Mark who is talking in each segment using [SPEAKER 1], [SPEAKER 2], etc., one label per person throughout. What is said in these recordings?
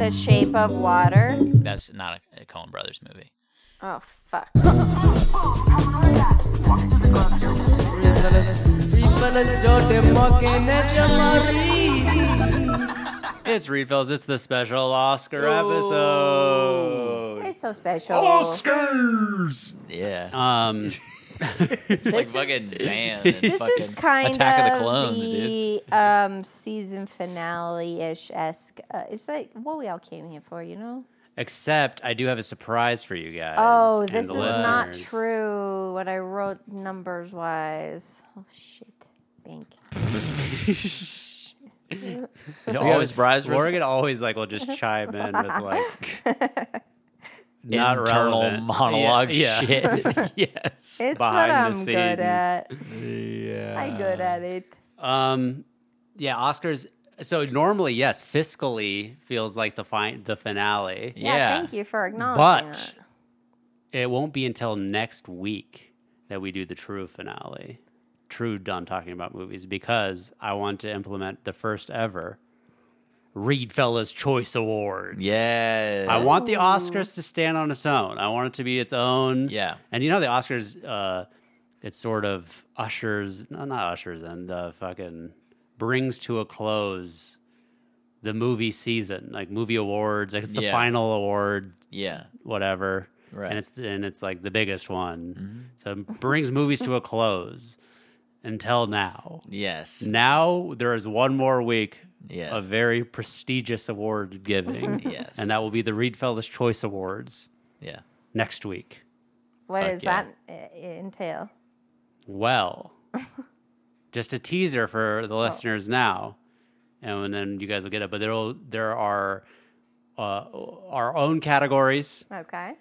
[SPEAKER 1] above water.
[SPEAKER 2] That's not a, a Coen Brothers movie.
[SPEAKER 1] Oh fuck.
[SPEAKER 2] It's refills. It's the special Oscar episode.
[SPEAKER 1] It's so special.
[SPEAKER 3] Oh,
[SPEAKER 4] Oscars.
[SPEAKER 2] Yeah,
[SPEAKER 3] Um,
[SPEAKER 2] it's like
[SPEAKER 1] is-
[SPEAKER 2] fucking Zan and
[SPEAKER 1] This
[SPEAKER 2] fucking
[SPEAKER 1] is kind
[SPEAKER 2] Attack
[SPEAKER 1] of,
[SPEAKER 2] of the Clones, dude.
[SPEAKER 1] the um, season finale ish esque. Uh, it's like what we all came here for, you know?
[SPEAKER 3] except I do have a surprise for you guys.
[SPEAKER 1] Oh,
[SPEAKER 3] and
[SPEAKER 1] this is
[SPEAKER 3] the
[SPEAKER 1] not
[SPEAKER 3] listeners.
[SPEAKER 1] true. What I wrote numbers wise. Oh shit, bank.
[SPEAKER 2] You
[SPEAKER 3] We
[SPEAKER 2] always
[SPEAKER 3] have-
[SPEAKER 2] rise
[SPEAKER 3] Morgan always like will just chime in with like not
[SPEAKER 2] internal
[SPEAKER 3] relevant.
[SPEAKER 2] monologue
[SPEAKER 3] Yeah, yeah.
[SPEAKER 2] shit.
[SPEAKER 3] yes,
[SPEAKER 1] It's
[SPEAKER 3] behind
[SPEAKER 1] what I'm
[SPEAKER 3] the
[SPEAKER 1] good
[SPEAKER 3] scenes.
[SPEAKER 1] at.
[SPEAKER 4] Yeah.
[SPEAKER 1] I good at it.
[SPEAKER 3] Um, yeah, Oscars. So normally, yes, fiscally feels like the fi- the finale,
[SPEAKER 1] Yeah, thank you for acknowledging
[SPEAKER 3] but
[SPEAKER 1] that.
[SPEAKER 3] it won't be until next week that we do the true finale, true done talking about movies, because I want to implement the first ever Reed Fellas Choice Awards.
[SPEAKER 2] Yeah.
[SPEAKER 3] I want the Oscars to stand on its own. I want it to be its own.
[SPEAKER 2] Yeah.
[SPEAKER 3] And you know the Oscars, uh, it sort of ushers, no, not ushers, and uh, fucking brings to a close the movie season, like movie awards, like it's the
[SPEAKER 2] Yeah.
[SPEAKER 3] final award,
[SPEAKER 2] Yeah.
[SPEAKER 3] whatever.
[SPEAKER 2] Right. Mm-hmm.
[SPEAKER 3] And it's and it's like the biggest one, so it brings movies to a close until now.
[SPEAKER 2] Yes.
[SPEAKER 3] Now there is one more week
[SPEAKER 2] Yes.
[SPEAKER 3] of very prestigious award giving.
[SPEAKER 2] Yes.
[SPEAKER 3] And that will be the Reed Fellas Choice Awards
[SPEAKER 2] Yeah.
[SPEAKER 3] next week.
[SPEAKER 1] What
[SPEAKER 2] fuck
[SPEAKER 1] does
[SPEAKER 2] yeah.
[SPEAKER 1] that uh, entail?
[SPEAKER 3] Well, just a teaser for the
[SPEAKER 1] Oh.
[SPEAKER 3] listeners now, and then you guys will get it. But there will there are uh, our own categories
[SPEAKER 1] Okay.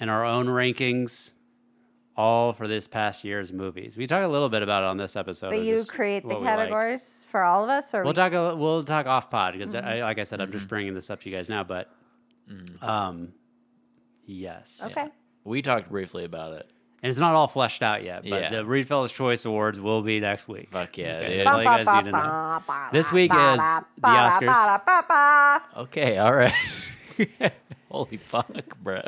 [SPEAKER 3] and our own rankings, all for this past year's movies. We talk a little bit about it on this episode.
[SPEAKER 1] But
[SPEAKER 3] of
[SPEAKER 1] you
[SPEAKER 3] just
[SPEAKER 1] create the
[SPEAKER 3] what we like.
[SPEAKER 1] categories for all of us, or
[SPEAKER 3] We'll
[SPEAKER 1] we-
[SPEAKER 3] talk. A, we'll talk off pod because,
[SPEAKER 1] Mm-hmm.
[SPEAKER 3] I, like I said,
[SPEAKER 2] Mm-hmm.
[SPEAKER 3] I'm just bringing this up to you guys now. But,
[SPEAKER 2] Mm.
[SPEAKER 3] um, yes,
[SPEAKER 1] okay.
[SPEAKER 2] We talked briefly about it.
[SPEAKER 3] and it's not all fleshed out yet. But
[SPEAKER 2] Yeah.
[SPEAKER 3] the Reed Fellas Choice Awards will be next week.
[SPEAKER 2] Fuck yeah,
[SPEAKER 3] Okay,
[SPEAKER 2] dude.
[SPEAKER 3] that's all you guys need to know. This week is the Oscars.
[SPEAKER 2] Okay. All right. Holy fuck, bro.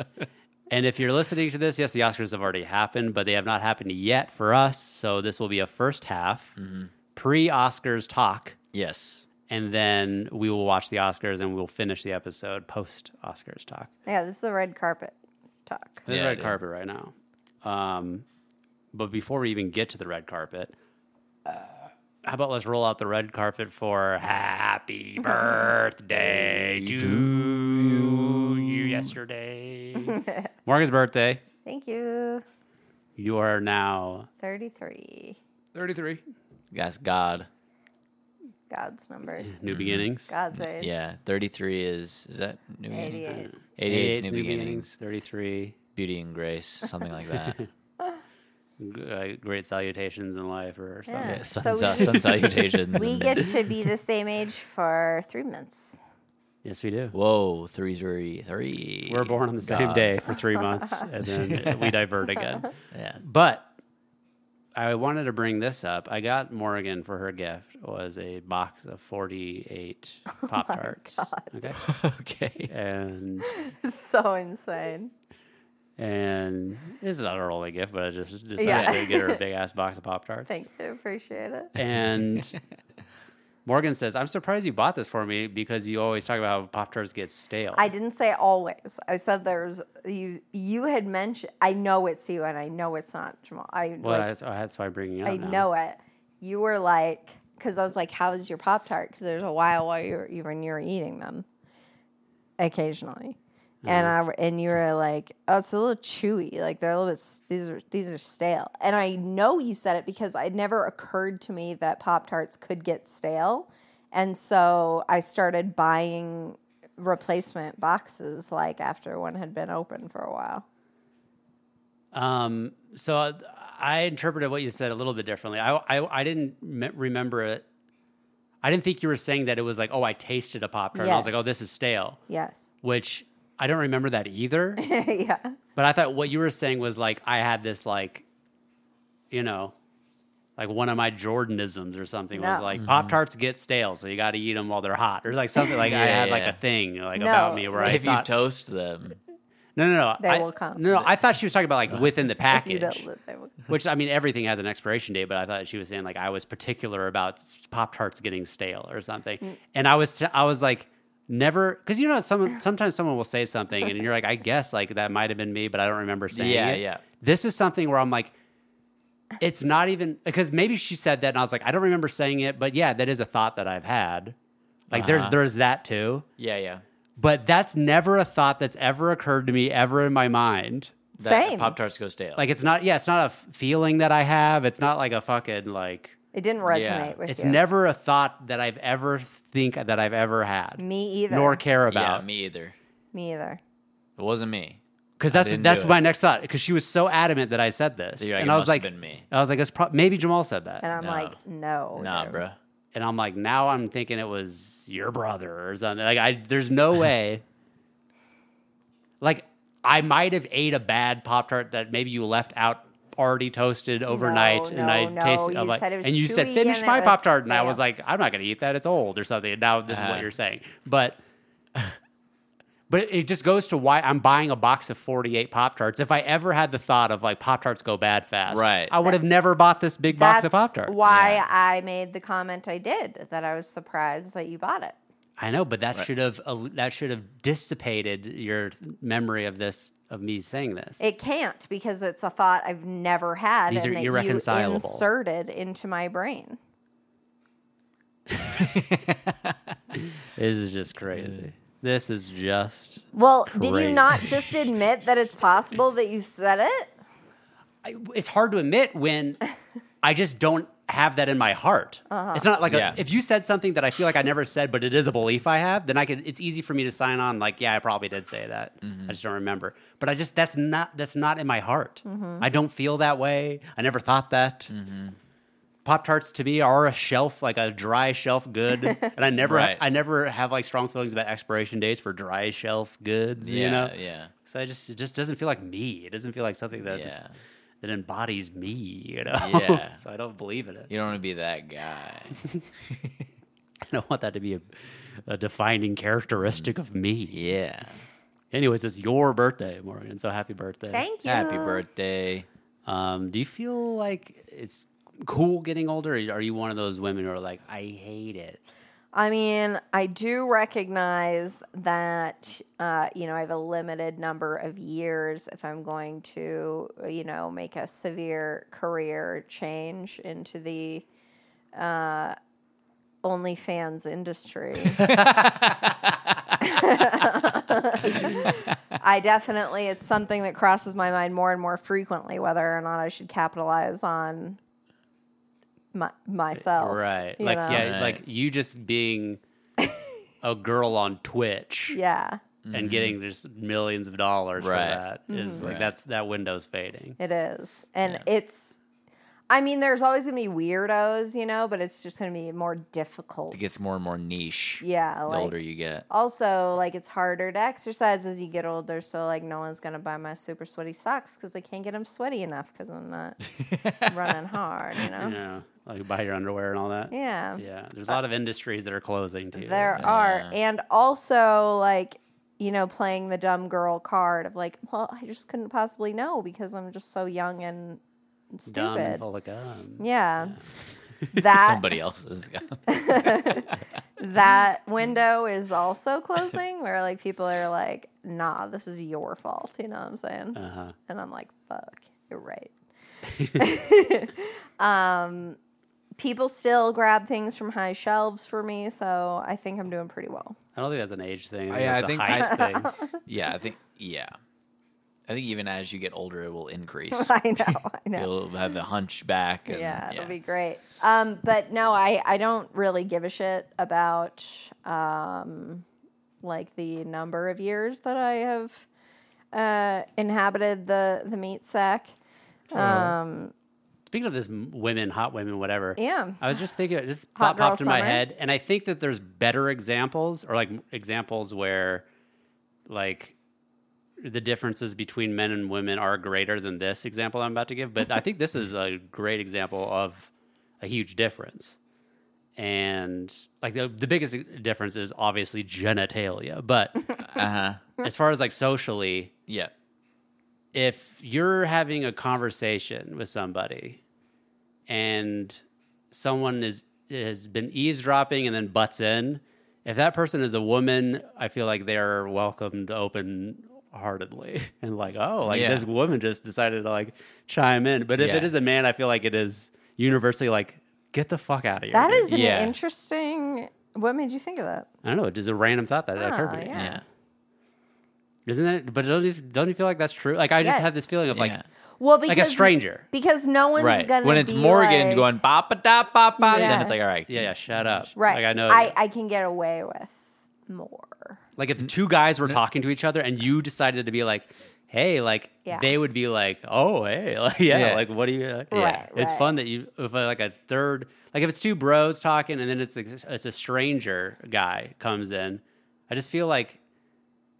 [SPEAKER 3] And if you're listening to this, yes, the Oscars have already happened, but they have not happened yet for us. So this will be a first half
[SPEAKER 2] Mm-hmm.
[SPEAKER 3] pre-Oscars talk,
[SPEAKER 2] Yes.
[SPEAKER 3] and then we will watch the Oscars and we'll finish the episode post-Oscars talk.
[SPEAKER 1] Yeah, this is the red carpet talk.
[SPEAKER 3] There's
[SPEAKER 2] Yeah,
[SPEAKER 3] red
[SPEAKER 2] dude.
[SPEAKER 3] carpet right now. Um, but before we even get to the red carpet, uh, how about let's roll out the red carpet for happy birthday to you yesterday. Morgan's birthday.
[SPEAKER 1] Thank you.
[SPEAKER 3] You are now
[SPEAKER 1] 33.
[SPEAKER 3] 33.
[SPEAKER 2] That's God.
[SPEAKER 1] God's numbers.
[SPEAKER 3] New beginnings.
[SPEAKER 1] God's age.
[SPEAKER 2] Yeah. 33 is, is that New Beginnings?
[SPEAKER 1] 88.
[SPEAKER 2] 88 is
[SPEAKER 3] 88's
[SPEAKER 2] New, Beginnings.
[SPEAKER 3] 33.
[SPEAKER 2] Beauty and Grace, something like that.
[SPEAKER 3] G- uh, great salutations in life or something.
[SPEAKER 1] Yeah.
[SPEAKER 2] yeah, sun,
[SPEAKER 1] So we-
[SPEAKER 2] sun salutations.
[SPEAKER 1] We
[SPEAKER 2] and-
[SPEAKER 1] get to be the same age for three months.
[SPEAKER 3] Yes, we do.
[SPEAKER 2] Whoa, three, three, three.
[SPEAKER 3] We're born on the same
[SPEAKER 2] God.
[SPEAKER 3] day for three months and then we divert again.
[SPEAKER 2] Yeah.
[SPEAKER 3] But I wanted to bring this up. I got Morgan for her gift was a box of 48
[SPEAKER 2] Oh
[SPEAKER 3] Pop Tarts. okay.
[SPEAKER 2] Okay.
[SPEAKER 3] And
[SPEAKER 1] so insane.
[SPEAKER 3] and this is not her only gift, but I just decided
[SPEAKER 1] Yeah.
[SPEAKER 3] to get her a big ass box of Pop Tarts.
[SPEAKER 1] Thank you. Appreciate it.
[SPEAKER 3] And Morgan says, "I'm surprised you bought this for me because you always talk about how Pop Tarts get stale."
[SPEAKER 1] I didn't say always. I said there's you. You had mentioned. I know it's you, and I know it's not Jamal. I
[SPEAKER 3] well,
[SPEAKER 1] like,
[SPEAKER 3] that's, oh, that's why I'm bringing it up.
[SPEAKER 1] I
[SPEAKER 3] now.
[SPEAKER 1] know it. You were like, because I was like, "How is your pop tart?" Because there's a while while you're even you're eating them, occasionally, and
[SPEAKER 3] Mm-hmm.
[SPEAKER 1] I and you were like, "Oh, it's a little chewy. Like they're a little bit. s- These are these are stale." And I know you said it because it never occurred to me that pop tarts could get stale, and so I started buying replacement boxes like after one had been open for a while.
[SPEAKER 3] Um, so I, I interpreted what you said a little bit differently. I I, I didn't me- remember it. I didn't think you were saying that it was like, oh, I tasted a pop tart. and I was like,
[SPEAKER 1] Yes.
[SPEAKER 3] oh, this is stale,
[SPEAKER 1] Yes.
[SPEAKER 3] which I don't remember that either.
[SPEAKER 1] yeah.
[SPEAKER 3] but I thought what you were saying was like, I had this like, you know, like one of my Jordanisms or something was
[SPEAKER 1] No.
[SPEAKER 3] like
[SPEAKER 2] Mm-hmm.
[SPEAKER 3] Pop Tarts get stale, so you got to eat them while they're hot, or like something like I
[SPEAKER 2] Yeah,
[SPEAKER 3] had like
[SPEAKER 2] yeah.
[SPEAKER 3] a thing like
[SPEAKER 1] No.
[SPEAKER 3] about me where I
[SPEAKER 2] if you
[SPEAKER 3] thought
[SPEAKER 2] toast them,
[SPEAKER 3] no no no
[SPEAKER 1] They
[SPEAKER 3] I,
[SPEAKER 1] will come.
[SPEAKER 3] no no I thought she was talking about like within the
[SPEAKER 1] If you don't
[SPEAKER 3] package,
[SPEAKER 1] live, they will.
[SPEAKER 3] which I mean everything has an expiration date, but I thought she was saying like I was particular about Pop Tarts getting stale or
[SPEAKER 2] Mm.
[SPEAKER 3] something, and I was I was like. Never, because you know, some sometimes someone will say something, and you're like, I guess like that might have been me, but I don't remember saying
[SPEAKER 2] Yeah,
[SPEAKER 3] it.
[SPEAKER 2] yeah.
[SPEAKER 3] This is something where I'm like, it's not even because maybe she said that and I was like, I don't remember saying it, but yeah, that is a thought that I've had. Like there's
[SPEAKER 2] Uh-huh.
[SPEAKER 3] there's that too.
[SPEAKER 2] yeah, yeah.
[SPEAKER 3] But that's never a thought that's ever occurred to me ever in my mind.
[SPEAKER 1] Same.
[SPEAKER 2] Pop tarts go stale.
[SPEAKER 3] Like it's not yeah, it's not a f- feeling that I have. It's not like a fucking like
[SPEAKER 1] It didn't resonate with
[SPEAKER 3] it's
[SPEAKER 1] you.
[SPEAKER 3] never a thought that I've ever think that I've ever had.
[SPEAKER 1] me either.
[SPEAKER 3] Nor care about.
[SPEAKER 2] yeah, me either.
[SPEAKER 1] me either.
[SPEAKER 2] It wasn't me.
[SPEAKER 3] Because that's
[SPEAKER 2] didn't
[SPEAKER 3] that's
[SPEAKER 2] do it.
[SPEAKER 3] my next thought. Because she was so adamant that I said this,
[SPEAKER 2] So you're like,
[SPEAKER 3] and
[SPEAKER 2] it
[SPEAKER 3] I was
[SPEAKER 2] must have
[SPEAKER 3] like,
[SPEAKER 2] been me.
[SPEAKER 3] I was like, it's pro- maybe Jamal said that.
[SPEAKER 1] And I'm
[SPEAKER 2] No.
[SPEAKER 1] like, no,
[SPEAKER 2] Nah,
[SPEAKER 1] dude.
[SPEAKER 2] bruh.
[SPEAKER 3] and I'm like, now I'm thinking it was your brother or something. Like, I there's no way. like, I might have ate a bad pop tart that maybe you left out already toasted overnight,
[SPEAKER 1] No,
[SPEAKER 3] and I
[SPEAKER 1] no, no.
[SPEAKER 3] tasted.
[SPEAKER 1] You
[SPEAKER 3] I'm like,
[SPEAKER 1] said it was
[SPEAKER 3] and you said
[SPEAKER 1] chewy
[SPEAKER 3] finish
[SPEAKER 1] and it
[SPEAKER 3] my
[SPEAKER 1] was Uh.
[SPEAKER 3] pop tart, and I
[SPEAKER 1] stale.
[SPEAKER 3] was like, I'm not gonna eat that. It's old or something. And now this is
[SPEAKER 2] Uh-huh.
[SPEAKER 3] what you're saying, but. But it just goes to why I'm buying a box of 48 Pop Tarts. If I ever had the thought of like Pop Tarts go bad fast,
[SPEAKER 2] Right.
[SPEAKER 3] I would have never bought this big box
[SPEAKER 1] That's
[SPEAKER 3] of Pop Tarts.
[SPEAKER 1] why I made the comment I did that I was surprised that you bought it.
[SPEAKER 3] I know, but that
[SPEAKER 2] Right.
[SPEAKER 3] should have uh, that should have dissipated your memory of this of me saying this.
[SPEAKER 1] It can't because it's a thought I've never had
[SPEAKER 3] These
[SPEAKER 1] and
[SPEAKER 3] are
[SPEAKER 1] that
[SPEAKER 3] irreconcilable.
[SPEAKER 1] you inserted into my brain.
[SPEAKER 3] this is just crazy. This is just
[SPEAKER 1] Well, did you
[SPEAKER 3] Crazy.
[SPEAKER 1] not just admit that it's possible that you said it?
[SPEAKER 3] I, it's hard to admit when I just don't have that in my heart. It's not like
[SPEAKER 2] Yeah.
[SPEAKER 3] a, if you said something that I feel like I never said, but it is a belief I have, then I could. It's easy for me to sign on. Like, yeah, I probably did say that.
[SPEAKER 2] Mm-hmm.
[SPEAKER 3] I just don't remember. But I just that's not that's not in my heart. I don't feel that way. I never thought that.
[SPEAKER 2] Mm-hmm.
[SPEAKER 3] Pop tarts to me are a shelf, like a dry shelf good, and I never,
[SPEAKER 2] Right.
[SPEAKER 3] I never have like strong feelings about expiration dates for dry shelf goods.
[SPEAKER 2] Yeah,
[SPEAKER 3] you know,
[SPEAKER 2] yeah.
[SPEAKER 3] so I just it just doesn't feel like me. It doesn't feel like something that's
[SPEAKER 2] Yeah.
[SPEAKER 3] that embodies me, you know.
[SPEAKER 2] Yeah.
[SPEAKER 3] so I don't believe in it.
[SPEAKER 2] You don't want to be that guy.
[SPEAKER 3] I don't want that to be a, a defining characteristic of me.
[SPEAKER 2] Mm. Yeah.
[SPEAKER 3] Anyways, it's your birthday, Morgan. So happy birthday.
[SPEAKER 1] Thank you.
[SPEAKER 2] Happy birthday.
[SPEAKER 3] Um, do you feel like it's cool getting older? Or are you one of those women who are like, I hate it?
[SPEAKER 1] I mean, I do recognize that, uh, you know, I have a limited number of years if I'm going to, you know, make a severe career change into the uh, OnlyFans industry. I definitely, it's something that crosses my mind more and more frequently whether or not I should capitalize on my, myself.
[SPEAKER 3] Right.
[SPEAKER 1] you
[SPEAKER 3] Like
[SPEAKER 1] know?
[SPEAKER 3] yeah,
[SPEAKER 2] Right.
[SPEAKER 3] like you just being a girl on Twitch.
[SPEAKER 1] Yeah,
[SPEAKER 3] and getting just millions of dollars
[SPEAKER 2] Mm-hmm. Right.
[SPEAKER 3] for that
[SPEAKER 1] Mm-hmm.
[SPEAKER 3] is like that's that window's fading.
[SPEAKER 1] it is. And it's, I mean, there's always going to be weirdos, you know, but it's just going to be more difficult.
[SPEAKER 2] It gets more and more niche.
[SPEAKER 1] Yeah,
[SPEAKER 2] The
[SPEAKER 1] like-
[SPEAKER 2] older you get.
[SPEAKER 1] also, like, it's harder to exercise as you get older. So, like, no one's going to buy my super sweaty socks because I can't get them sweaty enough because I'm not running hard, you know?
[SPEAKER 3] You
[SPEAKER 1] Yeah.
[SPEAKER 3] know, like buy your underwear and all that. Yeah, there's a lot of industries that are closing too.
[SPEAKER 1] There are. And also, like, you know, playing the dumb girl card of like, well, I just couldn't possibly know because I'm just so young and
[SPEAKER 3] dumb and
[SPEAKER 1] stupid.
[SPEAKER 3] full of gum.
[SPEAKER 1] Yeah. That
[SPEAKER 2] Somebody else's guy.
[SPEAKER 1] that window is also closing where like people are like, nah, this is your fault. You know what I'm saying?
[SPEAKER 3] Uh huh.
[SPEAKER 1] And I'm like, fuck, you're right. um, people still grab things from high shelves for me. So I think I'm doing pretty well.
[SPEAKER 3] I don't think that's an age thing.
[SPEAKER 2] I- Oh, yeah,
[SPEAKER 3] I think that's a height thing.
[SPEAKER 2] Yeah, I think. Yeah, I think even as you get older, it will increase.
[SPEAKER 1] I know. I know.
[SPEAKER 2] You'll have the hunchback. And,
[SPEAKER 1] yeah, it'll
[SPEAKER 2] yeah.
[SPEAKER 1] be great. Um, but no, I, I don't really give a shit about um, like the number of years that I have uh, inhabited the the meat sack. Um,
[SPEAKER 3] Speaking of this, m- women, hot women, whatever.
[SPEAKER 1] Yeah.
[SPEAKER 3] I was just thinking. This
[SPEAKER 1] Hot
[SPEAKER 3] thought
[SPEAKER 1] girl
[SPEAKER 3] popped in my
[SPEAKER 1] summer.
[SPEAKER 3] head, and I think that there's better examples, or like examples where, like, the differences between men and women are greater than this example I'm about to give. But I think this is a great example of a huge difference. And like the, the biggest difference is obviously genitalia. But
[SPEAKER 2] Uh huh.
[SPEAKER 3] as far as like socially,
[SPEAKER 2] Yeah.
[SPEAKER 3] if you're having a conversation with somebody and someone is has been eavesdropping and then butts in, if that person is a woman, I feel like they're welcomed open heartedly and like, oh, like
[SPEAKER 2] Yeah.
[SPEAKER 3] this woman just decided to like chime in. But if
[SPEAKER 2] Yeah.
[SPEAKER 3] it is a man, I feel like it is universally like, get the fuck out of here.
[SPEAKER 1] That
[SPEAKER 3] dude."
[SPEAKER 1] is an
[SPEAKER 2] Yeah.
[SPEAKER 1] interesting. What made you think of that?
[SPEAKER 3] I don't know, just a random thought that, that occurred to
[SPEAKER 1] Oh,
[SPEAKER 3] me.
[SPEAKER 1] yeah.
[SPEAKER 2] Yeah.
[SPEAKER 3] Isn't that but don't you don't you feel like that's true? Like I just
[SPEAKER 1] Yes.
[SPEAKER 3] have this feeling of like
[SPEAKER 2] Yeah.
[SPEAKER 1] Well, because
[SPEAKER 3] like a stranger.
[SPEAKER 1] because no one's
[SPEAKER 2] Right.
[SPEAKER 1] gonna
[SPEAKER 2] When it's
[SPEAKER 1] be
[SPEAKER 2] Morgan
[SPEAKER 1] like-
[SPEAKER 2] going ba ba da ba ba,
[SPEAKER 1] Yeah.
[SPEAKER 2] then it's like, all right.
[SPEAKER 3] Yeah, yeah, shut up.
[SPEAKER 1] right.
[SPEAKER 3] Like I know
[SPEAKER 1] I, I can get away with more.
[SPEAKER 3] like if two guys were talking to each other and you decided to be like, hey, like
[SPEAKER 1] Yeah.
[SPEAKER 3] they would be like, oh hey, like yeah,
[SPEAKER 2] Yeah.
[SPEAKER 3] like what do you like?
[SPEAKER 1] Right, Yeah.
[SPEAKER 3] It's
[SPEAKER 1] right.
[SPEAKER 3] fun that you if uh, like a third like if it's two bros talking and then it's a, it's a stranger guy comes in, I just feel like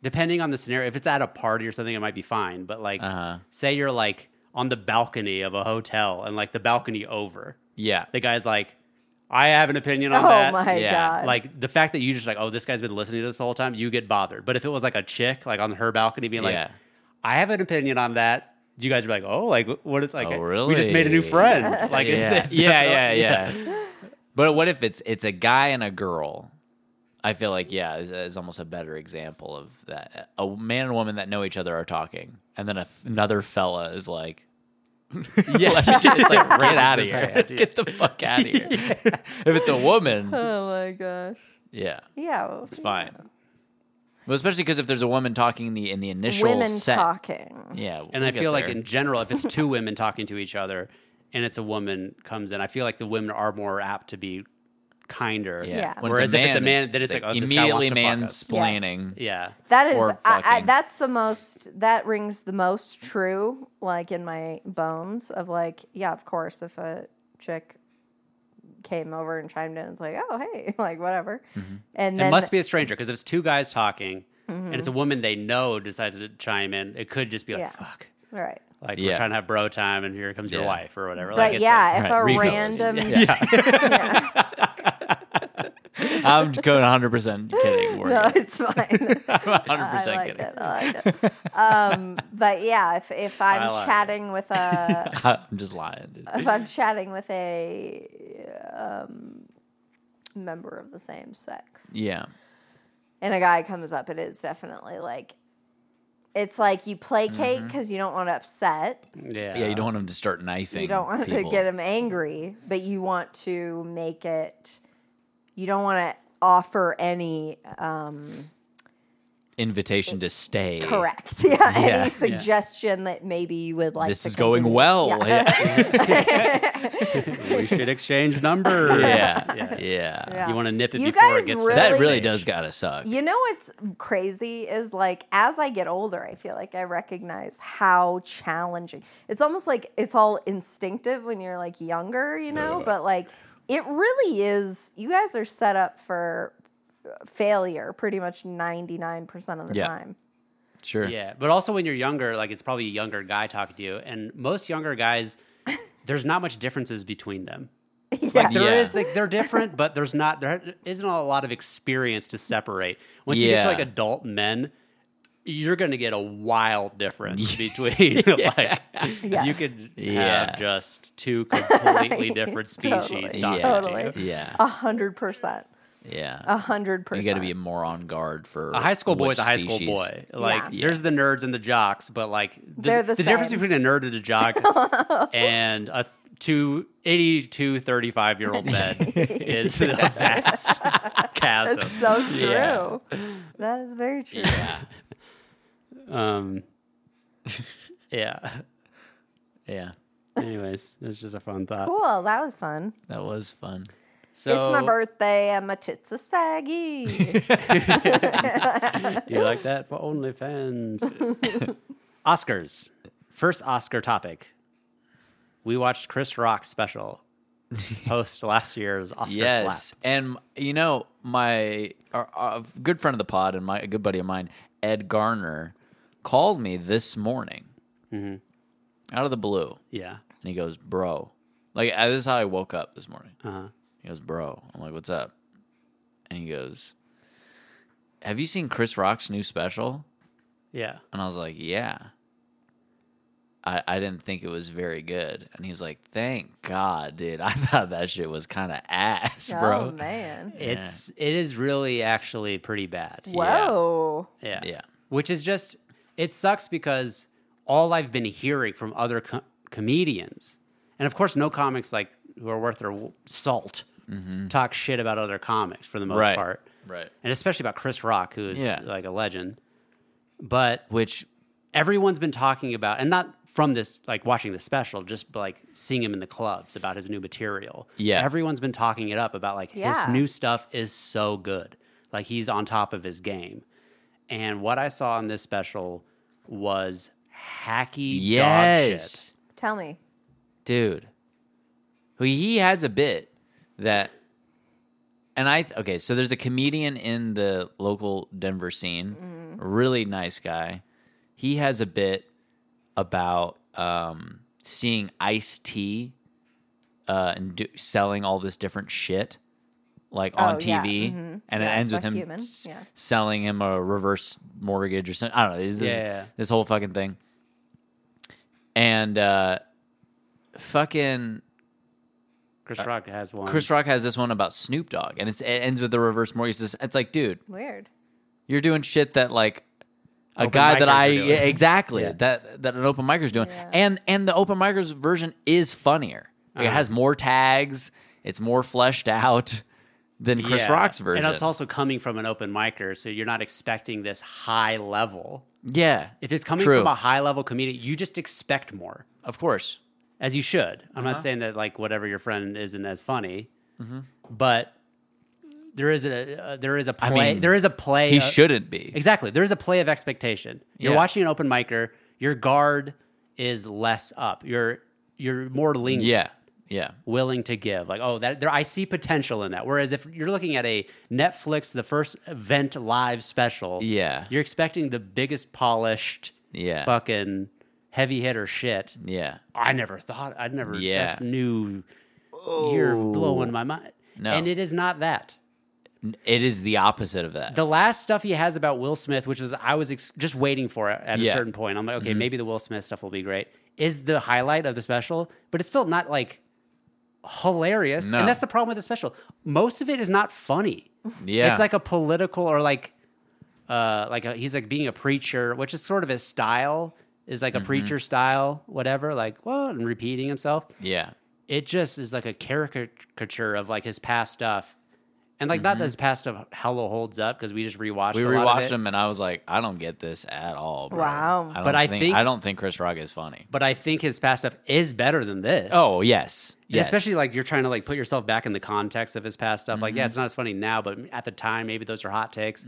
[SPEAKER 3] depending on the scenario, if it's at a party or something, it might be fine. But like
[SPEAKER 2] Uh-huh.
[SPEAKER 3] say you're like on the balcony of a hotel and like the balcony over.
[SPEAKER 2] Yeah.
[SPEAKER 3] The guy's like, I have an opinion on
[SPEAKER 1] Oh
[SPEAKER 3] that.
[SPEAKER 1] my
[SPEAKER 2] yeah,
[SPEAKER 1] god!
[SPEAKER 3] Like the fact that you just like, oh, this guy's been listening to this the whole time, you get bothered. But if it was like a chick, like on her balcony, being like,
[SPEAKER 2] Yeah.
[SPEAKER 3] I have an opinion on that, you guys are like, oh, like what is like?
[SPEAKER 2] Oh,
[SPEAKER 3] We just made a new
[SPEAKER 2] really?
[SPEAKER 3] friend. Like,
[SPEAKER 2] yeah.
[SPEAKER 3] it's, it's
[SPEAKER 2] yeah, yeah,
[SPEAKER 3] definitely-
[SPEAKER 2] yeah, But what if it's it's a guy and a girl? I feel like yeah is, is almost a better example of that. A man and woman that know each other are talking, and then a, another fella is like, yeah, it's like get
[SPEAKER 3] raises
[SPEAKER 2] out of
[SPEAKER 3] his
[SPEAKER 2] here,
[SPEAKER 3] hand, yeah.
[SPEAKER 2] get the fuck out of here. If it's a woman,
[SPEAKER 1] oh my gosh!
[SPEAKER 2] yeah,
[SPEAKER 1] Yeah, well,
[SPEAKER 2] it's fine. Well, especially because if there's a woman talking in the in the initial
[SPEAKER 1] Women
[SPEAKER 2] set,
[SPEAKER 1] talking.
[SPEAKER 2] yeah,
[SPEAKER 3] And
[SPEAKER 2] we'll
[SPEAKER 3] I
[SPEAKER 2] get
[SPEAKER 3] feel like
[SPEAKER 2] there.
[SPEAKER 3] in general, if it's two women talking to each other, and it's a woman comes in, I feel like the women are more apt to be kinder.
[SPEAKER 1] Yeah.
[SPEAKER 2] When
[SPEAKER 3] Whereas if it's a man, then it's like, oh, this guy wants
[SPEAKER 2] immediately
[SPEAKER 3] to fuck us.
[SPEAKER 2] mansplaining.
[SPEAKER 3] Yeah.
[SPEAKER 1] That is,
[SPEAKER 2] Or
[SPEAKER 1] I, I,
[SPEAKER 2] fucking.
[SPEAKER 1] that's the most. That rings the most true, like in my bones. Of like, yeah, of course, if a chick came over and chimed in, it's like, oh hey, like whatever. And then
[SPEAKER 3] Mm-hmm.
[SPEAKER 1] Hmm.
[SPEAKER 3] it must be a stranger because if it's two guys talking and it's a woman they know decides to chime in, it could just be like,
[SPEAKER 1] Yeah.
[SPEAKER 3] fuck.
[SPEAKER 1] mm-hmm, right.
[SPEAKER 3] Like, we're
[SPEAKER 2] Yeah.
[SPEAKER 3] trying to have bro time and here comes your
[SPEAKER 2] Yeah.
[SPEAKER 3] wife or whatever. like,
[SPEAKER 1] But
[SPEAKER 3] it's
[SPEAKER 1] yeah, if
[SPEAKER 2] right,
[SPEAKER 1] a
[SPEAKER 2] refills.
[SPEAKER 1] random,
[SPEAKER 3] Like, yeah.
[SPEAKER 1] yeah.
[SPEAKER 2] I'm going 100 percent kidding. Morgan.
[SPEAKER 1] no, it's fine.
[SPEAKER 2] I'm 100
[SPEAKER 1] I
[SPEAKER 2] percent
[SPEAKER 1] like
[SPEAKER 2] kidding.
[SPEAKER 1] it. I like it. Um, but yeah, if if I'm
[SPEAKER 3] like it.
[SPEAKER 1] chatting with a
[SPEAKER 2] I'm just lying. dude.
[SPEAKER 1] if I'm chatting with a um, member of the same sex,
[SPEAKER 2] Yeah,
[SPEAKER 1] and a guy comes up, it is definitely like it's like you placate
[SPEAKER 2] Mm-hmm.
[SPEAKER 1] because you don't want to upset,
[SPEAKER 3] yeah.
[SPEAKER 2] yeah. You don't want him to start knifing.
[SPEAKER 1] you don't want to
[SPEAKER 2] people.
[SPEAKER 1] get him angry, but you want to make it. You don't want to offer any um,
[SPEAKER 2] invitation to stay.
[SPEAKER 1] correct, yeah,
[SPEAKER 2] Yeah.
[SPEAKER 1] any suggestion that maybe you would like.
[SPEAKER 2] This
[SPEAKER 1] to
[SPEAKER 2] is going
[SPEAKER 1] continue.
[SPEAKER 2] well.
[SPEAKER 1] Yeah.
[SPEAKER 2] Yeah.
[SPEAKER 3] we should exchange numbers.
[SPEAKER 2] Yeah.
[SPEAKER 3] yeah.
[SPEAKER 2] Yeah.
[SPEAKER 1] Yeah.
[SPEAKER 3] You want to nip it
[SPEAKER 1] You
[SPEAKER 3] before
[SPEAKER 1] guys
[SPEAKER 3] it gets
[SPEAKER 1] really-
[SPEAKER 3] to
[SPEAKER 2] That
[SPEAKER 3] that
[SPEAKER 2] really
[SPEAKER 3] stage.
[SPEAKER 2] does gotta suck.
[SPEAKER 1] You know what's crazy is like as I get older, I feel like I recognize how challenging. It's almost like it's all instinctive when you're like younger, you know, but like it really is. You guys are set up for uh, failure pretty much 99% of the
[SPEAKER 2] Yeah.
[SPEAKER 1] time.
[SPEAKER 2] Sure.
[SPEAKER 3] Yeah, but also when you're younger, like it's probably a younger guy talking to you, and most younger guys, there's not much differences between them. Like there is,
[SPEAKER 2] Yeah.
[SPEAKER 3] like they're different, but there's not there isn't a lot of experience to separate. Once you get to
[SPEAKER 2] Yeah.
[SPEAKER 3] like adult men, you're gonna get a wild difference between like you
[SPEAKER 1] Yes.
[SPEAKER 3] could
[SPEAKER 2] Yeah.
[SPEAKER 3] have just two completely different species
[SPEAKER 1] Totally.
[SPEAKER 3] talking
[SPEAKER 1] Totally.
[SPEAKER 3] to you.
[SPEAKER 2] Yeah.
[SPEAKER 1] A hundred percent.
[SPEAKER 2] Yeah.
[SPEAKER 1] A hundred
[SPEAKER 2] you
[SPEAKER 1] percent.
[SPEAKER 2] got to be more on guard for
[SPEAKER 3] A high school boy
[SPEAKER 2] which
[SPEAKER 3] is a high school
[SPEAKER 2] species.
[SPEAKER 3] boy. Like
[SPEAKER 1] Yeah.
[SPEAKER 3] there's the nerds and the jocks, but like the,
[SPEAKER 1] They're the
[SPEAKER 3] difference
[SPEAKER 1] same.
[SPEAKER 3] between a nerd and a jock and a two 82 35 year old men is a vast chasm.
[SPEAKER 1] That's so true.
[SPEAKER 3] Yeah.
[SPEAKER 1] That is very true.
[SPEAKER 3] yeah. Um yeah.
[SPEAKER 2] Yeah,
[SPEAKER 3] Anyways, it's just a fun thought.
[SPEAKER 1] Cool. That was fun.
[SPEAKER 2] that was fun.
[SPEAKER 3] So
[SPEAKER 1] it's my birthday and my tits are saggy.
[SPEAKER 3] Do you like that for OnlyFans? Oscars. First Oscar topic. We watched Chris Rock's special post last year's Oscar slap.
[SPEAKER 2] yes, and you know my our, our good friend of the pod and my a good buddy of mine, Ed Garner, called
[SPEAKER 3] Mm-hmm.
[SPEAKER 2] me this morning out of the blue,
[SPEAKER 3] Yeah.
[SPEAKER 2] and he goes, "Bro, Like I, this is how I woke up this morning.
[SPEAKER 3] Uh-huh.
[SPEAKER 2] He goes, "Bro," I'm like, "What's up?" And he goes, "Have you seen Chris Rock's new special?"
[SPEAKER 3] Yeah.
[SPEAKER 2] And I was like, yeah. I, I didn't think it was very good. And he's like, thank God, dude. I thought that shit was kind of ass,
[SPEAKER 1] Oh
[SPEAKER 2] bro.
[SPEAKER 1] man.
[SPEAKER 3] It's it is really actually pretty bad.
[SPEAKER 1] Whoa.
[SPEAKER 3] Yeah.
[SPEAKER 2] Yeah.
[SPEAKER 3] Which is just it sucks because all I've been hearing from other co- comedians, and of course, no comics like who are worth their w- salt talk shit about other comics for the most
[SPEAKER 2] Mm-hmm. Right.
[SPEAKER 3] part,
[SPEAKER 2] Right.
[SPEAKER 3] and especially about Chris Rock, who is
[SPEAKER 2] Yeah.
[SPEAKER 3] like a legend. But
[SPEAKER 2] Which,
[SPEAKER 3] everyone's been talking about, and not from this like watching the special, just like seeing him in the clubs about his new material.
[SPEAKER 2] Yeah.
[SPEAKER 3] everyone's been talking it up about like
[SPEAKER 1] Yeah.
[SPEAKER 3] his new stuff is so good. Like he's on top of his game. And what I saw in this special was hacky dog shit.
[SPEAKER 2] yes.
[SPEAKER 1] Tell me.
[SPEAKER 2] Dude. Who- He has a bit that, and I, th- okay, so there's a comedian in the local Denver scene,
[SPEAKER 1] Mm-hmm.
[SPEAKER 2] really nice guy. He has a bit about um, seeing Ice T uh, and do, selling all this different shit, like on
[SPEAKER 1] Oh,
[SPEAKER 2] TV,
[SPEAKER 1] yeah,
[SPEAKER 2] and
[SPEAKER 1] Yeah,
[SPEAKER 2] it ends with
[SPEAKER 1] Black
[SPEAKER 2] him
[SPEAKER 1] Human,
[SPEAKER 2] s-
[SPEAKER 1] yeah.
[SPEAKER 2] selling him a reverse mortgage or something. I don't know. This, is-
[SPEAKER 3] Yeah.
[SPEAKER 2] this whole fucking thing, and uh, fucking
[SPEAKER 3] Chris Rock has one.
[SPEAKER 2] Uh, Chris Rock has this one about Snoop Dogg, and it's, it ends with the reverse mortgage. It's, it's like, dude,
[SPEAKER 1] Weird.
[SPEAKER 2] you're doing shit that like a
[SPEAKER 3] Open
[SPEAKER 2] guy that
[SPEAKER 3] micers
[SPEAKER 2] I
[SPEAKER 3] are doing.
[SPEAKER 2] yeah, exactly that that an open micer's doing,
[SPEAKER 1] Yeah.
[SPEAKER 2] and and the open micers version is funnier. Like, It
[SPEAKER 3] Uh-huh.
[SPEAKER 2] has more tags. It's more fleshed out than Chris
[SPEAKER 3] Yeah.
[SPEAKER 2] Rock's version.
[SPEAKER 3] and it's also coming from an open micer, so you're not expecting this high level.
[SPEAKER 2] yeah,
[SPEAKER 3] If it's coming
[SPEAKER 2] True.
[SPEAKER 3] from a high level comedian, you just expect more.
[SPEAKER 2] of course.
[SPEAKER 3] as you should. I'm not saying that like whatever your friend isn't as funny, but there is a uh, there is a play.
[SPEAKER 2] mean,
[SPEAKER 3] there is a play.
[SPEAKER 2] He
[SPEAKER 3] of-
[SPEAKER 2] shouldn't be.
[SPEAKER 3] exactly. There is a play of expectation. You're
[SPEAKER 2] Yeah.
[SPEAKER 3] watching an open micer. Your guard is less up. You're you're more lenient,
[SPEAKER 2] Yeah, yeah,
[SPEAKER 3] willing to give. Like oh that there I see potential in that. Whereas if you're looking at a Netflix the first event live special,
[SPEAKER 2] Yeah.
[SPEAKER 3] you're expecting the biggest polished
[SPEAKER 2] yeah,
[SPEAKER 3] fucking heavy hitter shit.
[SPEAKER 2] yeah.
[SPEAKER 3] I never thought I'd never
[SPEAKER 2] Yeah.
[SPEAKER 3] that's new. You're blowing my mind.
[SPEAKER 2] No.
[SPEAKER 3] And it is not that.
[SPEAKER 2] It is the opposite of that.
[SPEAKER 3] The last stuff he has about Will Smith, which was I was ex- just waiting for it
[SPEAKER 2] Yeah.
[SPEAKER 3] at
[SPEAKER 2] Mm-hmm.
[SPEAKER 3] a certain point. I'm like, okay, maybe the Will Smith stuff will be great. Is the highlight of the special, but it's still not like hilarious.
[SPEAKER 2] No.
[SPEAKER 3] And that's the problem with the special. Most of it is not funny.
[SPEAKER 2] yeah,
[SPEAKER 3] It's like a political or like uh like a, he's like being a preacher, which is sort of his style is like a
[SPEAKER 2] Mm-hmm.
[SPEAKER 3] preacher style, whatever, like what and repeating himself
[SPEAKER 2] yeah,
[SPEAKER 3] it just is like a caricature of like his past stuff. And like not that his past stuff hella holds up because we just rewatched.
[SPEAKER 2] Mm-hmm. we
[SPEAKER 3] a lot of
[SPEAKER 2] rewatched
[SPEAKER 3] it.
[SPEAKER 2] him, and I was like, I don't get this at all. Bro.
[SPEAKER 1] Wow.
[SPEAKER 2] don't
[SPEAKER 3] But I think-
[SPEAKER 2] I don't think Chris Rock is funny.
[SPEAKER 3] but I think his past stuff is better than this.
[SPEAKER 2] Oh yes,
[SPEAKER 3] And
[SPEAKER 2] yes.
[SPEAKER 3] especially like you're trying to like put yourself back in the context of his past stuff. Like,
[SPEAKER 2] Mm-hmm.
[SPEAKER 3] yeah, it's not as funny now, but at the time, maybe those are hot takes.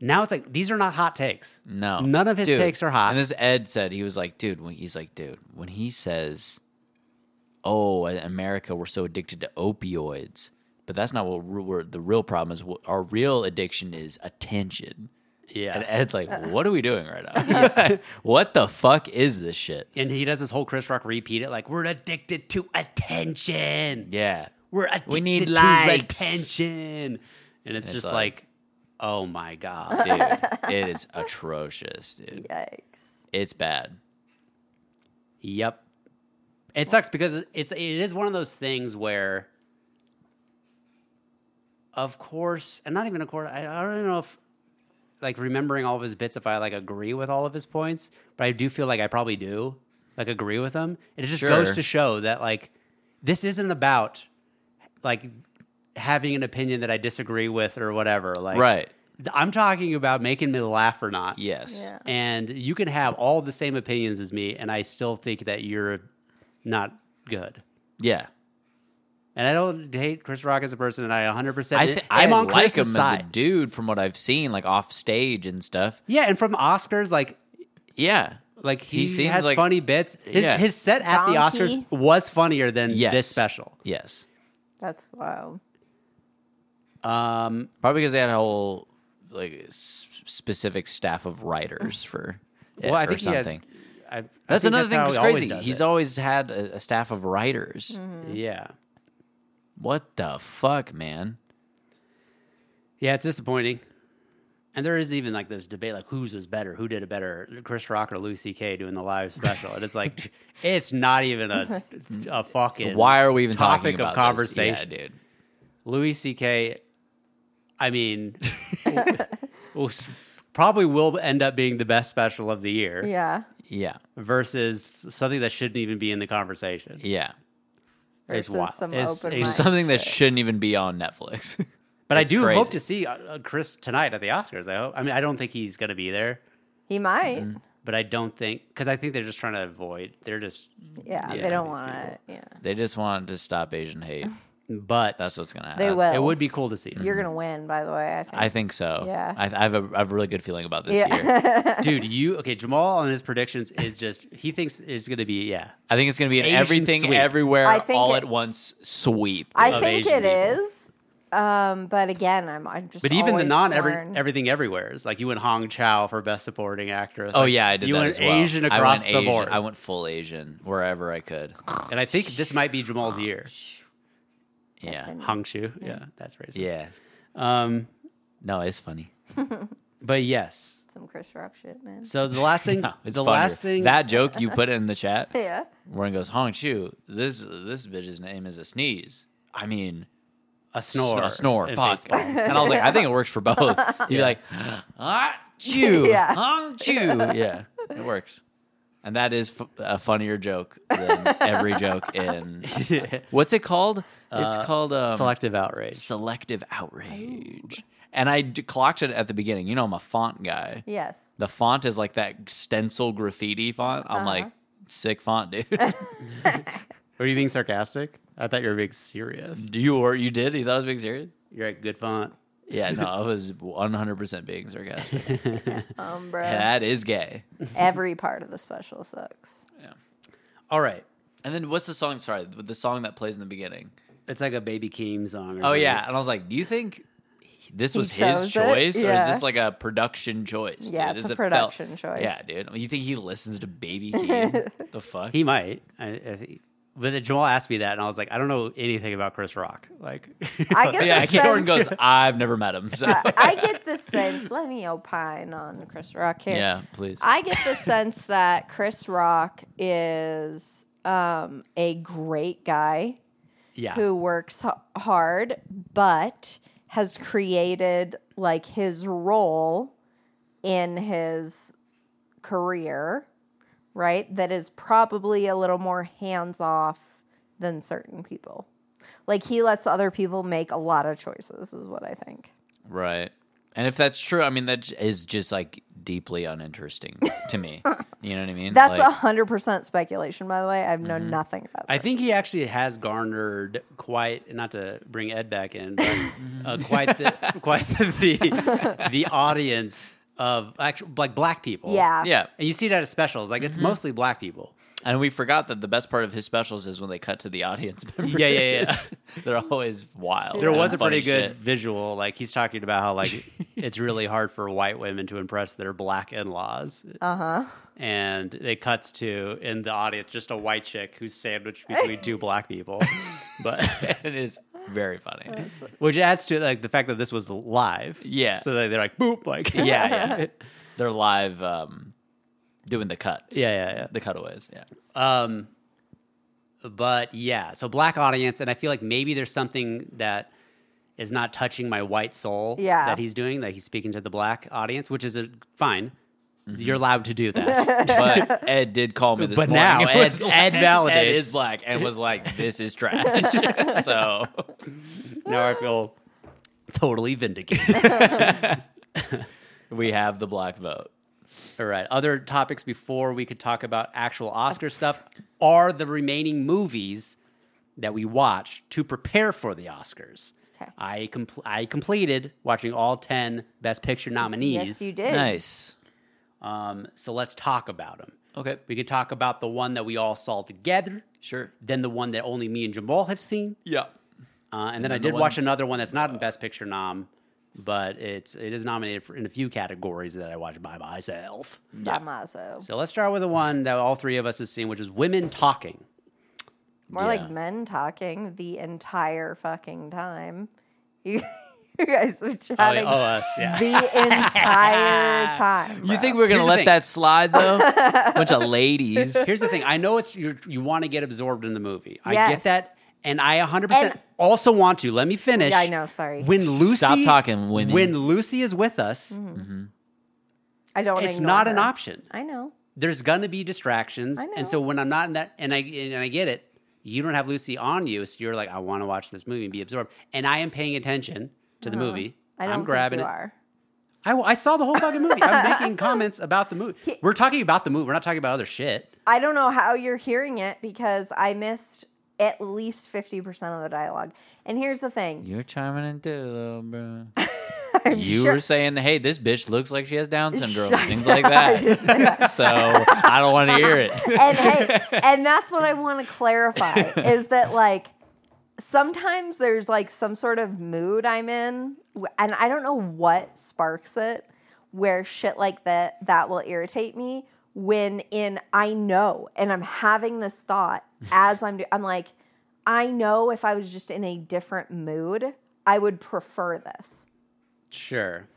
[SPEAKER 3] Now it's like these are not hot takes.
[SPEAKER 2] No,
[SPEAKER 3] none of his
[SPEAKER 2] Dude,
[SPEAKER 3] takes are hot.
[SPEAKER 2] And this Ed said he was like, dude, when, he's like, dude, when he says, "Oh, in America, we're so addicted to opioids," but that's not what re- we're, the real problem is. What- Our real addiction is attention.
[SPEAKER 3] yeah,
[SPEAKER 2] And Ed's like, what are we doing right now? what the fuck is this shit?
[SPEAKER 3] and he does this whole Chris Rock repeat it like we're addicted to attention.
[SPEAKER 2] Yeah,
[SPEAKER 3] We're addicted
[SPEAKER 2] We need
[SPEAKER 3] to
[SPEAKER 2] likes.
[SPEAKER 3] attention, and it's, just
[SPEAKER 2] like-
[SPEAKER 3] like, oh my god,
[SPEAKER 2] dude, it is atrocious, dude.
[SPEAKER 1] Yikes.
[SPEAKER 2] It's bad.
[SPEAKER 3] Yep. It sucks because it's it is one of those things where of course, and not even of course, I, I don't know if like remembering all of his bits if I like agree with all of his points, but I do feel like I probably do like agree with them. And it just goes
[SPEAKER 2] Sure.
[SPEAKER 3] to show that like this isn't about like having an opinion that I disagree with or whatever. Like
[SPEAKER 2] Right.
[SPEAKER 3] th- I'm talking about making me laugh or not
[SPEAKER 2] Yes.
[SPEAKER 1] Yeah.
[SPEAKER 3] and you can have all the same opinions as me and i still think that you're not good
[SPEAKER 2] Yeah.
[SPEAKER 3] and i don't hate chris rock as a person and i 100%
[SPEAKER 2] I th-
[SPEAKER 3] i'm
[SPEAKER 2] I
[SPEAKER 3] on
[SPEAKER 2] like
[SPEAKER 3] chris's
[SPEAKER 2] him as
[SPEAKER 3] side
[SPEAKER 2] a dude from what I've seen, like off stage and stuff.
[SPEAKER 3] yeah and from oscars like
[SPEAKER 2] Yeah.
[SPEAKER 3] like he,
[SPEAKER 2] He seems
[SPEAKER 3] has
[SPEAKER 2] like-
[SPEAKER 3] funny bits his,
[SPEAKER 2] Yeah.
[SPEAKER 3] his set at the
[SPEAKER 1] Donkey.
[SPEAKER 3] oscars was funnier than
[SPEAKER 2] Yes.
[SPEAKER 3] this special
[SPEAKER 2] Yes.
[SPEAKER 1] That's wild.
[SPEAKER 3] um
[SPEAKER 2] Probably because they had a whole like s- specific staff of writers for it
[SPEAKER 3] well i
[SPEAKER 2] or
[SPEAKER 3] think
[SPEAKER 2] something.
[SPEAKER 3] he had I, I
[SPEAKER 2] That's
[SPEAKER 3] think
[SPEAKER 2] another thing
[SPEAKER 3] how
[SPEAKER 2] that's
[SPEAKER 3] he always
[SPEAKER 2] crazy.
[SPEAKER 3] does
[SPEAKER 2] He's
[SPEAKER 3] it.
[SPEAKER 2] always had a, a staff of writers.
[SPEAKER 3] Mm-hmm.
[SPEAKER 1] Mm-hmm.
[SPEAKER 3] yeah,
[SPEAKER 2] What the fuck, man?
[SPEAKER 3] yeah. It's disappointing. And there is even like this debate, like whose was better, who did it better, Chris Rock or Louis C.K. doing the live special, and it's like, it's not even a a fucking
[SPEAKER 2] Why are we even talking
[SPEAKER 3] topic
[SPEAKER 2] about
[SPEAKER 3] of
[SPEAKER 2] this?
[SPEAKER 3] conversation,
[SPEAKER 2] Yeah, dude?
[SPEAKER 3] Louis C.K. I mean, was- probably will end up being the best special of the year
[SPEAKER 1] Yeah.
[SPEAKER 2] Yeah,
[SPEAKER 3] versus something that shouldn't even be in the conversation.
[SPEAKER 2] yeah.
[SPEAKER 3] It's
[SPEAKER 1] Versus
[SPEAKER 3] wild.
[SPEAKER 1] some
[SPEAKER 3] It's-
[SPEAKER 1] open
[SPEAKER 2] It's
[SPEAKER 1] mic.
[SPEAKER 3] it's-
[SPEAKER 2] something that shouldn't even be on Netflix.
[SPEAKER 3] But I
[SPEAKER 2] It's
[SPEAKER 3] do hope
[SPEAKER 2] crazy.
[SPEAKER 3] to see uh, uh, Chris tonight at the Oscars. I hope. I mean, I don't think he's going to be there,
[SPEAKER 1] He might.
[SPEAKER 3] but I don't think because I think they're just trying to avoid. They're just.
[SPEAKER 1] Yeah,
[SPEAKER 2] Yeah,
[SPEAKER 1] They don't
[SPEAKER 3] these
[SPEAKER 1] want to. Yeah.
[SPEAKER 2] they just want to stop Asian hate.
[SPEAKER 3] But
[SPEAKER 2] That's what's gonna happen.
[SPEAKER 1] They will.
[SPEAKER 3] it would be cool to see.
[SPEAKER 1] You're gonna win, by the way. I think.
[SPEAKER 2] I think so.
[SPEAKER 1] Yeah.
[SPEAKER 2] I, I have a I have a really good feeling about this year.
[SPEAKER 1] yeah.
[SPEAKER 3] Dude, you okay? Jamal on his predictions is just he thinks it's going to be yeah.
[SPEAKER 2] I think it's going to be an
[SPEAKER 3] Asian
[SPEAKER 2] everything,
[SPEAKER 3] sweep.
[SPEAKER 2] everywhere,
[SPEAKER 1] I think
[SPEAKER 2] all
[SPEAKER 1] it-
[SPEAKER 2] at once sweep.
[SPEAKER 1] I
[SPEAKER 3] of
[SPEAKER 1] think
[SPEAKER 3] Asian
[SPEAKER 1] it
[SPEAKER 3] people.
[SPEAKER 1] is. Um, but again, I'm, I'm just.
[SPEAKER 3] But even the
[SPEAKER 1] always
[SPEAKER 3] non every
[SPEAKER 1] torn.
[SPEAKER 3] everything everywhere is like you went Hong Chow for best supporting actress.
[SPEAKER 2] oh
[SPEAKER 3] Like,
[SPEAKER 2] yeah, I did
[SPEAKER 3] You
[SPEAKER 2] that
[SPEAKER 3] went
[SPEAKER 2] as well. I
[SPEAKER 3] Asian
[SPEAKER 2] went
[SPEAKER 3] across the
[SPEAKER 2] Asian-
[SPEAKER 3] board,
[SPEAKER 2] I went full Asian wherever I could.
[SPEAKER 3] and I think this might be Jamal's year.
[SPEAKER 2] Yeah,
[SPEAKER 1] an-
[SPEAKER 3] Hong Chu, yeah, that's racist.
[SPEAKER 2] yeah.
[SPEAKER 3] Um,
[SPEAKER 2] No, it's funny.
[SPEAKER 3] but yes.
[SPEAKER 1] Some Chris Rock shit, man.
[SPEAKER 3] So the last thing,
[SPEAKER 2] No, it's
[SPEAKER 3] the
[SPEAKER 2] funnier.
[SPEAKER 3] last thing
[SPEAKER 2] that joke you put in the chat,
[SPEAKER 1] Yeah.
[SPEAKER 2] Warren goes, "Hong Chu, this this bitch's name is a sneeze." I mean,
[SPEAKER 3] a snore,
[SPEAKER 2] sn- a snore,
[SPEAKER 3] and
[SPEAKER 2] fuck.
[SPEAKER 3] face palm.
[SPEAKER 2] And I was like, I think it works for both. You're like, ah, chew,
[SPEAKER 1] Yeah.
[SPEAKER 2] Hong Chu, yeah, it works. And that is f- a funnier joke than every joke in what's it called? it's called um,
[SPEAKER 3] Selective outrage.
[SPEAKER 2] selective outrage. And I d- clocked it at the beginning. You know, I'm a font guy.
[SPEAKER 1] Yes.
[SPEAKER 2] The font is like that stencil graffiti font. I'm like, sick font, dude.
[SPEAKER 3] Were you being sarcastic? I thought you were being serious.
[SPEAKER 2] you were you did? You thought I was being serious?
[SPEAKER 3] You're at good font.
[SPEAKER 2] Yeah, no, I was 100 percent being sarcastic.
[SPEAKER 1] Um, bro.
[SPEAKER 2] that is gay.
[SPEAKER 1] Every part of the special sucks.
[SPEAKER 3] All right,
[SPEAKER 2] And then what's the song? Sorry, the song that plays in the beginning.
[SPEAKER 3] it's like a Baby Keem song. Or
[SPEAKER 2] Oh
[SPEAKER 3] something.
[SPEAKER 2] yeah, and I was like, do you think he- this was his
[SPEAKER 1] chose it?
[SPEAKER 2] choice, or is
[SPEAKER 1] Yeah.
[SPEAKER 2] this like a production choice?
[SPEAKER 1] Yeah,
[SPEAKER 2] dude?
[SPEAKER 1] it's
[SPEAKER 2] Is
[SPEAKER 1] a
[SPEAKER 2] it felt-
[SPEAKER 1] production choice.
[SPEAKER 2] Yeah, dude. You think he listens to Baby Keem? the fuck?
[SPEAKER 3] he might. I, if he, but then Jamal asked me that, and I was like, I don't know anything about Chris Rock. Like,
[SPEAKER 1] I get
[SPEAKER 2] yeah,
[SPEAKER 1] the
[SPEAKER 2] Karen
[SPEAKER 1] sense.
[SPEAKER 2] goes, I've never met him. So
[SPEAKER 1] I- I get the sense. Let me opine on Chris Rock here.
[SPEAKER 2] yeah, please.
[SPEAKER 1] I get the sense that Chris Rock is um, a great guy
[SPEAKER 3] yeah,
[SPEAKER 1] who works h- hard, but has created like his role in his career, right? That is probably a little more hands off than certain people. Like he lets other people make a lot of choices, is what I think.
[SPEAKER 2] Right. And if that's true, I mean that j- is just like deeply uninteresting to me. You know what I mean?
[SPEAKER 1] That's
[SPEAKER 2] like,
[SPEAKER 1] a hundred percent speculation, by the way. I've known nothing about.
[SPEAKER 3] I
[SPEAKER 1] it.
[SPEAKER 3] think he actually has garnered quite not to bring Ed back in, but uh, quite the quite the, the the audience of actual like black people.
[SPEAKER 1] yeah,
[SPEAKER 2] yeah.
[SPEAKER 3] and you see that as specials. Like it's mostly black people.
[SPEAKER 2] And we forgot that the best part of his specials is when they cut to the audience members.
[SPEAKER 3] Yeah, yeah, yeah.
[SPEAKER 2] They're always wild.
[SPEAKER 3] There
[SPEAKER 2] and
[SPEAKER 3] was a
[SPEAKER 2] funny
[SPEAKER 3] pretty good
[SPEAKER 2] shit.
[SPEAKER 3] visual. Like he's talking about how like it's really hard for white women to impress their black in laws. Uh huh. And it cuts to in the audience just a white chick who's sandwiched between two black people, but.
[SPEAKER 2] it is very funny.
[SPEAKER 3] Which adds to like the fact that this was live.
[SPEAKER 2] Yeah.
[SPEAKER 3] So they- they're like boop, like
[SPEAKER 2] Yeah, yeah. They're live um, doing the cuts.
[SPEAKER 3] yeah, yeah,
[SPEAKER 2] The cutaways. Yeah.
[SPEAKER 3] yeah. Um, but yeah, so black audience, and I feel like maybe there's something that is not touching my white soul.
[SPEAKER 1] Yeah.
[SPEAKER 3] That he's doing that he's speaking to the black audience, which is a, fine. You're allowed to do that.
[SPEAKER 2] But Ed did call me this
[SPEAKER 3] But
[SPEAKER 2] Mm-hmm. morning.
[SPEAKER 3] now
[SPEAKER 2] and was
[SPEAKER 3] Ed's- Ed validates.
[SPEAKER 2] Ed is black and was like, this is trash. so
[SPEAKER 3] now I feel totally vindicated.
[SPEAKER 2] we have the black vote.
[SPEAKER 3] All right. Other topics before we could talk about actual Oscar stuff are the remaining movies that we watched to prepare for the Oscars.
[SPEAKER 1] Okay.
[SPEAKER 3] I compl- I completed watching all 10 Best Picture nominees.
[SPEAKER 1] yes, you did.
[SPEAKER 2] Nice.
[SPEAKER 3] Um, so let's talk about them.
[SPEAKER 2] Okay.
[SPEAKER 3] We could talk about the one that we all saw together,
[SPEAKER 2] Sure.
[SPEAKER 3] then the one that only me and Jamal have seen,
[SPEAKER 2] Yeah.
[SPEAKER 3] uh, and then I
[SPEAKER 2] then the
[SPEAKER 3] did watch
[SPEAKER 2] ones-
[SPEAKER 3] another one that's not in Best Picture nom but it's it is nominated for, in a few categories that I watch by myself.
[SPEAKER 1] by myself.
[SPEAKER 3] So let's start with the one that all three of us have seen, which is women talking.
[SPEAKER 1] More
[SPEAKER 2] Yeah.
[SPEAKER 1] like men talking the entire fucking time. You, you guys were chatting
[SPEAKER 3] oh, us, yeah.
[SPEAKER 1] the entire time.
[SPEAKER 2] You
[SPEAKER 1] bro.
[SPEAKER 2] think we're
[SPEAKER 3] Here's
[SPEAKER 2] gonna
[SPEAKER 3] the
[SPEAKER 2] let
[SPEAKER 3] thing.
[SPEAKER 2] that slide though? Bunch of ladies.
[SPEAKER 3] Here's the thing: I know it's you. You want to get absorbed in the movie. I
[SPEAKER 1] Yes.
[SPEAKER 3] get that, and I 100 percent
[SPEAKER 1] And-
[SPEAKER 3] also want to. Let me finish.
[SPEAKER 1] Yeah, I know, sorry.
[SPEAKER 3] When Lucy
[SPEAKER 2] Stop talking, women.
[SPEAKER 3] When Lucy is with us,
[SPEAKER 1] Mm-hmm. I don't.
[SPEAKER 3] it's
[SPEAKER 1] ignore
[SPEAKER 3] not an
[SPEAKER 1] her.
[SPEAKER 3] option.
[SPEAKER 1] I know.
[SPEAKER 3] There's gonna be distractions,
[SPEAKER 1] I know.
[SPEAKER 3] and so when I'm not in that, and I and I get it, you don't have Lucy on you, so you're like, I want to watch this movie and be absorbed, and I am paying attention to the movie.
[SPEAKER 1] Uh-huh. I don't
[SPEAKER 3] am grabbing
[SPEAKER 1] think you
[SPEAKER 3] it.
[SPEAKER 1] are.
[SPEAKER 3] I, I saw the whole fucking movie. I'm making comments about the movie. We're talking about the movie. We're not talking about other shit.
[SPEAKER 1] I don't know how you're hearing it because I missed at least fifty percent of the dialogue. And here's the thing:
[SPEAKER 2] You're chiming in too, little bro.
[SPEAKER 1] I'm
[SPEAKER 2] You
[SPEAKER 1] sure-
[SPEAKER 2] were saying, "Hey, this bitch looks like she has Down syndrome,
[SPEAKER 1] Shut
[SPEAKER 2] things
[SPEAKER 1] up.
[SPEAKER 2] like
[SPEAKER 1] I didn't say
[SPEAKER 2] that." so I don't want to hear it.
[SPEAKER 1] and hey, and that's what I want to clarify is that like sometimes there's like some sort of mood I'm in, wh- and I don't know what sparks it, where shit like that that will irritate me. When in I know, and I'm having this thought as I'm, do- I'm like, I know if I was just in a different mood, I would prefer this.
[SPEAKER 3] Sure.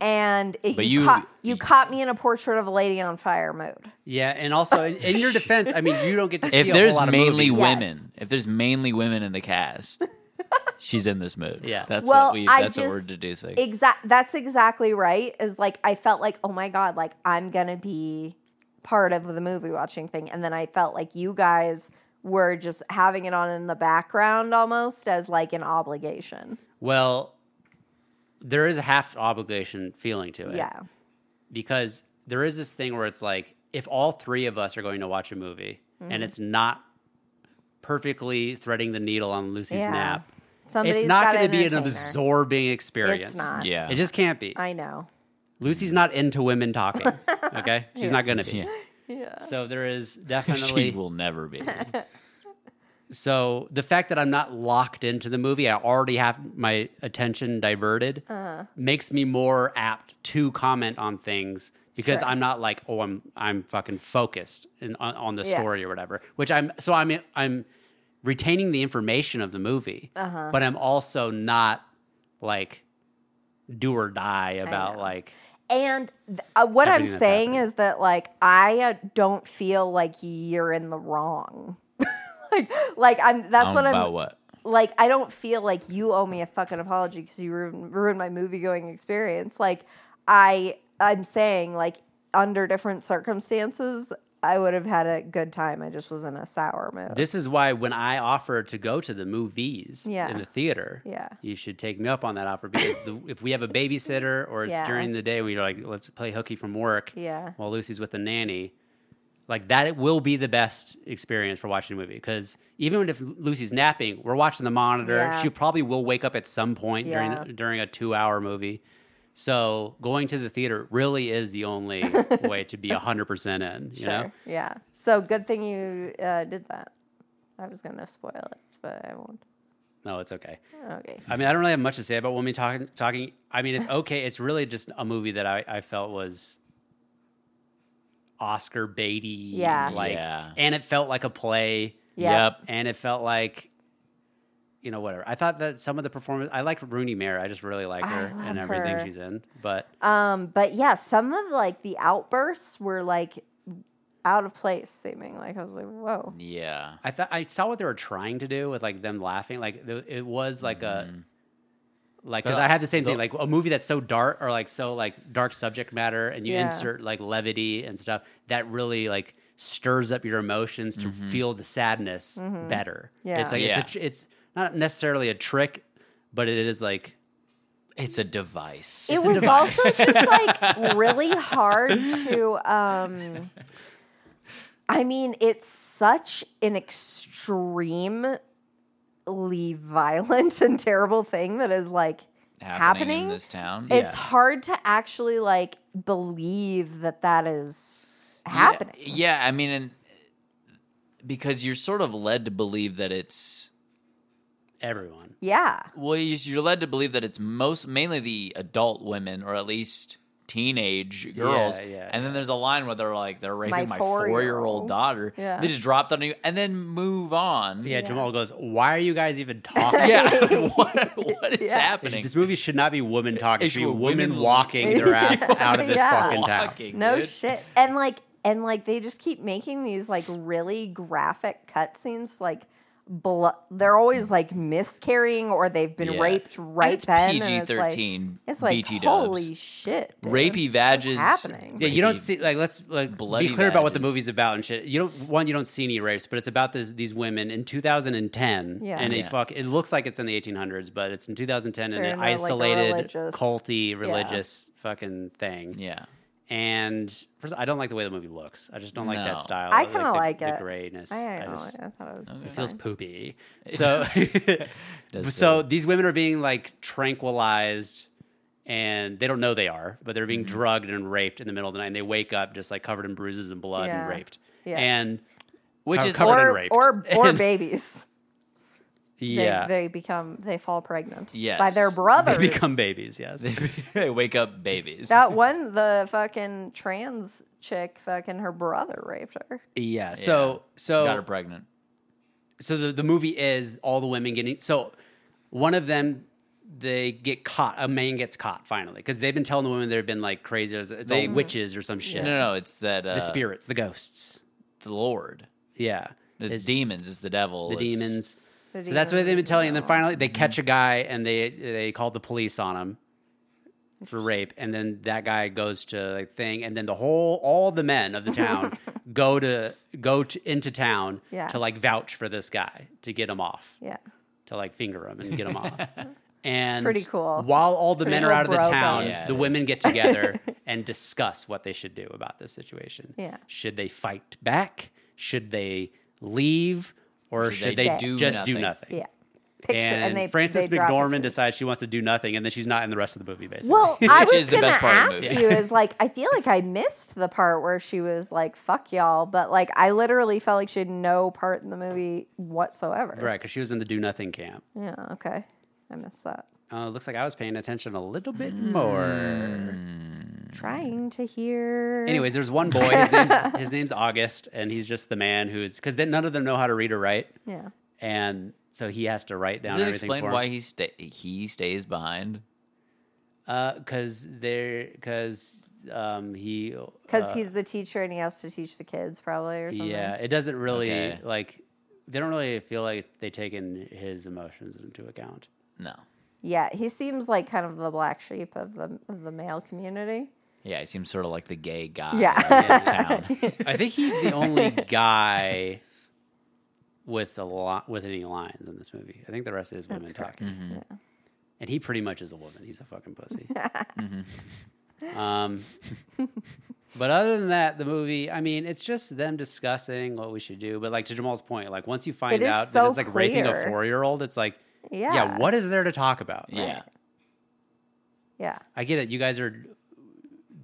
[SPEAKER 1] And it,
[SPEAKER 2] But
[SPEAKER 1] you
[SPEAKER 2] you-
[SPEAKER 1] caught, you caught me in a portrait of a lady on fire mood.
[SPEAKER 3] Yeah, and also in, in your defense, I mean, you don't get to see
[SPEAKER 2] If
[SPEAKER 3] a
[SPEAKER 2] there's
[SPEAKER 3] whole lot
[SPEAKER 2] mainly
[SPEAKER 3] of movies.
[SPEAKER 1] Yes.
[SPEAKER 2] women, if there's mainly women in the cast, she's in this mood.
[SPEAKER 3] Yeah.
[SPEAKER 2] that's
[SPEAKER 1] Well,
[SPEAKER 2] what we.
[SPEAKER 1] I
[SPEAKER 2] That's what we're
[SPEAKER 1] just-
[SPEAKER 2] deducing.
[SPEAKER 1] Exact. That's exactly right. Is like I felt like, oh my god, like I'm gonna be part of the movie watching thing, and then I felt like you guys were just having it on in the background almost as like an obligation.
[SPEAKER 3] Well, there is a half obligation feeling to it.
[SPEAKER 1] Yeah.
[SPEAKER 3] Because there is this thing where it's like, if all three of us are going to watch a movie
[SPEAKER 1] Mm-hmm.
[SPEAKER 3] and it's not perfectly threading the needle on Lucy's
[SPEAKER 1] Yeah.
[SPEAKER 3] nap,
[SPEAKER 1] Somebody's
[SPEAKER 3] it's not
[SPEAKER 1] got
[SPEAKER 3] going
[SPEAKER 1] to
[SPEAKER 3] to be an
[SPEAKER 1] absorb.
[SPEAKER 3] absorbing experience.
[SPEAKER 1] It's not.
[SPEAKER 2] Yeah,
[SPEAKER 3] It just can't be.
[SPEAKER 1] I know.
[SPEAKER 3] Lucy's not into women talking. Okay, she's not going to be.
[SPEAKER 2] Yeah.
[SPEAKER 3] So there is
[SPEAKER 2] she
[SPEAKER 3] definitely
[SPEAKER 2] will never be.
[SPEAKER 3] So the fact that I'm not locked into the movie, I already have my attention diverted, makes me more apt to comment on things because I'm not like, oh, I'm I'm fucking focused in, on, on the
[SPEAKER 1] Yeah.
[SPEAKER 3] story or whatever. Which I'm so I'm I'm retaining the information of the movie, but I'm also not like do or die about like
[SPEAKER 1] And th- uh, what I'm
[SPEAKER 3] Everything that's
[SPEAKER 1] saying
[SPEAKER 3] happening.
[SPEAKER 1] is that like I uh, don't feel like you're in the wrong. like like I'm that's
[SPEAKER 2] Um,
[SPEAKER 1] what I'm
[SPEAKER 2] about what.
[SPEAKER 1] like I don't feel like you owe me a fucking apology because you ruined, ruined my movie going experience. Like I, I'm saying like under different circumstances, I would have had a good time. I just was in a sour mood.
[SPEAKER 3] This is why when I offer to go to the movies
[SPEAKER 1] Yeah.
[SPEAKER 3] in the theater,
[SPEAKER 1] Yeah.
[SPEAKER 3] you should take me up on that offer because the, if we have a babysitter or it's
[SPEAKER 1] Yeah.
[SPEAKER 3] during the day, we're like, let's play hooky from work
[SPEAKER 1] Yeah.
[SPEAKER 3] while Lucy's with the nanny. Like that, it will be the best experience for watching a movie because even if Lucy's napping, we're watching the monitor.
[SPEAKER 1] Yeah.
[SPEAKER 3] She probably will wake up at some point
[SPEAKER 1] Yeah.
[SPEAKER 3] during during a two hour movie. So going to the theater really is the only way to be hundred percent in. You
[SPEAKER 1] sure.
[SPEAKER 3] know,
[SPEAKER 1] Yeah. So good thing you uh, did that. I was gonna spoil it, but I won't.
[SPEAKER 3] no, it's okay.
[SPEAKER 1] Okay.
[SPEAKER 3] I mean, I don't really have much to say about women talking. Talking. I mean, it's okay. It's really just a movie that I, I felt was Oscar Beatty.
[SPEAKER 1] Yeah.
[SPEAKER 3] Like,
[SPEAKER 2] Yeah.
[SPEAKER 3] and it felt like a play,
[SPEAKER 1] Yeah.
[SPEAKER 2] Yep.
[SPEAKER 3] and it felt like, you know, whatever. I thought that some of the performance. I like Rooney Mara. I just really like
[SPEAKER 1] I
[SPEAKER 3] her
[SPEAKER 1] love
[SPEAKER 3] and everything
[SPEAKER 1] her.
[SPEAKER 3] she's in. But
[SPEAKER 1] Um. But yeah, some of like the outbursts were like out of place, seeming like I was like, whoa.
[SPEAKER 2] Yeah.
[SPEAKER 3] I thought I saw what they were trying to do with like them laughing. Like th- it was like a. Like, because
[SPEAKER 2] But
[SPEAKER 3] I had the same thing,
[SPEAKER 2] the-
[SPEAKER 3] like a movie that's so dark or like so like dark subject matter, and you
[SPEAKER 1] Yeah.
[SPEAKER 3] insert like levity and stuff that really like stirs up your emotions to feel the sadness better.
[SPEAKER 1] Mm-hmm. Yeah.
[SPEAKER 3] it's like it's a, tr- it's not necessarily a trick, but it is like
[SPEAKER 2] It's a device.
[SPEAKER 1] it was also just like really hard to um i mean it's such an extremely violent and terrible thing that is like happening,
[SPEAKER 2] in this town.
[SPEAKER 1] it's hard to actually like believe that that is happening
[SPEAKER 2] Yeah, I mean, and because you're sort of led to believe that it's
[SPEAKER 3] Everyone.
[SPEAKER 1] Yeah.
[SPEAKER 2] Well, you- you're led to believe that it's most mainly the adult women, or at least teenage girls.
[SPEAKER 3] yeah,
[SPEAKER 2] and then there's a line where they're like, they're raping my,
[SPEAKER 1] four-year-old.
[SPEAKER 2] four-year-old daughter.
[SPEAKER 1] Yeah.
[SPEAKER 2] They just drop that on you and then move on.
[SPEAKER 3] Yeah, Jamal goes, Why are you guys even talking?
[SPEAKER 2] Yeah. what, what is
[SPEAKER 1] Yeah.
[SPEAKER 2] happening?
[SPEAKER 3] This movie should not be women talking.
[SPEAKER 2] It
[SPEAKER 3] It should be
[SPEAKER 2] should be
[SPEAKER 3] women,
[SPEAKER 2] women-
[SPEAKER 3] walking their ass out of this
[SPEAKER 1] Yeah.
[SPEAKER 3] fucking town.
[SPEAKER 2] Walking,
[SPEAKER 1] No
[SPEAKER 2] dude.
[SPEAKER 1] shit. And like and like they just keep making these like really graphic cutscenes like blo- they're always like miscarrying or they've been
[SPEAKER 2] Yeah.
[SPEAKER 1] raped
[SPEAKER 2] And
[SPEAKER 1] right
[SPEAKER 2] it's
[SPEAKER 1] then
[SPEAKER 2] PG-13
[SPEAKER 1] and it's like it's like
[SPEAKER 2] BT dubs.
[SPEAKER 1] holy shit. dude.
[SPEAKER 2] Rapey vages.
[SPEAKER 1] happening?
[SPEAKER 3] Yeah, you don't
[SPEAKER 2] rapey-
[SPEAKER 3] see like let's like
[SPEAKER 2] Bloody
[SPEAKER 3] be clear about what the
[SPEAKER 2] badges.
[SPEAKER 3] movie's about and shit. You don't one you don't see any rapes, but it's about this, these women in 2010
[SPEAKER 1] Yeah.
[SPEAKER 3] and
[SPEAKER 2] Yeah.
[SPEAKER 3] a fuck. It looks like it's in the 1800s, but it's in 2010 in
[SPEAKER 1] They're
[SPEAKER 3] an
[SPEAKER 1] in a, like, a
[SPEAKER 3] isolated,
[SPEAKER 1] religious-
[SPEAKER 3] culty, religious fucking thing.
[SPEAKER 2] Yeah.
[SPEAKER 3] And first, I don't like the way the movie looks. I just don't like
[SPEAKER 2] No.
[SPEAKER 3] that style.
[SPEAKER 1] I kinda
[SPEAKER 3] the-
[SPEAKER 1] like
[SPEAKER 3] the
[SPEAKER 1] it.
[SPEAKER 3] grayness.
[SPEAKER 1] I, don't know.
[SPEAKER 3] just-
[SPEAKER 1] I thought it was
[SPEAKER 3] It feels
[SPEAKER 1] fine.
[SPEAKER 3] poopy. So,
[SPEAKER 2] does
[SPEAKER 3] so these women are being like tranquilized, and they don't know they are, but they're being drugged and raped in the middle of the night. And they wake up just like covered in bruises and blood
[SPEAKER 1] Yeah.
[SPEAKER 3] and raped.
[SPEAKER 1] Yeah.
[SPEAKER 3] And
[SPEAKER 2] Which
[SPEAKER 3] Cover-
[SPEAKER 2] is
[SPEAKER 3] cover-
[SPEAKER 2] or-
[SPEAKER 3] and
[SPEAKER 1] or
[SPEAKER 3] raped.
[SPEAKER 1] or or
[SPEAKER 3] And-
[SPEAKER 1] babies. They,
[SPEAKER 3] yeah, they,
[SPEAKER 1] they become they fall pregnant.
[SPEAKER 2] Yes.
[SPEAKER 1] By their
[SPEAKER 2] They
[SPEAKER 1] brothers.
[SPEAKER 3] become babies. Yes,
[SPEAKER 2] they wake up babies.
[SPEAKER 1] That one the fucking trans chick fucking her brother raped her.
[SPEAKER 3] yeah. So, so
[SPEAKER 2] Got her pregnant.
[SPEAKER 3] so the, the movie is all the women getting so one of them they get caught a man gets caught finally because they've been telling the women they've been like crazy it's, it's
[SPEAKER 2] They-
[SPEAKER 3] all witches or some shit
[SPEAKER 2] No, no, no. It's that uh,
[SPEAKER 3] the spirits the ghosts
[SPEAKER 2] the Lord.
[SPEAKER 3] yeah
[SPEAKER 2] It's,
[SPEAKER 3] It's
[SPEAKER 2] demons. It's the devil.
[SPEAKER 3] the
[SPEAKER 2] it's-
[SPEAKER 3] demons
[SPEAKER 1] The
[SPEAKER 3] so that's what
[SPEAKER 1] demons,
[SPEAKER 3] they've been telling you. and then
[SPEAKER 1] yeah.
[SPEAKER 3] finally they catch a guy and they they called the police on him for rape and then that guy goes to like thing and then the whole all the men of the town go to go to, into town
[SPEAKER 1] Yeah.
[SPEAKER 3] to like vouch for this guy to get him off
[SPEAKER 1] Yeah.
[SPEAKER 3] to like finger him and get him off. And
[SPEAKER 1] pretty cool.
[SPEAKER 3] While all the
[SPEAKER 1] Pretty
[SPEAKER 3] men are
[SPEAKER 1] cool
[SPEAKER 3] out of the
[SPEAKER 1] bro
[SPEAKER 3] town,
[SPEAKER 1] bone.
[SPEAKER 2] Yeah.
[SPEAKER 3] the women get together and discuss what they should do about this situation.
[SPEAKER 1] Yeah.
[SPEAKER 3] Should they fight back? Should they leave? Or
[SPEAKER 2] Should
[SPEAKER 3] should,
[SPEAKER 2] they
[SPEAKER 3] they,
[SPEAKER 2] do
[SPEAKER 3] just do
[SPEAKER 2] nothing?
[SPEAKER 3] nothing?
[SPEAKER 1] Yeah. Picture
[SPEAKER 3] And,
[SPEAKER 1] and, they
[SPEAKER 3] Frances
[SPEAKER 1] they draw
[SPEAKER 3] McDormand
[SPEAKER 1] pictures.
[SPEAKER 3] decides she wants to do nothing, and then she's not in the rest of the movie, basically.
[SPEAKER 1] Well, I
[SPEAKER 2] Which
[SPEAKER 1] was
[SPEAKER 2] is the
[SPEAKER 1] gonna
[SPEAKER 2] best part of the
[SPEAKER 1] ask
[SPEAKER 2] movie.
[SPEAKER 1] you is like I feel like I missed the part where she was like "fuck y'all," but like I literally felt like she had no part in the movie whatsoever.
[SPEAKER 3] right, because she was in the do nothing camp.
[SPEAKER 1] Yeah. Okay. I missed that.
[SPEAKER 3] Uh, looks like I was paying attention a little bit
[SPEAKER 2] Mm.
[SPEAKER 3] more.
[SPEAKER 1] Trying to hear.
[SPEAKER 3] Anyways, there's one boy. His name's, his name's August, and he's just the man who's because then none of them know how to read or write.
[SPEAKER 1] Yeah.
[SPEAKER 3] and so he has to write down
[SPEAKER 2] Does it
[SPEAKER 3] everything
[SPEAKER 2] explain
[SPEAKER 3] for
[SPEAKER 2] why he sta- he stays behind?
[SPEAKER 3] because Uh, they're because um he
[SPEAKER 1] Because
[SPEAKER 2] uh,
[SPEAKER 1] he's the teacher and he has to teach the kids probably or something.
[SPEAKER 3] yeah it doesn't really
[SPEAKER 2] Okay.
[SPEAKER 3] like they don't really feel like they take in his emotions into account
[SPEAKER 2] No.
[SPEAKER 1] Yeah, he seems like kind of the black sheep of the of the male community.
[SPEAKER 2] Yeah, he seems sort of like the gay guy.
[SPEAKER 1] Yeah.
[SPEAKER 2] in town.
[SPEAKER 3] i think he's the only guy with a lot with any lines in this movie i think the rest is women
[SPEAKER 1] That's correct.
[SPEAKER 3] talking
[SPEAKER 1] Yeah.
[SPEAKER 3] and he pretty much is a woman he's a fucking pussy um But other than that, the movie, I mean, it's just them discussing what we should do. But like to Jamal's point, like once you find
[SPEAKER 1] is
[SPEAKER 3] out
[SPEAKER 1] so
[SPEAKER 3] that it's like raping a
[SPEAKER 1] clear.
[SPEAKER 3] four year old, it's like, yeah.
[SPEAKER 1] Yeah.
[SPEAKER 3] what is there to talk about?
[SPEAKER 2] yeah.
[SPEAKER 1] Yeah.
[SPEAKER 3] I get it. You guys are,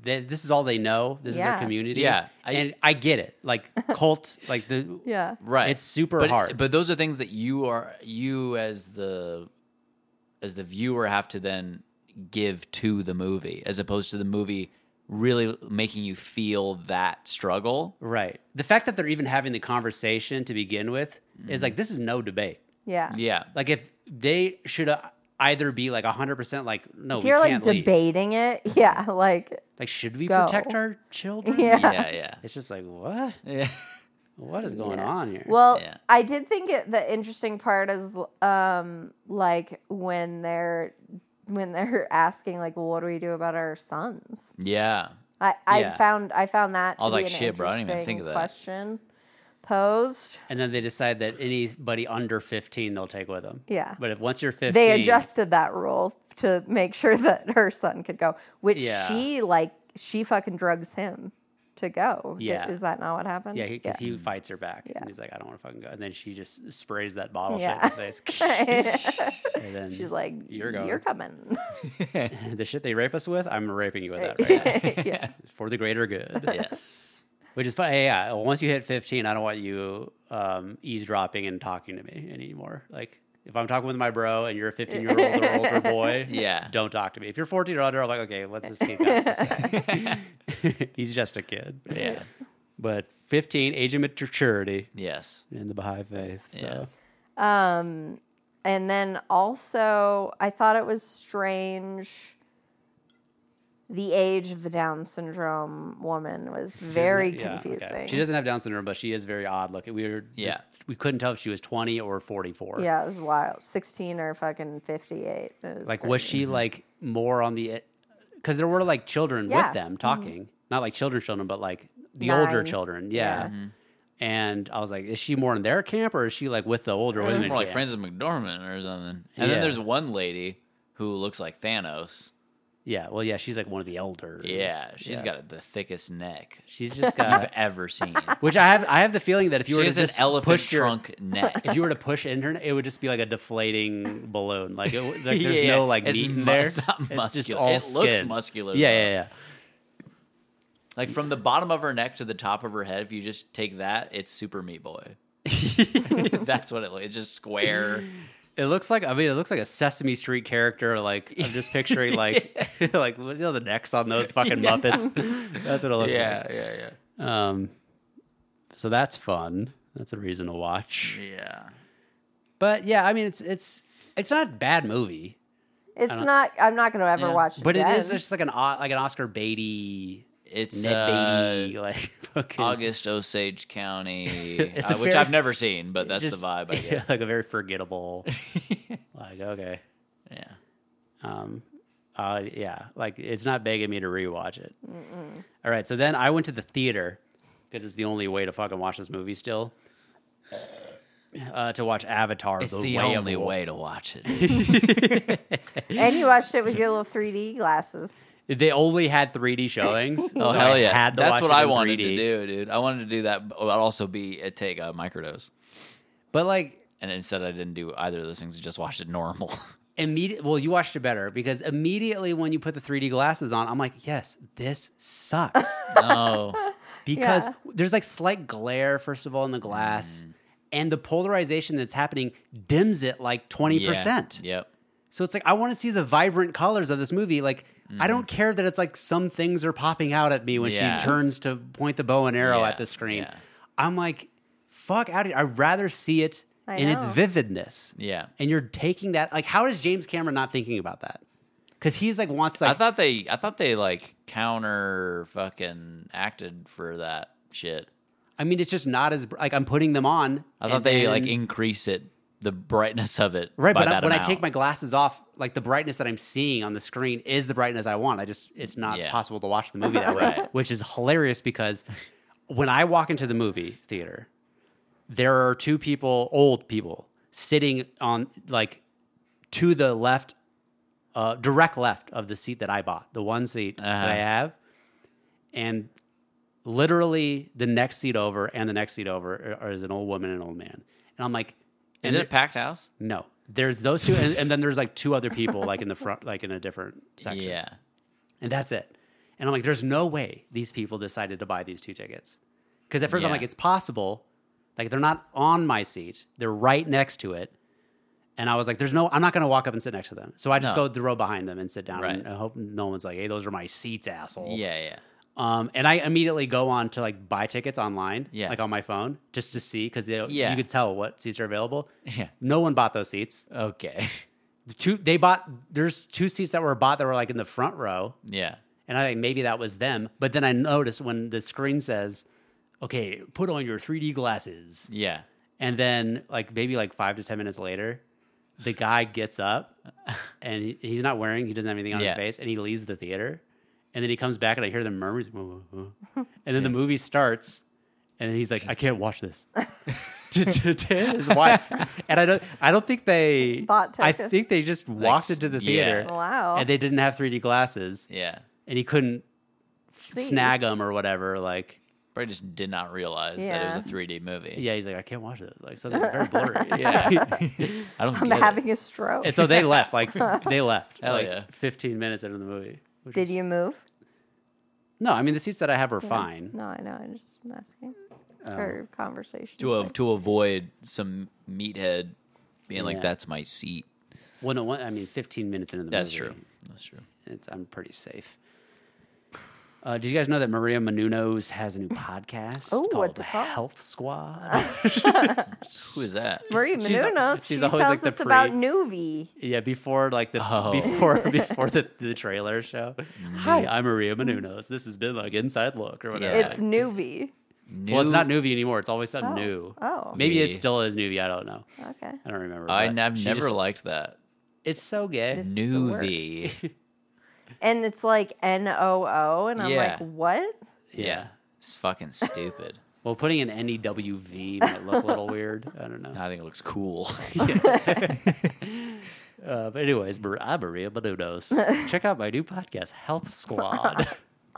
[SPEAKER 3] they, this is all they know. This is
[SPEAKER 1] Yeah.
[SPEAKER 3] their community.
[SPEAKER 2] Yeah. I-
[SPEAKER 3] and I get it. Like cult, like the,
[SPEAKER 1] Yeah.
[SPEAKER 2] Right.
[SPEAKER 3] It's super
[SPEAKER 2] But-
[SPEAKER 3] hard.
[SPEAKER 2] But those are things that you are you as the as the viewer have to then give to the movie as opposed to the movie really making you feel that struggle.
[SPEAKER 3] right. The fact that they're even having the conversation to begin with is like, this is no debate.
[SPEAKER 1] Yeah.
[SPEAKER 2] Yeah.
[SPEAKER 3] Like if they should uh, either be like 100% like, no,
[SPEAKER 1] If
[SPEAKER 3] we
[SPEAKER 1] you're like
[SPEAKER 3] can't leave.
[SPEAKER 1] debating it, yeah, like
[SPEAKER 3] Like, should we
[SPEAKER 1] Go.
[SPEAKER 3] protect our children?
[SPEAKER 1] yeah.
[SPEAKER 2] Yeah, yeah.
[SPEAKER 3] It's just like, what?
[SPEAKER 2] Yeah.
[SPEAKER 3] What is going on here?
[SPEAKER 1] Well,
[SPEAKER 2] Yeah.
[SPEAKER 1] I did think it, the interesting part is um like when they're when they're asking like, well, what do we do about our sons?
[SPEAKER 2] Yeah.
[SPEAKER 1] I I
[SPEAKER 3] Yeah.
[SPEAKER 1] found I found that to
[SPEAKER 2] I was
[SPEAKER 1] be
[SPEAKER 2] like,
[SPEAKER 1] an
[SPEAKER 2] "Shit, bro, I didn't even
[SPEAKER 1] interesting
[SPEAKER 2] think of that."
[SPEAKER 1] question posed.
[SPEAKER 3] and then they decide that anybody under 15 they'll take with them.
[SPEAKER 1] Yeah.
[SPEAKER 3] But if once you're 15,
[SPEAKER 1] they adjusted that rule to make sure that her son could go, which
[SPEAKER 3] Yeah.
[SPEAKER 1] she like she fucking drugs him to go. Th-
[SPEAKER 3] Yeah.
[SPEAKER 1] is that not what happened?
[SPEAKER 3] Yeah, because he fights her back. And he's like, I don't want to fucking go. And then she just sprays that bottle
[SPEAKER 1] Yeah.
[SPEAKER 3] shit in his face. and then
[SPEAKER 1] she's like,
[SPEAKER 3] You're
[SPEAKER 1] you're,
[SPEAKER 3] going."
[SPEAKER 1] coming.
[SPEAKER 3] the shit they rape us with, I'm raping you with that right now.
[SPEAKER 1] yeah,
[SPEAKER 3] For the greater good.
[SPEAKER 2] Yes.
[SPEAKER 3] Which is funny. Yeah. Once you hit 15, I don't want you um, eavesdropping and talking to me anymore. Like, If I'm talking with my bro and you're a 15 year old or older boy,
[SPEAKER 2] Yeah.
[SPEAKER 3] don't talk to me. If you're 14 or under, I'm like, okay, let's just keep that. He's just a kid.
[SPEAKER 2] Yeah.
[SPEAKER 3] But 15, age of maturity
[SPEAKER 2] Yes.
[SPEAKER 3] in the Baha'i faith. So.
[SPEAKER 2] Yeah.
[SPEAKER 1] Um, and then also, I thought it was strange. The age of the Down syndrome woman was very
[SPEAKER 3] Yeah, okay.
[SPEAKER 1] confusing.
[SPEAKER 3] She doesn't have Down syndrome, but she is very odd looking. We were
[SPEAKER 2] Yeah.
[SPEAKER 3] just- we couldn't tell if she was 20 or 44.
[SPEAKER 1] Yeah, it was wild. Sixteen or fucking fifty-eight. It was
[SPEAKER 3] Like, was
[SPEAKER 1] crazy.
[SPEAKER 2] Mm-hmm.
[SPEAKER 3] she like more on the? Because there were like children
[SPEAKER 1] Yeah. Mm-hmm.
[SPEAKER 3] with them talking, not like children, children, but like the older
[SPEAKER 1] Nine.
[SPEAKER 3] children. Yeah.
[SPEAKER 2] Mm-hmm.
[SPEAKER 3] And I was like, is she more in their camp or is she like with the older
[SPEAKER 2] It's
[SPEAKER 3] women?
[SPEAKER 2] more like
[SPEAKER 3] camp?
[SPEAKER 2] Frances McDormand or something. And
[SPEAKER 3] Yeah.
[SPEAKER 2] then there's one lady who looks like Thanos.
[SPEAKER 3] Yeah. Well, yeah, she's like one of the elders.
[SPEAKER 2] Yeah, she's
[SPEAKER 3] she's
[SPEAKER 2] got the thickest neck
[SPEAKER 3] She's just
[SPEAKER 2] I've
[SPEAKER 3] got.
[SPEAKER 2] ever seen.
[SPEAKER 3] which I have. I have the feeling that if you
[SPEAKER 2] she
[SPEAKER 3] were to
[SPEAKER 2] has an
[SPEAKER 3] just
[SPEAKER 2] elephant
[SPEAKER 3] push your,
[SPEAKER 2] trunk neck.
[SPEAKER 3] if you were to push internet, it would just be like a deflating balloon. Like, it, like there's
[SPEAKER 2] Yeah,
[SPEAKER 3] no like
[SPEAKER 2] it's
[SPEAKER 3] meat in
[SPEAKER 2] mu-
[SPEAKER 3] there.
[SPEAKER 2] it's not muscular. It looks muscular,
[SPEAKER 3] Yeah,
[SPEAKER 2] though.
[SPEAKER 3] yeah, yeah.
[SPEAKER 2] Like from the bottom of her neck to the top of her head, if you just take that, it's Super Meat Boy. That's what it looks. It's just square.
[SPEAKER 3] It looks like I mean, it looks like a Sesame Street character. Like I'm just picturing like like you know the necks on those fucking Muppets. That's what it looks
[SPEAKER 2] yeah,
[SPEAKER 3] like. Um, so that's fun. That's a reason to watch.
[SPEAKER 2] yeah.
[SPEAKER 3] But yeah, I mean, it's it's it's not a bad movie,
[SPEAKER 1] It's not. I'm not going to ever
[SPEAKER 2] Yeah.
[SPEAKER 1] watch it.
[SPEAKER 3] but it is
[SPEAKER 1] again.
[SPEAKER 3] just like an O- like an Oscar Beatty,
[SPEAKER 2] It's
[SPEAKER 3] Ned
[SPEAKER 2] uh,
[SPEAKER 3] Beatty, like fucking
[SPEAKER 2] August Osage County,
[SPEAKER 3] It's
[SPEAKER 2] uh,
[SPEAKER 3] a
[SPEAKER 2] which
[SPEAKER 3] fair-
[SPEAKER 2] I've never seen, but that's
[SPEAKER 3] just-
[SPEAKER 2] the vibe I get.
[SPEAKER 3] yeah, like a very forgettable. like okay,
[SPEAKER 2] yeah.
[SPEAKER 3] Um, uh, yeah, like it's not begging me to rewatch it. All right, so then I went to the theater because it's the only way to fucking watch this movie still. Uh, to watch Avatar,
[SPEAKER 2] It's
[SPEAKER 3] the,
[SPEAKER 2] the,
[SPEAKER 3] way
[SPEAKER 2] only
[SPEAKER 3] of Wa-
[SPEAKER 2] way to watch it.
[SPEAKER 1] and you watched it with your little 3D glasses.
[SPEAKER 3] They only had 3D showings.
[SPEAKER 2] oh hell yeah!
[SPEAKER 3] Had to
[SPEAKER 2] That's
[SPEAKER 3] watch
[SPEAKER 2] what
[SPEAKER 3] it
[SPEAKER 2] I
[SPEAKER 3] in
[SPEAKER 2] wanted
[SPEAKER 3] 3D.
[SPEAKER 2] to do, dude. I wanted to do that, but also be uh, take a microdose.
[SPEAKER 3] But like
[SPEAKER 2] And instead, I didn't do either of those things. I just watched it normal.
[SPEAKER 3] immediate. Well, you watched it better because immediately when you put the 3D glasses on, I'm like, yes, this sucks.
[SPEAKER 2] oh,
[SPEAKER 3] because
[SPEAKER 1] Yeah.
[SPEAKER 3] there's like slight glare first of all in the glass
[SPEAKER 2] Mm.
[SPEAKER 3] and the polarization that's happening dims it like 20%
[SPEAKER 2] Yep.
[SPEAKER 3] so it's like i want to see the vibrant colors of this movie like i don't care that it's like some things are popping out at me when
[SPEAKER 2] Mm. Yeah.
[SPEAKER 3] she turns to point the bow and arrow
[SPEAKER 2] Yeah,
[SPEAKER 3] at the screen
[SPEAKER 2] yeah.
[SPEAKER 3] i'm like fuck out of here i'd rather see it
[SPEAKER 1] I
[SPEAKER 3] in its
[SPEAKER 1] know.
[SPEAKER 3] vividness
[SPEAKER 2] Yeah.
[SPEAKER 3] and you're taking that like how is james cameron not thinking about that because he's like wants like
[SPEAKER 2] I thought they, I thought they like counter fucking acted for that shit.
[SPEAKER 3] i mean it's just not as like i'm putting them on
[SPEAKER 2] I thought they like
[SPEAKER 3] in.
[SPEAKER 2] increase it, the brightness of it.
[SPEAKER 3] Right,
[SPEAKER 2] by
[SPEAKER 3] but I-
[SPEAKER 2] that
[SPEAKER 3] when I
[SPEAKER 2] amount.
[SPEAKER 3] take my glasses off, like the brightness that I'm seeing on the screen is the brightness I want. I just it's not
[SPEAKER 2] Yeah.
[SPEAKER 3] possible to watch the movie that way,
[SPEAKER 2] Right.
[SPEAKER 3] which is hilarious because when I walk into the movie theater, there are two people, old people, sitting on like to the left, uh, direct left of the seat that I bought, the one seat that
[SPEAKER 2] Uh-huh.
[SPEAKER 3] I have, and literally the next seat over and the next seat over are- is an old woman and an old man, and I'm like.
[SPEAKER 2] is
[SPEAKER 3] and
[SPEAKER 2] it a packed house?
[SPEAKER 3] no, there's those two, and, and then there's like two other people like in the front, like in a different section,
[SPEAKER 2] Yeah.
[SPEAKER 3] and that's it. And I'm like, there's no way these people decided to buy these two tickets, because at first I'm
[SPEAKER 2] Yeah.
[SPEAKER 3] like, it's possible, like they're not on my seat, they're right next to it, and I was like, there's no, I'm not gonna walk up and sit next to them, so I just
[SPEAKER 2] No.
[SPEAKER 3] go the row behind them and sit down,
[SPEAKER 2] Right.
[SPEAKER 3] and I hope no one's like, hey, those are my seats, asshole.
[SPEAKER 2] Yeah. Yeah.
[SPEAKER 3] Um, and I immediately go on to like buy tickets online,
[SPEAKER 2] Yeah.
[SPEAKER 3] like on my phone, just to see because
[SPEAKER 2] Yeah.
[SPEAKER 3] you could tell what seats are available.
[SPEAKER 2] Yeah.
[SPEAKER 3] No one bought those seats
[SPEAKER 2] Okay.
[SPEAKER 3] the two they bought there's two seats that were bought that were like in the front row
[SPEAKER 2] Yeah.
[SPEAKER 3] and i think maybe that was them but then i noticed when the screen says okay put on your 3d glasses
[SPEAKER 2] Yeah.
[SPEAKER 3] and then like maybe like five to ten minutes later the guy gets up and he- he's not wearing he doesn't have anything on
[SPEAKER 2] Yeah.
[SPEAKER 3] his face and he leaves the theater and then he comes back and i hear the murmurs "Whoa, whoa, whoa." and then the movie starts and then he's like i can't watch this to, to, to his wife and i don't i don't think they
[SPEAKER 1] Bought
[SPEAKER 3] i
[SPEAKER 1] tickets.
[SPEAKER 3] think they just walked
[SPEAKER 2] s-
[SPEAKER 3] into the
[SPEAKER 2] yeah.
[SPEAKER 3] theater
[SPEAKER 1] Wow.
[SPEAKER 3] and they didn't have 3d glasses
[SPEAKER 2] Yeah.
[SPEAKER 3] and he couldn't
[SPEAKER 1] See?
[SPEAKER 3] snag them or whatever like
[SPEAKER 2] Probably just did not realize that
[SPEAKER 1] Yeah.
[SPEAKER 2] it was a 3D movie.
[SPEAKER 3] yeah he's like i can't watch this like something's very blurry
[SPEAKER 2] Yeah. I don't.
[SPEAKER 1] I'm
[SPEAKER 2] get it.
[SPEAKER 1] having a stroke.
[SPEAKER 3] And so they left. Like they left.
[SPEAKER 2] Hell
[SPEAKER 3] like
[SPEAKER 2] yeah.
[SPEAKER 3] 15 minutes into the movie. which
[SPEAKER 1] Did
[SPEAKER 3] was-
[SPEAKER 1] you move?
[SPEAKER 3] No, I mean the seats that I have are fine. Um,
[SPEAKER 1] No, I know. I'm just asking for conversation.
[SPEAKER 2] to av- to avoid some meathead being like,
[SPEAKER 3] Yeah.
[SPEAKER 2] "That's my seat."
[SPEAKER 3] Well, no, one, I mean, 15 minutes into the
[SPEAKER 2] That's
[SPEAKER 3] movie.
[SPEAKER 2] true. That's true.
[SPEAKER 3] It's, I'm pretty safe. Uh, did you guys know that Maria Menounos has a new podcast
[SPEAKER 1] Oh,
[SPEAKER 3] called
[SPEAKER 1] what's it called?
[SPEAKER 3] Health Squad?
[SPEAKER 2] Who is that?
[SPEAKER 1] Marie
[SPEAKER 3] She's-
[SPEAKER 1] Menounos.
[SPEAKER 3] she's
[SPEAKER 1] she
[SPEAKER 3] always,
[SPEAKER 1] tells
[SPEAKER 3] like, the
[SPEAKER 1] us about
[SPEAKER 3] pre-
[SPEAKER 1] Nuvi.
[SPEAKER 3] yeah, before like the
[SPEAKER 2] Oh. Mm-hmm.
[SPEAKER 3] before before the, the trailer show. Hi, I'm Maria Menounos. This has been like Inside Look or whatever.
[SPEAKER 2] Yeah.
[SPEAKER 1] It's Nuvi.
[SPEAKER 2] New-
[SPEAKER 3] Well, it's not Newbie anymore. It's always something
[SPEAKER 1] Oh,
[SPEAKER 3] new.
[SPEAKER 1] oh.
[SPEAKER 3] Maybe it
[SPEAKER 2] Yeah.
[SPEAKER 3] still is Newbie. I don't know.
[SPEAKER 1] Okay.
[SPEAKER 3] I don't remember.
[SPEAKER 2] I,
[SPEAKER 3] but
[SPEAKER 2] have
[SPEAKER 3] she
[SPEAKER 2] never
[SPEAKER 3] just-
[SPEAKER 2] liked that.
[SPEAKER 3] it's so gay.
[SPEAKER 1] It's the
[SPEAKER 2] New
[SPEAKER 1] worst.
[SPEAKER 2] thee.
[SPEAKER 1] And it's like N O O, and I'm
[SPEAKER 2] Yeah.
[SPEAKER 1] like, what?
[SPEAKER 2] Yeah,
[SPEAKER 3] Yeah.
[SPEAKER 2] it's fucking stupid.
[SPEAKER 3] Well, putting an NEWV might look a little weird. I don't know.
[SPEAKER 2] I think it looks cool.
[SPEAKER 3] Uh, but anyways, Mar- I'm Maria Menounos. Check out my new podcast, Health Squad.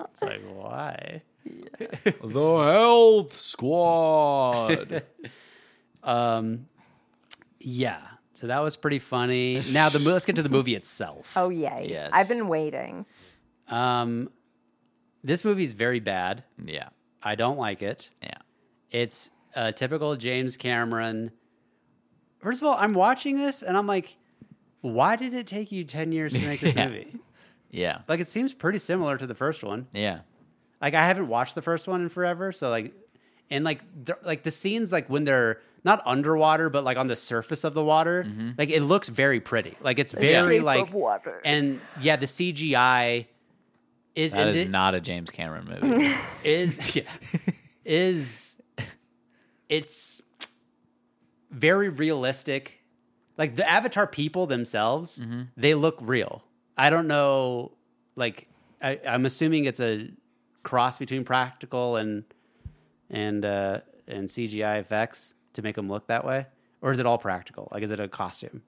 [SPEAKER 3] it's like why?
[SPEAKER 4] The Health Squad.
[SPEAKER 3] Yeah. So that was pretty funny. Now the mo- let's get to the movie itself.
[SPEAKER 1] Oh, yay.
[SPEAKER 2] Yes.
[SPEAKER 1] I've been waiting.
[SPEAKER 3] Um, this movie is very bad.
[SPEAKER 2] yeah,
[SPEAKER 3] I don't like it.
[SPEAKER 2] yeah.
[SPEAKER 3] It's a typical James Cameron. First of all, I'm watching this and I'm like, why did it take you 10 years to make this
[SPEAKER 2] Yeah.
[SPEAKER 3] movie?
[SPEAKER 2] Yeah.
[SPEAKER 3] Like, it seems pretty similar to the first one.
[SPEAKER 2] Yeah.
[SPEAKER 3] Like, I haven't watched the first one in forever. So, like, and like, th- like the scenes, like when they're not underwater, but like on the surface of the water,
[SPEAKER 2] Mm-hmm.
[SPEAKER 3] like it looks very pretty. Like, it's very
[SPEAKER 1] shape
[SPEAKER 3] like,
[SPEAKER 1] of water.
[SPEAKER 3] and yeah, the CGI is,
[SPEAKER 2] That
[SPEAKER 3] and
[SPEAKER 2] is
[SPEAKER 3] it-
[SPEAKER 2] not a James Cameron movie.
[SPEAKER 3] is yeah, is it's very realistic. Like the Avatar people themselves,
[SPEAKER 2] Mm-hmm.
[SPEAKER 3] they look real. I don't know, like I, I'm assuming it's a cross between practical and and uh, and CGI effects to make them look that way, or is it all practical? Like, is it a costume,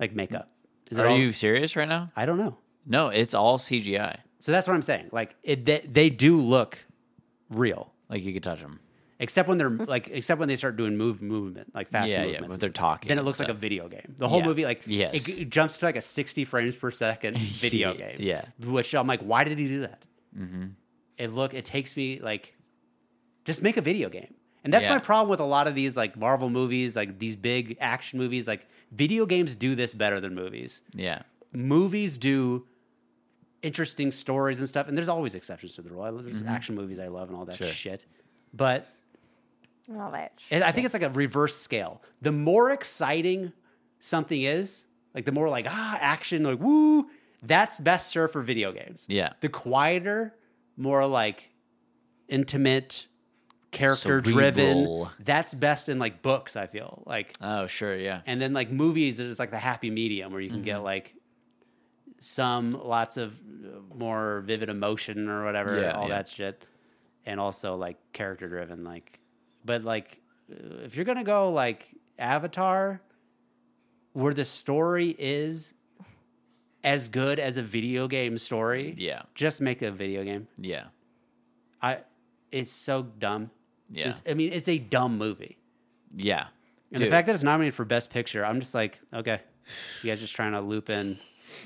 [SPEAKER 3] like makeup? Is it
[SPEAKER 2] Are
[SPEAKER 3] all-
[SPEAKER 2] you serious right now?
[SPEAKER 3] I don't know.
[SPEAKER 2] No, it's all CGI.
[SPEAKER 3] So that's what I'm saying. Like, it, they, they do look real.
[SPEAKER 2] Like you could touch them.
[SPEAKER 3] except when they're like except when they start doing move movement like fast
[SPEAKER 2] Hmm. Yeah, yeah,
[SPEAKER 3] movements
[SPEAKER 2] when
[SPEAKER 3] and
[SPEAKER 2] they're
[SPEAKER 3] stuff.
[SPEAKER 2] talking
[SPEAKER 3] then it
[SPEAKER 2] and
[SPEAKER 3] looks like
[SPEAKER 2] stuff.
[SPEAKER 3] a video game the whole
[SPEAKER 2] Yeah.
[SPEAKER 3] movie like
[SPEAKER 2] Yes.
[SPEAKER 3] it g- jumps to like a 60 frames per second video game
[SPEAKER 2] Yeah. Mm-hmm.
[SPEAKER 3] which i'm like why did he do that it look it takes me like just make a video game and that's
[SPEAKER 2] Yeah.
[SPEAKER 3] my problem with a lot of these like marvel movies like these big action movies like video games do this better than movies
[SPEAKER 2] Yeah.
[SPEAKER 3] movies do interesting stories and stuff, and there's always exceptions to the rule. I love, there's action movies I love and all that
[SPEAKER 2] Mm-hmm. Sure.
[SPEAKER 3] shit, but
[SPEAKER 1] All that shit.
[SPEAKER 3] it, I think it's like a reverse scale. The more exciting something is, like the more like ah action, like woo, that's best served for video games.
[SPEAKER 2] Yeah.
[SPEAKER 3] the quieter, more like intimate, character driven.
[SPEAKER 2] Cerebral.
[SPEAKER 3] That's best in like books. I feel like
[SPEAKER 2] Oh, sure. Yeah.
[SPEAKER 3] and then like movies is like the happy medium where you can
[SPEAKER 2] Mm-hmm.
[SPEAKER 3] get like some lots of uh, more vivid emotion or whatever,
[SPEAKER 2] Yeah,
[SPEAKER 3] all
[SPEAKER 2] yeah.
[SPEAKER 3] that shit, and also like character driven. Like, but like uh, if you're gonna go like Avatar, where the story is as good as a video game story,
[SPEAKER 2] Yeah.
[SPEAKER 3] just make a video game.
[SPEAKER 2] Yeah.
[SPEAKER 3] I, it's so dumb.
[SPEAKER 2] Yeah.
[SPEAKER 3] It's- I mean, it's a dumb movie.
[SPEAKER 2] Yeah.
[SPEAKER 3] And
[SPEAKER 2] Dude.
[SPEAKER 3] the fact that it's nominated for Best Picture, I'm just like, okay, you guys just trying to loop in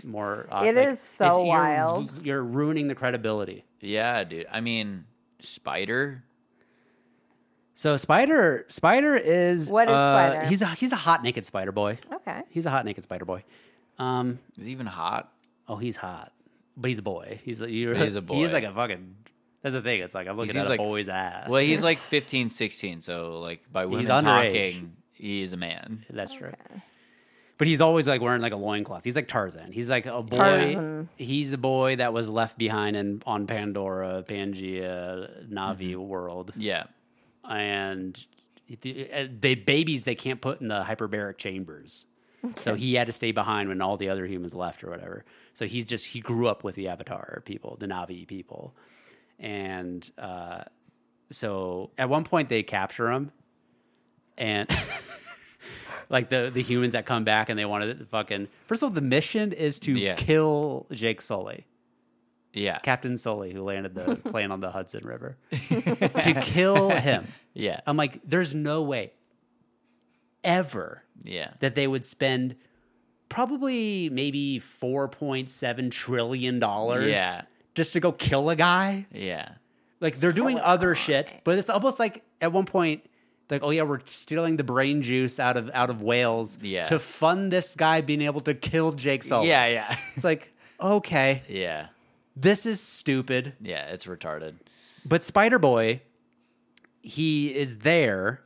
[SPEAKER 3] more. Uh,
[SPEAKER 1] It
[SPEAKER 3] like,
[SPEAKER 1] is so
[SPEAKER 3] you're-
[SPEAKER 1] wild.
[SPEAKER 3] You're ruining the credibility.
[SPEAKER 2] yeah, dude. I mean, Spider.
[SPEAKER 3] So Spider, Spider is
[SPEAKER 1] What is
[SPEAKER 3] uh,
[SPEAKER 1] Spider?
[SPEAKER 3] He's a he's a hot naked Spider boy.
[SPEAKER 1] Okay.
[SPEAKER 3] He's a hot naked Spider boy. Um,
[SPEAKER 2] Is he even hot?
[SPEAKER 3] oh, he's hot, but he's a boy. He's like you're,
[SPEAKER 2] He's a boy.
[SPEAKER 3] He's like a fucking. That's the thing. It's like I'm looking
[SPEAKER 2] seems
[SPEAKER 3] at
[SPEAKER 2] like-
[SPEAKER 3] a boy's ass.
[SPEAKER 2] Well, he's like 15, 16. So, like, by women
[SPEAKER 3] underage.
[SPEAKER 2] talking, he is a man.
[SPEAKER 3] That's true. But he's always like wearing like a loincloth. He's like Tarzan. He's like a boy.
[SPEAKER 1] Tarzan.
[SPEAKER 3] He's a boy that was left behind in, on Pandora, Pangea, Navi world.
[SPEAKER 2] Yeah.
[SPEAKER 3] And the babies they can't put in the hyperbaric chambers. So he had to stay behind when all the other humans left or whatever. So he's just, he grew up with the Avatar people, the Navi people. And uh, so at one point they capture him and like the the humans that come back and they want to fucking first of all the mission is to
[SPEAKER 2] Yeah.
[SPEAKER 3] kill Jake Sully
[SPEAKER 2] Yeah.
[SPEAKER 3] Captain Sully who landed the plane on the Hudson River to kill him
[SPEAKER 2] yeah.
[SPEAKER 3] I'm like there's no way ever
[SPEAKER 2] yeah.
[SPEAKER 3] that they would spend probably maybe 4.7 trillion dollars
[SPEAKER 2] Yeah.
[SPEAKER 3] just to go kill a guy
[SPEAKER 2] yeah.
[SPEAKER 3] like they're doing other shit, but it's almost like at one point Like, oh yeah, we're stealing the brain juice out of out of Wales
[SPEAKER 2] Yeah.
[SPEAKER 3] to fund this guy being able to kill Jake Sullivan.
[SPEAKER 2] Yeah, yeah,
[SPEAKER 3] It's like, okay,
[SPEAKER 2] yeah,
[SPEAKER 3] this is stupid.
[SPEAKER 2] yeah. It's retarded.
[SPEAKER 3] But Spider Boy, he is there.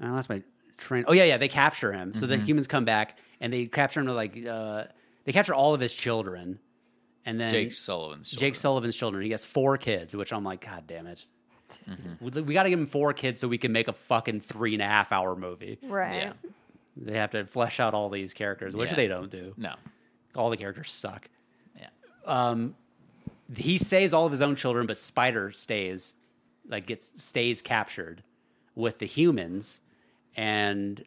[SPEAKER 3] I lost my train. Oh yeah, yeah. They capture him. So the humans come back and they capture him to like uh, they capture all of his children, and then
[SPEAKER 2] Jake Sullivan's.
[SPEAKER 3] Jake Sullivan's children. He gets four kids, which I'm like, God damn it. We, got to give him four kids so we can make a fucking three and a half hour movie.
[SPEAKER 1] Right.
[SPEAKER 2] Yeah.
[SPEAKER 3] They have to flesh out all these characters, which
[SPEAKER 2] Yeah.
[SPEAKER 3] they don't do.
[SPEAKER 2] No.
[SPEAKER 3] All the characters suck. Um,
[SPEAKER 2] Yeah.
[SPEAKER 3] He saves all of his own children, but Spider stays, like gets stays captured with the humans, and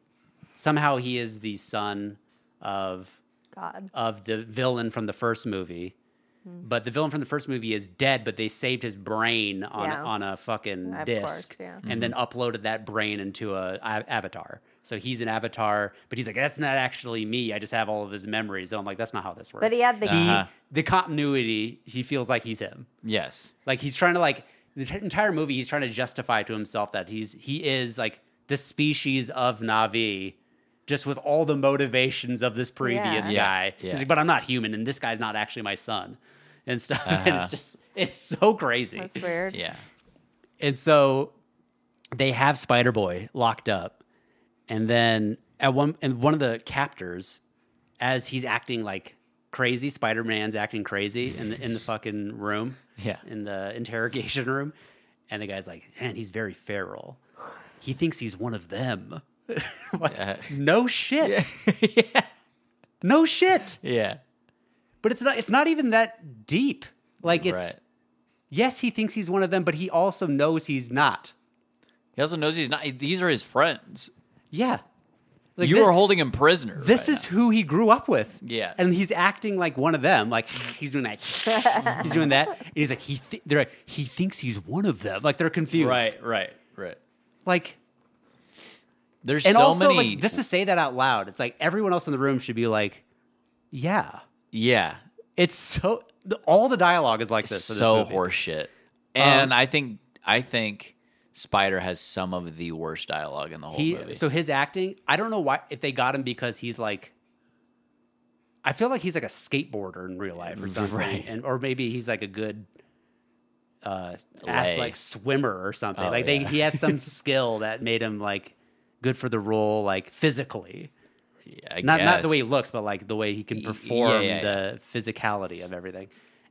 [SPEAKER 3] somehow he is the son of
[SPEAKER 1] God.
[SPEAKER 3] of the villain from the first movie.
[SPEAKER 1] Hmm.
[SPEAKER 3] But the villain from the first movie is dead, but they saved his brain on
[SPEAKER 1] Yeah.
[SPEAKER 3] on a fucking
[SPEAKER 1] Of
[SPEAKER 3] disc
[SPEAKER 1] course, yeah.
[SPEAKER 3] and then uploaded that brain into a, a- avatar. So he's an avatar, but he's like, that's not actually me. I just have all of his memories. And I'm like, that's not how this works.
[SPEAKER 1] But he had the
[SPEAKER 3] He-
[SPEAKER 2] Uh-huh.
[SPEAKER 3] the continuity, he feels like he's him.
[SPEAKER 2] Yes.
[SPEAKER 3] Like he's trying to like the t- entire movie. He's trying to justify to himself that he's he is like the species of Navi, just with all the motivations of this previous
[SPEAKER 1] Yeah.
[SPEAKER 2] Yeah,
[SPEAKER 3] guy.
[SPEAKER 2] yeah.
[SPEAKER 3] He's like, but I'm not human, and this guy's not actually my son, and stuff. And
[SPEAKER 2] Uh-huh.
[SPEAKER 3] it's just it's so crazy.
[SPEAKER 1] That's weird.
[SPEAKER 2] Yeah.
[SPEAKER 3] And so they have Spider Boy locked up, and then at one and one of the captors, as he's acting like crazy, Spider Man's acting crazy in the in the fucking room,
[SPEAKER 2] Yeah.
[SPEAKER 3] in the interrogation room, and the guy's like, "Man, he's very feral. He thinks he's one of them." Like,
[SPEAKER 2] Yeah.
[SPEAKER 3] No shit.
[SPEAKER 2] yeah.
[SPEAKER 3] No shit.
[SPEAKER 2] Yeah.
[SPEAKER 3] But it's not. It's not even that deep. Like it's
[SPEAKER 2] right.
[SPEAKER 3] yes, he thinks he's one of them, but he also knows he's not.
[SPEAKER 2] He also knows he's not. These are his friends.
[SPEAKER 3] Yeah. Like
[SPEAKER 2] you
[SPEAKER 3] thi-
[SPEAKER 2] are holding him prisoner.
[SPEAKER 3] This
[SPEAKER 2] right
[SPEAKER 3] is who he grew up with.
[SPEAKER 2] Yeah.
[SPEAKER 3] And he's acting like one of them. Like he's doing that. he's doing that. And he's like, he th- they're like, he thinks he's one of them. Like they're confused.
[SPEAKER 2] now. right. Right. Right.
[SPEAKER 3] Like
[SPEAKER 2] There's
[SPEAKER 3] and
[SPEAKER 2] so
[SPEAKER 3] also
[SPEAKER 2] many.
[SPEAKER 3] like just to say that out loud, it's like everyone else in the room should be like, Yeah.
[SPEAKER 2] yeah.
[SPEAKER 3] It's so the, all the dialogue is like this. for this
[SPEAKER 2] so
[SPEAKER 3] movie.
[SPEAKER 2] horseshit. And I think I think Spider has some of the worst dialogue in the whole
[SPEAKER 3] He
[SPEAKER 2] movie.
[SPEAKER 3] so his acting, I don't know why if they got him because he's like I feel like he's like a skateboarder in real life or something.
[SPEAKER 2] Mm, Right.
[SPEAKER 3] And or maybe he's like a good uh
[SPEAKER 2] Lay.
[SPEAKER 3] ath- like swimmer or something.
[SPEAKER 2] Oh,
[SPEAKER 3] like they
[SPEAKER 2] yeah.
[SPEAKER 3] he has some skill that made him like good for the role like physically.
[SPEAKER 2] Yeah, I
[SPEAKER 3] Not not the
[SPEAKER 2] guess.
[SPEAKER 3] way he looks, but like the way he can
[SPEAKER 2] yeah,
[SPEAKER 3] perform
[SPEAKER 2] yeah,
[SPEAKER 3] the physicality of everything.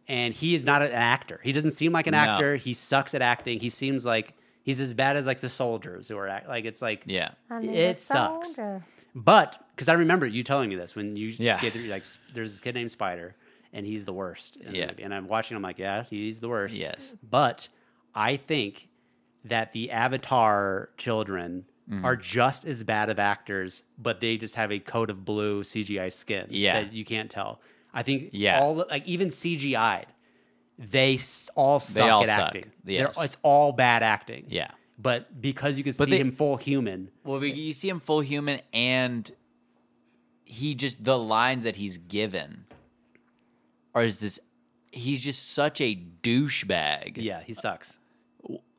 [SPEAKER 3] And he is not an actor. He doesn't seem like an actor. He sucks at acting. He seems like he's as bad as like the soldiers who are act- like it's like
[SPEAKER 2] Yeah.
[SPEAKER 1] I need
[SPEAKER 3] It
[SPEAKER 1] a
[SPEAKER 3] sucks.
[SPEAKER 1] soda.
[SPEAKER 3] but because I remember you telling me this when you
[SPEAKER 2] Yeah.
[SPEAKER 3] get through, like s- there's this kid named Spider and he's the worst. in the
[SPEAKER 2] Yeah.
[SPEAKER 3] movie. and I'm watching. I'm like, yeah, he's the worst.
[SPEAKER 2] Yes.
[SPEAKER 3] but I think that the Avatar children
[SPEAKER 2] Mm-hmm.
[SPEAKER 3] are just as bad of actors, but they just have a coat of blue CGI skin.
[SPEAKER 2] Yeah.
[SPEAKER 3] that you can't tell. I think
[SPEAKER 2] Yeah.
[SPEAKER 3] all like even CGI'd, they s- all suck
[SPEAKER 2] all
[SPEAKER 3] at
[SPEAKER 2] suck.
[SPEAKER 3] acting. They're-
[SPEAKER 2] Yes.
[SPEAKER 3] it's all bad acting.
[SPEAKER 2] Yeah.
[SPEAKER 3] But because you can see
[SPEAKER 2] they-
[SPEAKER 3] him full human,
[SPEAKER 2] Well, we, you see him full human, and he just the lines that he's given are is this. He's just such a douchebag.
[SPEAKER 3] yeah, he sucks.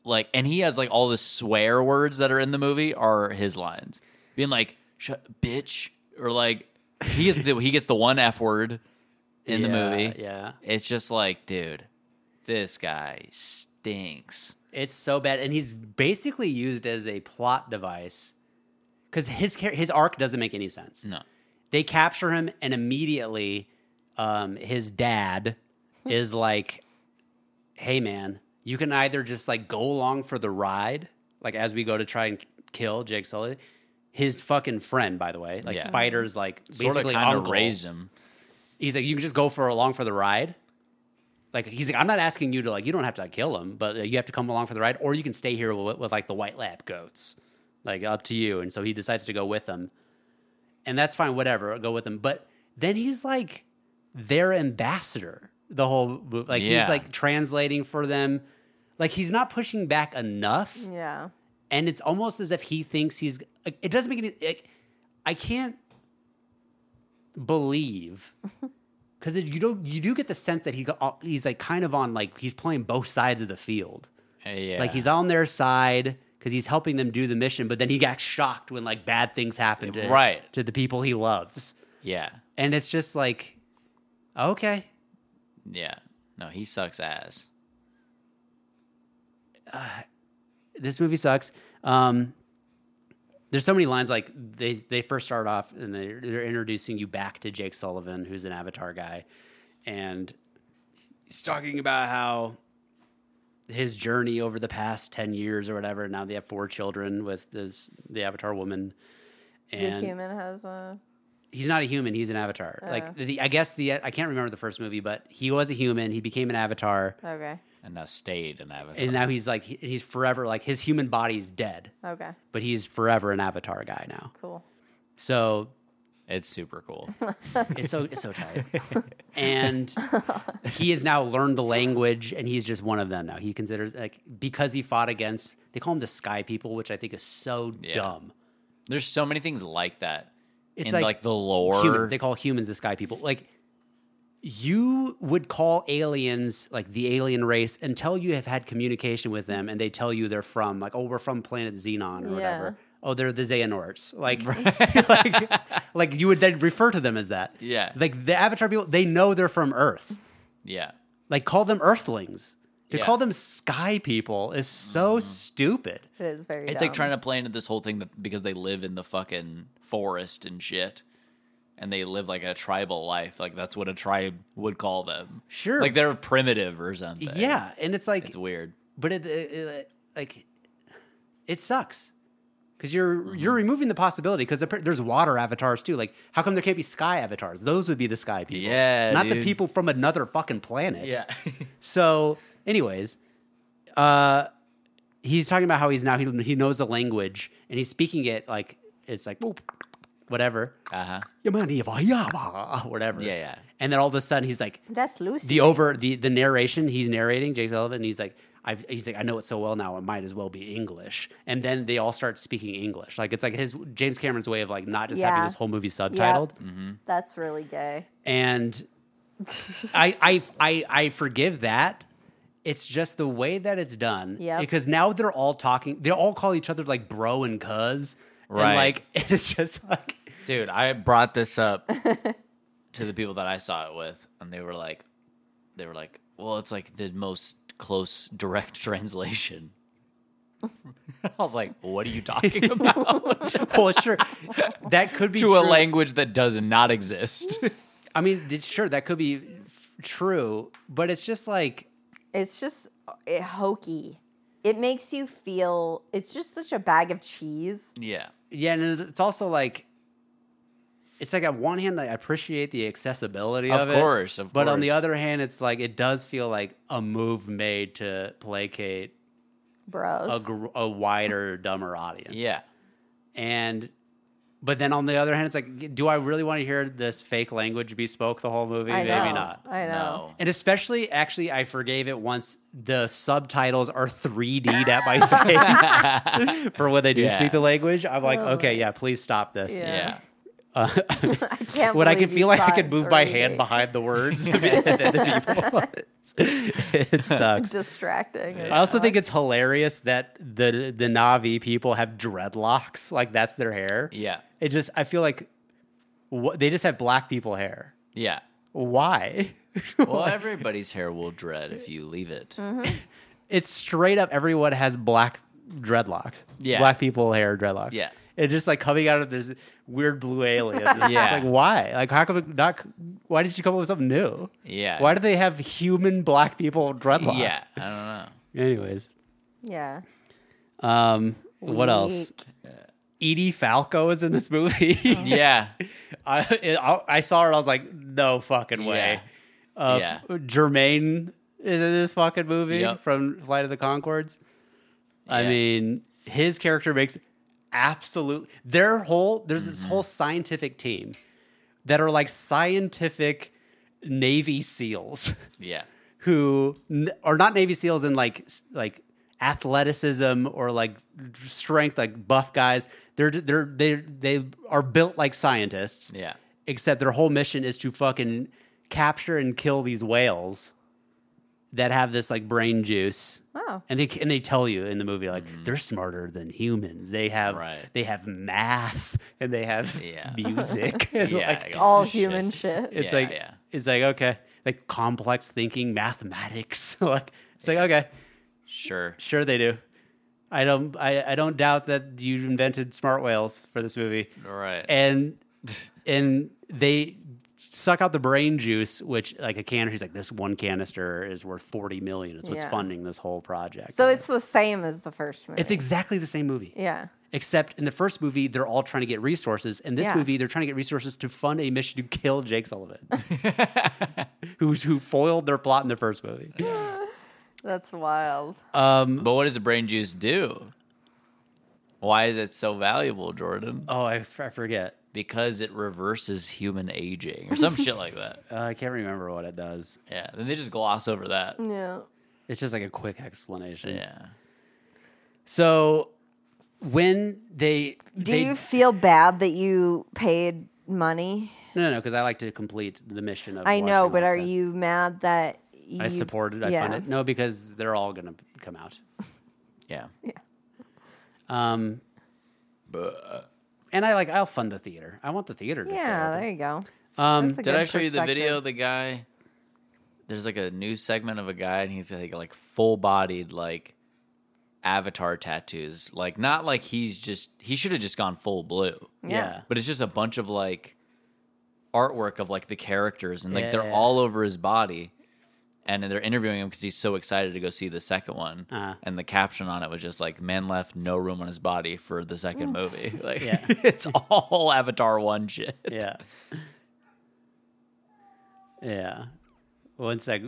[SPEAKER 2] Like, and he has like all the swear words that are in the movie are his lines, being like "shut bitch" or like he is the, he gets the one f word in
[SPEAKER 3] Yeah,
[SPEAKER 2] the movie.
[SPEAKER 3] yeah.
[SPEAKER 2] it's just like, dude, this guy stinks.
[SPEAKER 3] It's so bad, and he's basically used as a plot device because his char- his arc doesn't make any sense.
[SPEAKER 2] No,
[SPEAKER 3] They capture him, and immediately, um, his dad is like, "Hey, man, you can either just like go along for the ride, like as we go to try and kill Jake Sully." His fucking friend, by the way, like
[SPEAKER 2] Yeah.
[SPEAKER 3] Spider's, like
[SPEAKER 2] sort of
[SPEAKER 3] basically
[SPEAKER 2] kind of
[SPEAKER 3] uncle.
[SPEAKER 2] raised him.
[SPEAKER 3] He's like, "You can just go for along for the ride." Like he's like, I'm not asking you to like, you don't have to like, kill him, but uh, you have to come along for the ride, or you can stay here with, with like the white lab goats, like up to you. And so he decides to go with them, and that's fine, whatever, go with them. But then he's like their ambassador, the whole mo- like
[SPEAKER 2] Yeah.
[SPEAKER 3] he's like translating for them, like he's not pushing back enough,
[SPEAKER 1] Yeah.
[SPEAKER 3] and it's almost as if he thinks he's. like, It doesn't make any. Like, I can't believe because you don't. You do get the sense that he got- uh, he's like kind of on like he's playing both sides of the field.
[SPEAKER 2] Uh, Yeah,
[SPEAKER 3] Like he's on their side because he's helping them do the mission, but then he got shocked when like bad things happen to
[SPEAKER 2] Right.
[SPEAKER 3] to the people he loves,
[SPEAKER 2] Yeah.
[SPEAKER 3] and it's just like, okay,
[SPEAKER 2] Yeah. No, he sucks ass.
[SPEAKER 3] this movie sucks. Um, there's so many lines like they they first start off and they're, they're introducing you back to Jake Sullivan, who's an Avatar guy, and he's talking about how his journey over the past ten years or whatever. Now they have four children with this the Avatar woman,
[SPEAKER 1] The
[SPEAKER 3] and
[SPEAKER 1] human has a.
[SPEAKER 3] he's not a human he's an avatar like the, i guess the i can't remember the first movie but he was a human he became an avatar
[SPEAKER 1] Okay.
[SPEAKER 2] And now stayed an avatar.
[SPEAKER 3] and now he's like he- he's forever like his human body's dead
[SPEAKER 1] Okay.
[SPEAKER 3] but he's forever an avatar guy now
[SPEAKER 1] Cool.
[SPEAKER 3] so
[SPEAKER 2] it's super cool.
[SPEAKER 3] it's so it's so tight and he has now learned the language and he's just one of them now he considers like because he fought against they call him the sky people which i think is so
[SPEAKER 2] Yeah.
[SPEAKER 3] dumb
[SPEAKER 2] There's so many things like that.
[SPEAKER 3] It's
[SPEAKER 2] in
[SPEAKER 3] like
[SPEAKER 2] like, the lore.
[SPEAKER 3] humans. They call humans the sky people. Like you would call aliens like the alien race until you have had communication with them and they tell you they're from like oh we're from planet Xenon or
[SPEAKER 1] Yeah.
[SPEAKER 3] whatever. Oh, they're the Xehanorts. Like, like, like you would then refer to them as that.
[SPEAKER 2] Yeah.
[SPEAKER 3] Like the Avatar people, they know they're from Earth.
[SPEAKER 2] yeah.
[SPEAKER 3] Like call them Earthlings. To
[SPEAKER 2] Yeah. Mm.
[SPEAKER 3] call them sky people is so stupid.
[SPEAKER 1] It is very.
[SPEAKER 2] It's like trying to play into this whole thing that because they live in the fucking forest and shit. And they live like a tribal life. Like that's what a tribe would call them.
[SPEAKER 3] Sure.
[SPEAKER 2] Like they're primitive or something.
[SPEAKER 3] Yeah, and it's like
[SPEAKER 2] It's weird.
[SPEAKER 3] but it, it, it like it sucks because you're
[SPEAKER 2] Mm-hmm.
[SPEAKER 3] you're removing the possibility because there's water avatars too. Like, how come there can't be sky avatars? Those would be the sky people,
[SPEAKER 2] Yeah,
[SPEAKER 3] not the
[SPEAKER 2] dude.
[SPEAKER 3] people from another fucking planet.
[SPEAKER 2] Yeah.
[SPEAKER 3] So, anyways, uh, he's talking about how he's now he, he knows the language and he's speaking it like it's like whatever
[SPEAKER 2] uh huh.
[SPEAKER 3] Yamani Vayama, whatever.
[SPEAKER 2] Yeah, yeah.
[SPEAKER 3] And then all of a sudden he's like
[SPEAKER 1] That's Lucy.
[SPEAKER 3] the over the the narration he's narrating Jake Sullivan and he's like I've, he's like I know it so well now it might as well be English and then they all start speaking English like it's like his James Cameron's way of like not just having
[SPEAKER 1] Yeah.
[SPEAKER 3] this whole movie subtitled
[SPEAKER 1] That's really gay.
[SPEAKER 3] and I, I I I forgive that it's just the way that it's done
[SPEAKER 1] Yep.
[SPEAKER 3] because now they're all talking they all call each other like bro and cuz and
[SPEAKER 2] Right.
[SPEAKER 3] like it's just like
[SPEAKER 2] Dude, I brought this up to the people that I saw it with, and they were like, they were like, well, it's like the most close direct translation. I was like, what are you talking about?
[SPEAKER 3] well sure that could be
[SPEAKER 2] to a
[SPEAKER 3] true.
[SPEAKER 2] language that does not exist.
[SPEAKER 3] I mean it's- sure that could be f- true but it's just like
[SPEAKER 1] It's just it, hokey. It makes you feel. It's just such a bag of cheese.
[SPEAKER 2] yeah.
[SPEAKER 3] Yeah, and it- it's also like it's like on one hand I appreciate the accessibility of,
[SPEAKER 2] Of
[SPEAKER 3] it,
[SPEAKER 2] course, of
[SPEAKER 3] but on the
[SPEAKER 2] course.
[SPEAKER 3] other hand, it's like it does feel like a move made to placate
[SPEAKER 1] Bros.
[SPEAKER 3] a, gr- a wider, dumber audience.
[SPEAKER 2] Yeah.
[SPEAKER 3] and but then on the other hand, it's like, do I really want to hear this fake language be spoke the whole movie?
[SPEAKER 1] I
[SPEAKER 3] Maybe
[SPEAKER 1] know.
[SPEAKER 3] not.
[SPEAKER 1] I know.
[SPEAKER 2] No.
[SPEAKER 3] And especially, actually, I forgave it once the subtitles are 3D'd at my face for when they do
[SPEAKER 2] Yeah.
[SPEAKER 3] speak the language. I'm like, okay, yeah, please stop this.
[SPEAKER 1] Yeah.
[SPEAKER 2] Yeah.
[SPEAKER 1] I can't.
[SPEAKER 3] when I
[SPEAKER 1] believe
[SPEAKER 3] can
[SPEAKER 1] you
[SPEAKER 3] feel like I
[SPEAKER 1] saw
[SPEAKER 3] could
[SPEAKER 1] it
[SPEAKER 3] move my
[SPEAKER 1] already.
[SPEAKER 3] hand behind the words. and the people. it sucks.
[SPEAKER 1] Distracting.
[SPEAKER 3] I also think it's hilarious that the the Navi people have dreadlocks, like that's their hair.
[SPEAKER 2] Yeah.
[SPEAKER 3] It just I feel like wha- they just have black people hair.
[SPEAKER 2] Yeah.
[SPEAKER 3] Why?
[SPEAKER 2] Well, everybody's hair will dread if you leave it.
[SPEAKER 3] it's straight up everyone has black dreadlocks.
[SPEAKER 2] Yeah.
[SPEAKER 3] Black people hair dreadlocks.
[SPEAKER 2] Yeah.
[SPEAKER 3] It's just like coming out of this weird blue alien. It's just
[SPEAKER 2] Yeah.
[SPEAKER 3] like why? Like how come it not why did you come up with something new?
[SPEAKER 2] Yeah.
[SPEAKER 3] Why do they have human black people dreadlocks?
[SPEAKER 2] Yeah. I don't know.
[SPEAKER 3] Anyways,
[SPEAKER 1] Yeah.
[SPEAKER 3] um, what else?
[SPEAKER 1] Weak.
[SPEAKER 3] Edie Falco is in this movie.
[SPEAKER 2] Yeah.
[SPEAKER 3] I, it, I I saw her. I was like, no fucking way. Uh,
[SPEAKER 2] Yeah.
[SPEAKER 3] Jermaine is in this fucking movie
[SPEAKER 2] Yep.
[SPEAKER 3] from Flight of the Concords. I
[SPEAKER 2] Yeah.
[SPEAKER 3] mean, his character makes absolute their whole there's this whole scientific team that are like scientific Navy SEALs.
[SPEAKER 2] Yeah.
[SPEAKER 3] who n- are not Navy SEALs in like s- like athleticism or like strength, like buff guys. They're they're they they are built like scientists.
[SPEAKER 2] Yeah.
[SPEAKER 3] Except their whole mission is to fucking capture and kill these whales that have this like brain juice.
[SPEAKER 1] Oh.
[SPEAKER 3] And they and they tell you in the movie like they're smarter than humans. They have
[SPEAKER 2] Mm-hmm. Right.
[SPEAKER 3] they have math and they have
[SPEAKER 2] Yeah.
[SPEAKER 3] music. And, like,
[SPEAKER 2] I got
[SPEAKER 1] All
[SPEAKER 2] this
[SPEAKER 1] human shit.
[SPEAKER 3] it's
[SPEAKER 2] Yeah,
[SPEAKER 3] like
[SPEAKER 2] yeah.
[SPEAKER 3] it's like okay, like complex thinking, mathematics. like it's like okay,
[SPEAKER 2] Sure.
[SPEAKER 3] sure they do. I don't I, I don't doubt that you invented smart whales for this movie.
[SPEAKER 2] Right.
[SPEAKER 3] And and they suck out the brain juice, which like a canister. She's like, this one canister is worth forty million. It's what's
[SPEAKER 1] Yeah.
[SPEAKER 3] funding this whole project.
[SPEAKER 1] So it's the same as the first movie.
[SPEAKER 3] it's exactly the same movie.
[SPEAKER 1] yeah.
[SPEAKER 3] Except in the first movie, they're all trying to get resources. In this
[SPEAKER 1] Yeah.
[SPEAKER 3] movie, they're trying to get resources to fund a mission to kill Jake Sullivan, who's who foiled their plot in the first movie.
[SPEAKER 1] That's wild.
[SPEAKER 2] but what does the brain juice do? Why is it so valuable, Jordan?
[SPEAKER 3] Oh, I, f- I forget.
[SPEAKER 2] Because it reverses human aging or some shit like that.
[SPEAKER 3] Uh, I can't remember what it does.
[SPEAKER 2] Yeah. Then they just gloss over that.
[SPEAKER 1] Yeah.
[SPEAKER 3] It's just like a quick explanation.
[SPEAKER 2] Yeah.
[SPEAKER 3] So when they
[SPEAKER 1] Do
[SPEAKER 3] they,
[SPEAKER 1] you feel bad that you paid money?
[SPEAKER 3] no no no because I like to complete the mission of
[SPEAKER 1] I know,
[SPEAKER 3] watching
[SPEAKER 1] but
[SPEAKER 3] all the
[SPEAKER 1] are
[SPEAKER 3] time.
[SPEAKER 1] you mad that you,
[SPEAKER 3] I support it. I
[SPEAKER 1] yeah.
[SPEAKER 3] fund it. No, because they're all gonna come out.
[SPEAKER 2] Yeah.
[SPEAKER 3] Um, and I like I'll fund the theater. I want the theater. To stay
[SPEAKER 1] Yeah,
[SPEAKER 3] open.
[SPEAKER 1] there you go.
[SPEAKER 3] Um,
[SPEAKER 1] That's a
[SPEAKER 2] Did
[SPEAKER 1] good
[SPEAKER 2] I show you the video
[SPEAKER 1] perspective.
[SPEAKER 2] of the guy? There's like a new segment of a guy, and he's like, like full bodied, like avatar tattoos. Like, not like he's just, he should have just gone full blue.
[SPEAKER 3] yeah.
[SPEAKER 2] But it's just a bunch of like artwork of like the characters, and like
[SPEAKER 3] Yeah.
[SPEAKER 2] they're all over his body. And they're interviewing him because he's so excited to go see the second one.
[SPEAKER 3] Uh-huh.
[SPEAKER 2] And the caption on it was just like, "Man left no room on his body for the second movie." Like, it's all Avatar one shit.
[SPEAKER 3] Yeah. Yeah. One sec.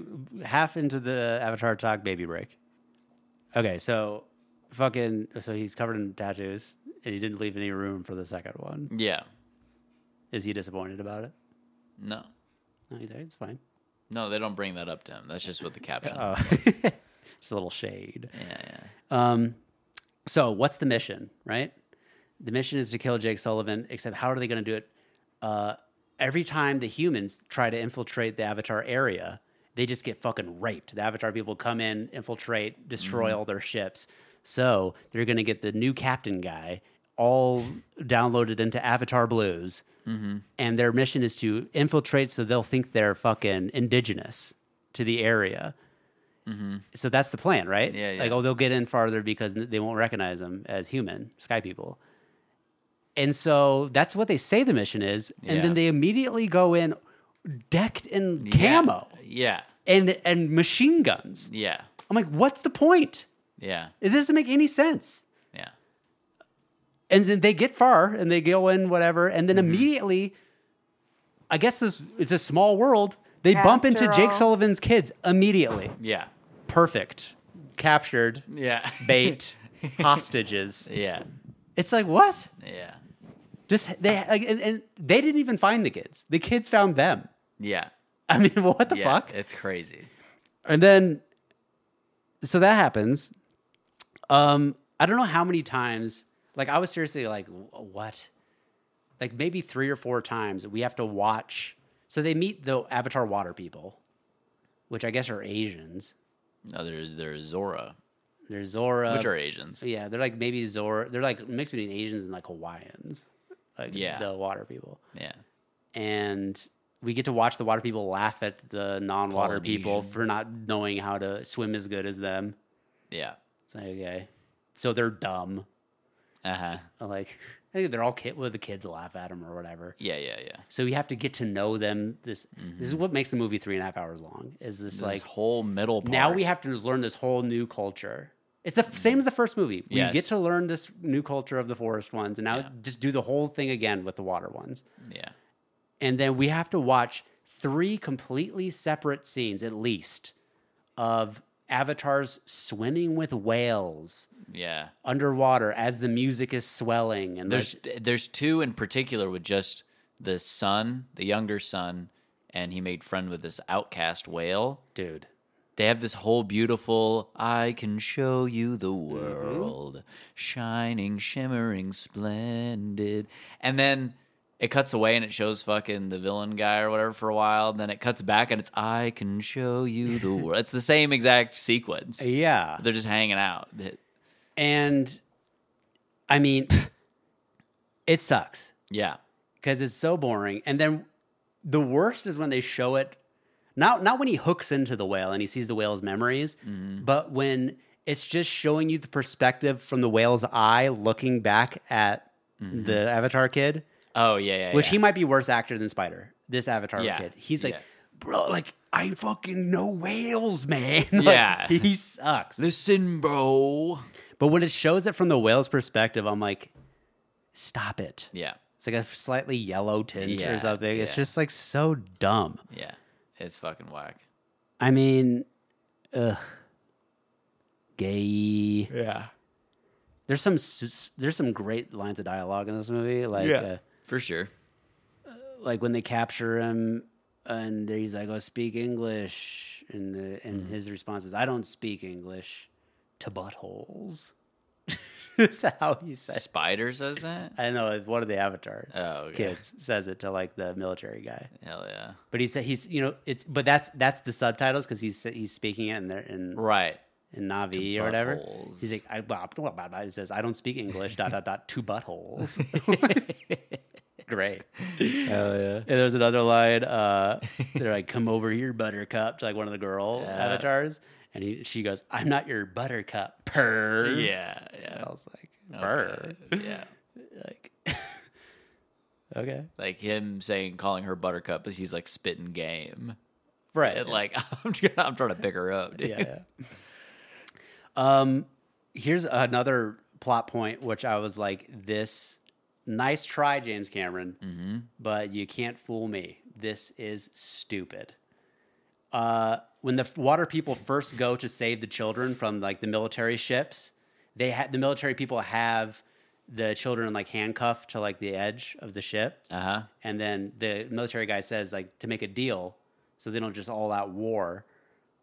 [SPEAKER 3] Half into the Avatar talk, baby break. Okay, so fucking. So he's covered in tattoos, and he didn't leave any room for the second one.
[SPEAKER 2] Yeah.
[SPEAKER 3] Is he disappointed about it?
[SPEAKER 2] No.
[SPEAKER 3] No, he's like, it's fine.
[SPEAKER 2] No, they don't bring that up to him. That's just what the caption.
[SPEAKER 3] Oh, just a little shade.
[SPEAKER 2] Yeah, yeah.
[SPEAKER 3] Um, so what's the mission, right? The mission is to kill Jake Sullivan, except how are they going to do it? Uh, every time the humans try to infiltrate the Avatar area, they just get fucking raped. The Avatar people come in, infiltrate, destroy
[SPEAKER 2] Mm-hmm.
[SPEAKER 3] all their ships. So they're going to get the new captain guy all downloaded into Avatar Blues.
[SPEAKER 2] Mm-hmm.
[SPEAKER 3] And their mission is to infiltrate so they'll think they're fucking indigenous to the area. So that's the plan, right?
[SPEAKER 2] Mm-hmm. Yeah,
[SPEAKER 3] Like,
[SPEAKER 2] yeah.
[SPEAKER 3] oh, they'll get in farther because they won't recognize them as human, sky people. And so that's what they say the mission is. And
[SPEAKER 2] Yeah.
[SPEAKER 3] then they immediately go in decked in
[SPEAKER 2] Yeah.
[SPEAKER 3] camo
[SPEAKER 2] Yeah.
[SPEAKER 3] and, and machine guns.
[SPEAKER 2] Yeah.
[SPEAKER 3] I'm like, what's the point?
[SPEAKER 2] Yeah.
[SPEAKER 3] It doesn't make any sense.
[SPEAKER 2] Yeah.
[SPEAKER 3] And then they get far and they go in whatever. And then
[SPEAKER 2] Mm-hmm.
[SPEAKER 3] immediately, I guess this it's a small world. They bump into
[SPEAKER 1] After
[SPEAKER 3] Jake
[SPEAKER 1] all-
[SPEAKER 3] Sullivan's kids immediately.
[SPEAKER 2] Yeah.
[SPEAKER 3] Perfect. Captured,
[SPEAKER 2] Yeah.
[SPEAKER 3] bait, hostages.
[SPEAKER 2] yeah.
[SPEAKER 3] It's like, what?
[SPEAKER 2] Yeah.
[SPEAKER 3] Just they like, and, and they didn't even find the kids. The kids found them.
[SPEAKER 2] Yeah.
[SPEAKER 3] I mean, what the
[SPEAKER 2] Yeah.
[SPEAKER 3] fuck?
[SPEAKER 2] It's crazy.
[SPEAKER 3] And then, so that happens. Um, I don't know how many times. Like, I was seriously like, "Wh- what? Like maybe three or four times we have to watch. So they meet the Avatar water people, which I guess are Asians.
[SPEAKER 2] No, there's there's Zora,
[SPEAKER 3] They're Zora,
[SPEAKER 2] which are Asians.
[SPEAKER 3] Uh, yeah, they're like maybe Zora. They're like mixed between Asians and like Hawaiians, like
[SPEAKER 2] Yeah.
[SPEAKER 3] the water people.
[SPEAKER 2] Yeah.
[SPEAKER 3] and we get to watch the water people laugh at the non-water people
[SPEAKER 2] Polynesian.
[SPEAKER 3] for not knowing how to swim as good as them.
[SPEAKER 2] Yeah.
[SPEAKER 3] It's like okay, so they're dumb.
[SPEAKER 2] Uh huh.
[SPEAKER 3] I'm Like I think they're all kid. Well, the kids laugh at them or whatever.
[SPEAKER 2] Yeah. Yeah. Yeah.
[SPEAKER 3] So you have to get to know them. This this is what makes the movie three and a half hours long. Is this,
[SPEAKER 2] Mm-hmm. This
[SPEAKER 3] like
[SPEAKER 2] whole middle part.
[SPEAKER 3] now we have to learn this whole new culture. It's the f- same as the first movie. We
[SPEAKER 2] Yes.
[SPEAKER 3] get to learn this new culture of the forest ones, and now
[SPEAKER 2] Yeah.
[SPEAKER 3] just do the whole thing again with the water ones.
[SPEAKER 2] Yeah.
[SPEAKER 3] and then we have to watch three completely separate scenes at least of avatars swimming with whales
[SPEAKER 2] Yeah.
[SPEAKER 3] underwater as the music is swelling and
[SPEAKER 2] There's
[SPEAKER 3] there's
[SPEAKER 2] there's two in particular with just the son, the younger son, and he made friend with this outcast whale.
[SPEAKER 3] dude
[SPEAKER 2] They have this whole beautiful, I can show you the
[SPEAKER 3] Mm-hmm.
[SPEAKER 2] world, shining, shimmering, splendid. And then it cuts away and it shows fucking the villain guy or whatever for a while. And then it cuts back and it's I can show you the world. It's the same exact sequence.
[SPEAKER 3] Yeah.
[SPEAKER 2] They're just hanging out.
[SPEAKER 3] And I mean, it sucks
[SPEAKER 2] Yeah.
[SPEAKER 3] because it's so boring. And then the worst is when they show it, not not when he hooks into the whale and he sees the whale's memories,
[SPEAKER 2] Mm-hmm.
[SPEAKER 3] but when it's just showing you the perspective from the whale's eye looking back at the Avatar kid,
[SPEAKER 2] Oh yeah, Mm-hmm. yeah.
[SPEAKER 3] which
[SPEAKER 2] yeah.
[SPEAKER 3] he might be worse actor than Spider. This Avatar
[SPEAKER 2] Yeah,
[SPEAKER 3] kid, he's like,
[SPEAKER 2] yeah.
[SPEAKER 3] bro, like I fucking know whales, man. Like,
[SPEAKER 2] Yeah.
[SPEAKER 3] he sucks.
[SPEAKER 2] listen, bro.
[SPEAKER 3] But when it shows it from the whale's perspective, I'm like, stop it.
[SPEAKER 2] Yeah,
[SPEAKER 3] It's like a slightly yellow tint
[SPEAKER 2] Yeah,
[SPEAKER 3] or something. It's
[SPEAKER 2] yeah.
[SPEAKER 3] just like so dumb.
[SPEAKER 2] yeah. It's fucking whack.
[SPEAKER 3] I mean, ugh. Gay.
[SPEAKER 4] Yeah.
[SPEAKER 3] There's some s- there's some great lines of dialogue in this movie. Like
[SPEAKER 4] Yeah.
[SPEAKER 3] uh,
[SPEAKER 2] For sure.
[SPEAKER 3] like when they capture him and he's like, "Oh, speak English," and the and
[SPEAKER 2] Mm-hmm.
[SPEAKER 3] his response is, "I don't speak English to buttholes." That's how he says.
[SPEAKER 2] Spider says that?
[SPEAKER 3] I know one of the Avatar
[SPEAKER 2] Oh, okay.
[SPEAKER 3] kids says it to like the military guy,
[SPEAKER 2] Hell yeah.
[SPEAKER 3] but he said he's you know it's but that's that's the subtitles because he's he's speaking it in there in
[SPEAKER 2] Right.
[SPEAKER 3] in Navi or whatever.
[SPEAKER 2] buttholes.
[SPEAKER 3] He's like, I, blah, blah, blah, blah. he says, I don't speak English. dot dot dot. Two buttholes. Great.
[SPEAKER 2] Hell yeah.
[SPEAKER 3] And there's another line. Uh, they're like, "Come over here, Buttercup," to like one of the girl avatars, and he, she goes, "I'm not your Buttercup, perv."
[SPEAKER 2] Yeah, yeah.
[SPEAKER 3] I was like,
[SPEAKER 2] Okay,
[SPEAKER 3] "Perv."
[SPEAKER 2] Yeah.
[SPEAKER 3] Like, okay,
[SPEAKER 2] Like him saying calling her buttercup, but he's like spitting game.
[SPEAKER 3] right.
[SPEAKER 2] And like I'm, trying- I'm trying to pick her up, dude.
[SPEAKER 3] yeah. um, here's another plot point, which I was like, this nice try, James Cameron, but you can't fool me. This is stupid. Uh, when the water people first go to save the children from like the military ships, they had the military people have the children like handcuffed to like the edge of the ship.
[SPEAKER 2] Uh-huh.
[SPEAKER 3] And then the military guy says, like, to make a deal so they don't just all out war,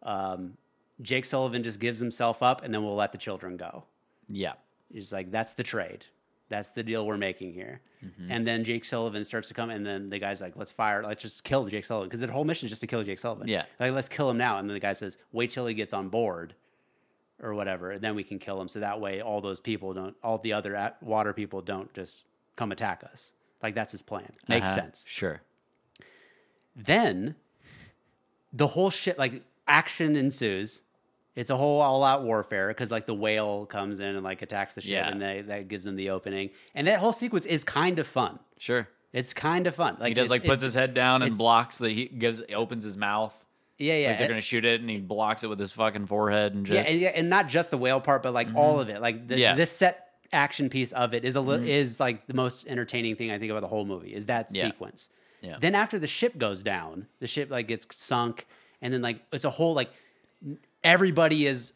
[SPEAKER 3] um, Jake Sullivan just gives himself up and then we'll let the children go.
[SPEAKER 2] Yeah.
[SPEAKER 3] He's like, that's the trade. That's the deal we're making here.
[SPEAKER 2] Mm-hmm.
[SPEAKER 3] And then Jake Sullivan starts to come, and then the guy's like, let's fire, let's just kill Jake Sullivan. Because the whole mission is just to kill Jake Sullivan.
[SPEAKER 2] Yeah.
[SPEAKER 3] Like, let's kill him now. And then the guy says, wait till he gets on board or whatever, and then we can kill him. So that way, all those people don't, all the other at- water people don't just come attack us. Like, that's his plan. Makes
[SPEAKER 2] Uh-huh.
[SPEAKER 3] sense
[SPEAKER 2] Sure.
[SPEAKER 3] then the whole shit like action ensues it's a whole all-out warfare because like the whale comes in and like attacks the ship
[SPEAKER 2] Yeah.
[SPEAKER 3] and they, that gives them the opening and that whole sequence is kind of fun
[SPEAKER 2] Sure.
[SPEAKER 3] it's kind of fun like
[SPEAKER 2] He does
[SPEAKER 3] it-
[SPEAKER 2] like
[SPEAKER 3] it-
[SPEAKER 2] puts his head down and
[SPEAKER 3] it's-
[SPEAKER 2] blocks the he gives opens his mouth.
[SPEAKER 3] yeah yeah
[SPEAKER 2] Like they're
[SPEAKER 3] it-
[SPEAKER 2] gonna shoot it and he blocks it with his fucking forehead and
[SPEAKER 3] yeah
[SPEAKER 2] shit.
[SPEAKER 3] and, yeah, and not just the whale part but like all of it like the,
[SPEAKER 2] Mm-hmm. Yeah.
[SPEAKER 3] this set action piece of it is a li- is like the most entertaining thing i think about the whole movie is that
[SPEAKER 2] Mm-hmm. Yeah.
[SPEAKER 3] sequence
[SPEAKER 2] Yeah.
[SPEAKER 3] then after the ship goes down the ship like gets sunk and then like it's a whole like everybody is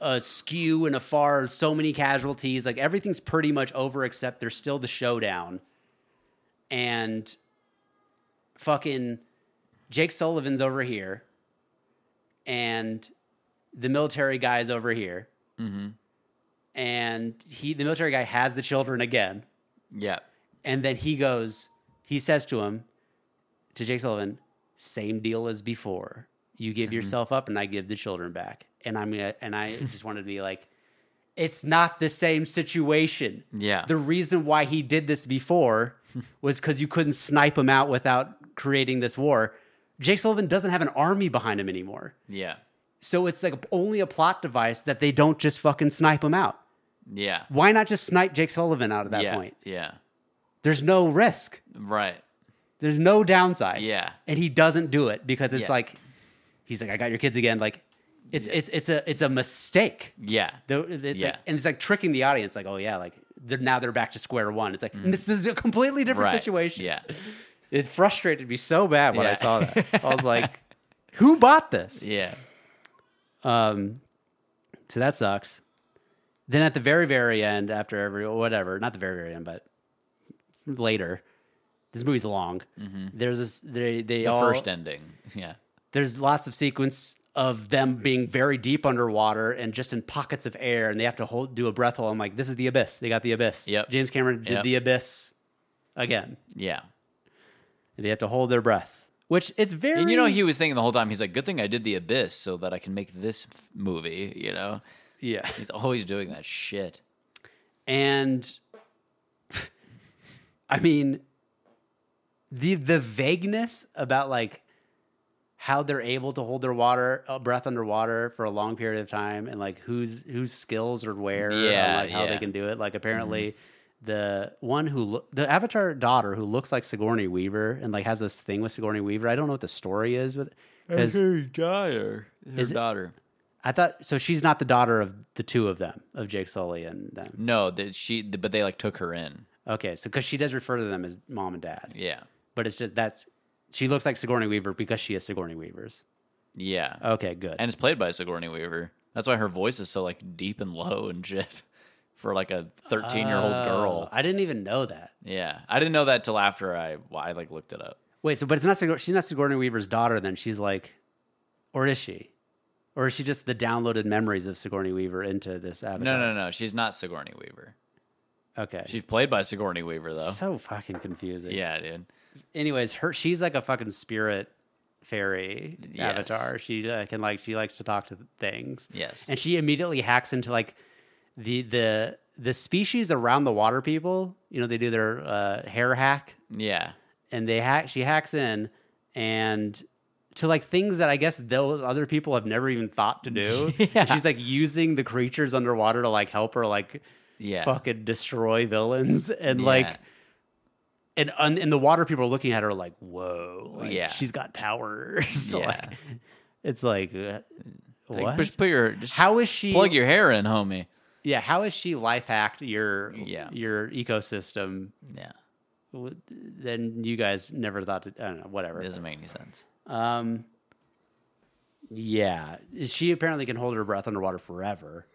[SPEAKER 3] askew and afar so many casualties like everything's pretty much over except there's still the showdown and fucking Jake Sullivan's over here, and the military guy's over here, and he the military guy has the children again,
[SPEAKER 2] yeah.
[SPEAKER 3] and then he goes, he says to him, to Jake Sullivan, same deal as before. You give yourself up, and I give the children back, and I'm gonna, and I just wanted to be like, it's not the same situation.
[SPEAKER 2] Yeah.
[SPEAKER 3] The reason why he did this before was because you couldn't snipe him out without creating this war. Jake Sullivan doesn't have an army behind him anymore.
[SPEAKER 2] Yeah.
[SPEAKER 3] So it's like only a plot device that they don't just fucking snipe him out.
[SPEAKER 2] Yeah.
[SPEAKER 3] Why not just snipe Jake Sullivan out at that
[SPEAKER 2] yeah.
[SPEAKER 3] point?
[SPEAKER 2] Yeah.
[SPEAKER 3] There's no risk.
[SPEAKER 2] Right.
[SPEAKER 3] There's no downside.
[SPEAKER 2] Yeah.
[SPEAKER 3] And he doesn't do it because it's
[SPEAKER 2] Yeah.
[SPEAKER 3] like he's like, I got your kids again. Like it's it's it's a it's a mistake.
[SPEAKER 2] Yeah.
[SPEAKER 3] Though it's like,
[SPEAKER 2] Yeah.
[SPEAKER 3] and it's like tricking the audience, like, oh yeah, like they're, now they're back to square one. It's like this, this is a completely different
[SPEAKER 2] Mm. right.
[SPEAKER 3] situation.
[SPEAKER 2] Yeah.
[SPEAKER 3] it frustrated me so bad when I
[SPEAKER 2] Yeah.
[SPEAKER 3] saw that. I was like, who bought this?
[SPEAKER 2] Yeah.
[SPEAKER 3] Um, so that sucks. Then at the very, very end, after every whatever, not the very, very end, but later, this movie's long. There's this, they, they
[SPEAKER 2] Mm-hmm. The
[SPEAKER 3] all,
[SPEAKER 2] first ending. Yeah.
[SPEAKER 3] there's lots of sequence of them being very deep underwater and just in pockets of air, and they have to hold do a breath hold. I'm like, this is the abyss. They got the abyss.
[SPEAKER 2] Yep.
[SPEAKER 3] James Cameron did
[SPEAKER 2] Yep.
[SPEAKER 3] the abyss again.
[SPEAKER 2] Yeah.
[SPEAKER 3] They have to hold their breath, which it's very.
[SPEAKER 2] And you know, he was thinking the whole time, he's like, good thing I did The Abyss so that I can make this f- movie, you know?
[SPEAKER 3] yeah,
[SPEAKER 2] He's always doing that shit.
[SPEAKER 3] and I mean the the vagueness about like how they're able to hold their water uh, breath underwater for a long period of time and like whose whose skills are where and,
[SPEAKER 2] Yeah,
[SPEAKER 3] like how
[SPEAKER 2] yeah. Mm-hmm.
[SPEAKER 3] they can do it like apparently the one who lo- the avatar daughter who looks like Sigourney Weaver and like has this thing with Sigourney Weaver I don't know what the story is but because
[SPEAKER 4] Her daughter.
[SPEAKER 2] Her
[SPEAKER 3] Is it-
[SPEAKER 2] daughter.
[SPEAKER 3] I thought so she's not the daughter of the two of them of Jake Sully and them
[SPEAKER 2] No, that she, but they like took her in.
[SPEAKER 3] okay so because she does refer to them as mom and dad
[SPEAKER 2] Yeah.
[SPEAKER 3] but it's just that's she looks like Sigourney Weaver because she is Sigourney Weaver's.
[SPEAKER 2] Yeah.
[SPEAKER 3] Okay, good.
[SPEAKER 2] and it's played by Sigourney Weaver. That's why her voice is so like deep and low and shit for like a 13 year old
[SPEAKER 3] Oh,
[SPEAKER 2] girl.
[SPEAKER 3] I didn't even know that.
[SPEAKER 2] Yeah, I didn't know that till after I well, I like looked it up.
[SPEAKER 3] Wait, so but it's not Sigour- she's not Sigourney Weaver's daughter. Then she's like, or is she? Or is she just the downloaded memories of Sigourney Weaver into this avatar?
[SPEAKER 2] No, no, no, she's not Sigourney Weaver.
[SPEAKER 3] no. Okay,
[SPEAKER 2] She's played by Sigourney Weaver though.
[SPEAKER 3] so fucking confusing.
[SPEAKER 2] yeah, dude.
[SPEAKER 3] Anyways, her she's like a fucking spirit fairy
[SPEAKER 2] Yes.
[SPEAKER 3] avatar. She uh, can like she likes to talk to things.
[SPEAKER 2] Yes.
[SPEAKER 3] and she immediately hacks into like the the the species around the water people you know they do their uh, hair hack
[SPEAKER 2] Yeah.
[SPEAKER 3] and they hack she hacks in and to like things that i guess those other people have never even thought to do
[SPEAKER 2] Yeah.
[SPEAKER 3] And she's like using the creatures underwater to like help her like
[SPEAKER 2] Yeah.
[SPEAKER 3] fucking destroy villains and
[SPEAKER 2] Yeah.
[SPEAKER 3] like and un- and the water people are looking at her like whoa like,
[SPEAKER 2] Yeah.
[SPEAKER 3] she's got powers So,
[SPEAKER 2] Yeah.
[SPEAKER 3] like it's like uh,
[SPEAKER 2] Like,
[SPEAKER 3] what?
[SPEAKER 2] Just put your just
[SPEAKER 3] how is she
[SPEAKER 2] plug your hair in, homie.
[SPEAKER 3] yeah, how has she life hacked your
[SPEAKER 2] Yeah.
[SPEAKER 3] your ecosystem?
[SPEAKER 2] Yeah.
[SPEAKER 3] w- Then you guys never thought to I don't know
[SPEAKER 2] It
[SPEAKER 3] whatever.
[SPEAKER 2] doesn't make any sense.
[SPEAKER 3] Um, yeah, she apparently can hold her breath underwater forever.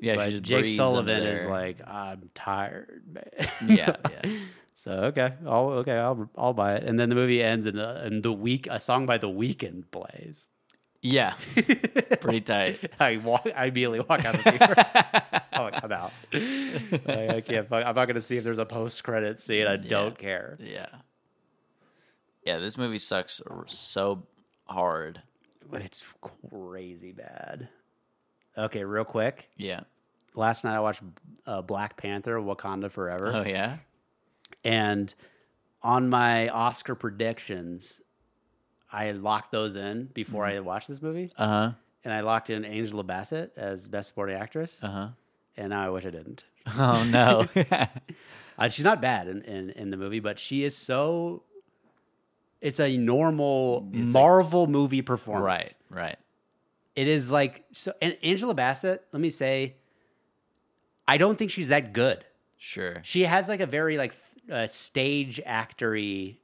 [SPEAKER 2] Yeah,
[SPEAKER 3] But
[SPEAKER 2] she just
[SPEAKER 3] Jake
[SPEAKER 2] breathes
[SPEAKER 3] Sullivan
[SPEAKER 2] under
[SPEAKER 3] is
[SPEAKER 2] there.
[SPEAKER 3] like, I'm tired. man."
[SPEAKER 2] Yeah, yeah.
[SPEAKER 3] so okay, I'll okay, I'll I'll buy it. And then the movie ends, and uh, and the week a song by The Weekend plays.
[SPEAKER 2] Yeah. Pretty tight.
[SPEAKER 3] I walk. I immediately walk out of the theater. I'm, like, I'm out. Like, I can't. fuck- I'm not going to see if there's a post credit scene. I don't care.
[SPEAKER 2] Yeah. Yeah, this movie sucks r- so hard.
[SPEAKER 3] It's crazy bad. Okay, real quick.
[SPEAKER 2] Yeah.
[SPEAKER 3] Last night I watched uh, Black Panther: Wakanda Forever,
[SPEAKER 2] Oh yeah.
[SPEAKER 3] and on my Oscar predictions, I locked those in before I watched this movie,
[SPEAKER 2] Uh huh.
[SPEAKER 3] and I locked in Angela Bassett as Best Supporting Actress,
[SPEAKER 2] Uh huh.
[SPEAKER 3] and now I wish I didn't.
[SPEAKER 2] Oh no.
[SPEAKER 3] Uh, she's not bad in, in, in the movie, but she is so. It's a normal Marvel movie performance.
[SPEAKER 2] right. Right.
[SPEAKER 3] It is like. so. And Angela Bassett, let me say, I don't think she's that good.
[SPEAKER 2] Sure.
[SPEAKER 3] She has like a very like th- uh, stage actory,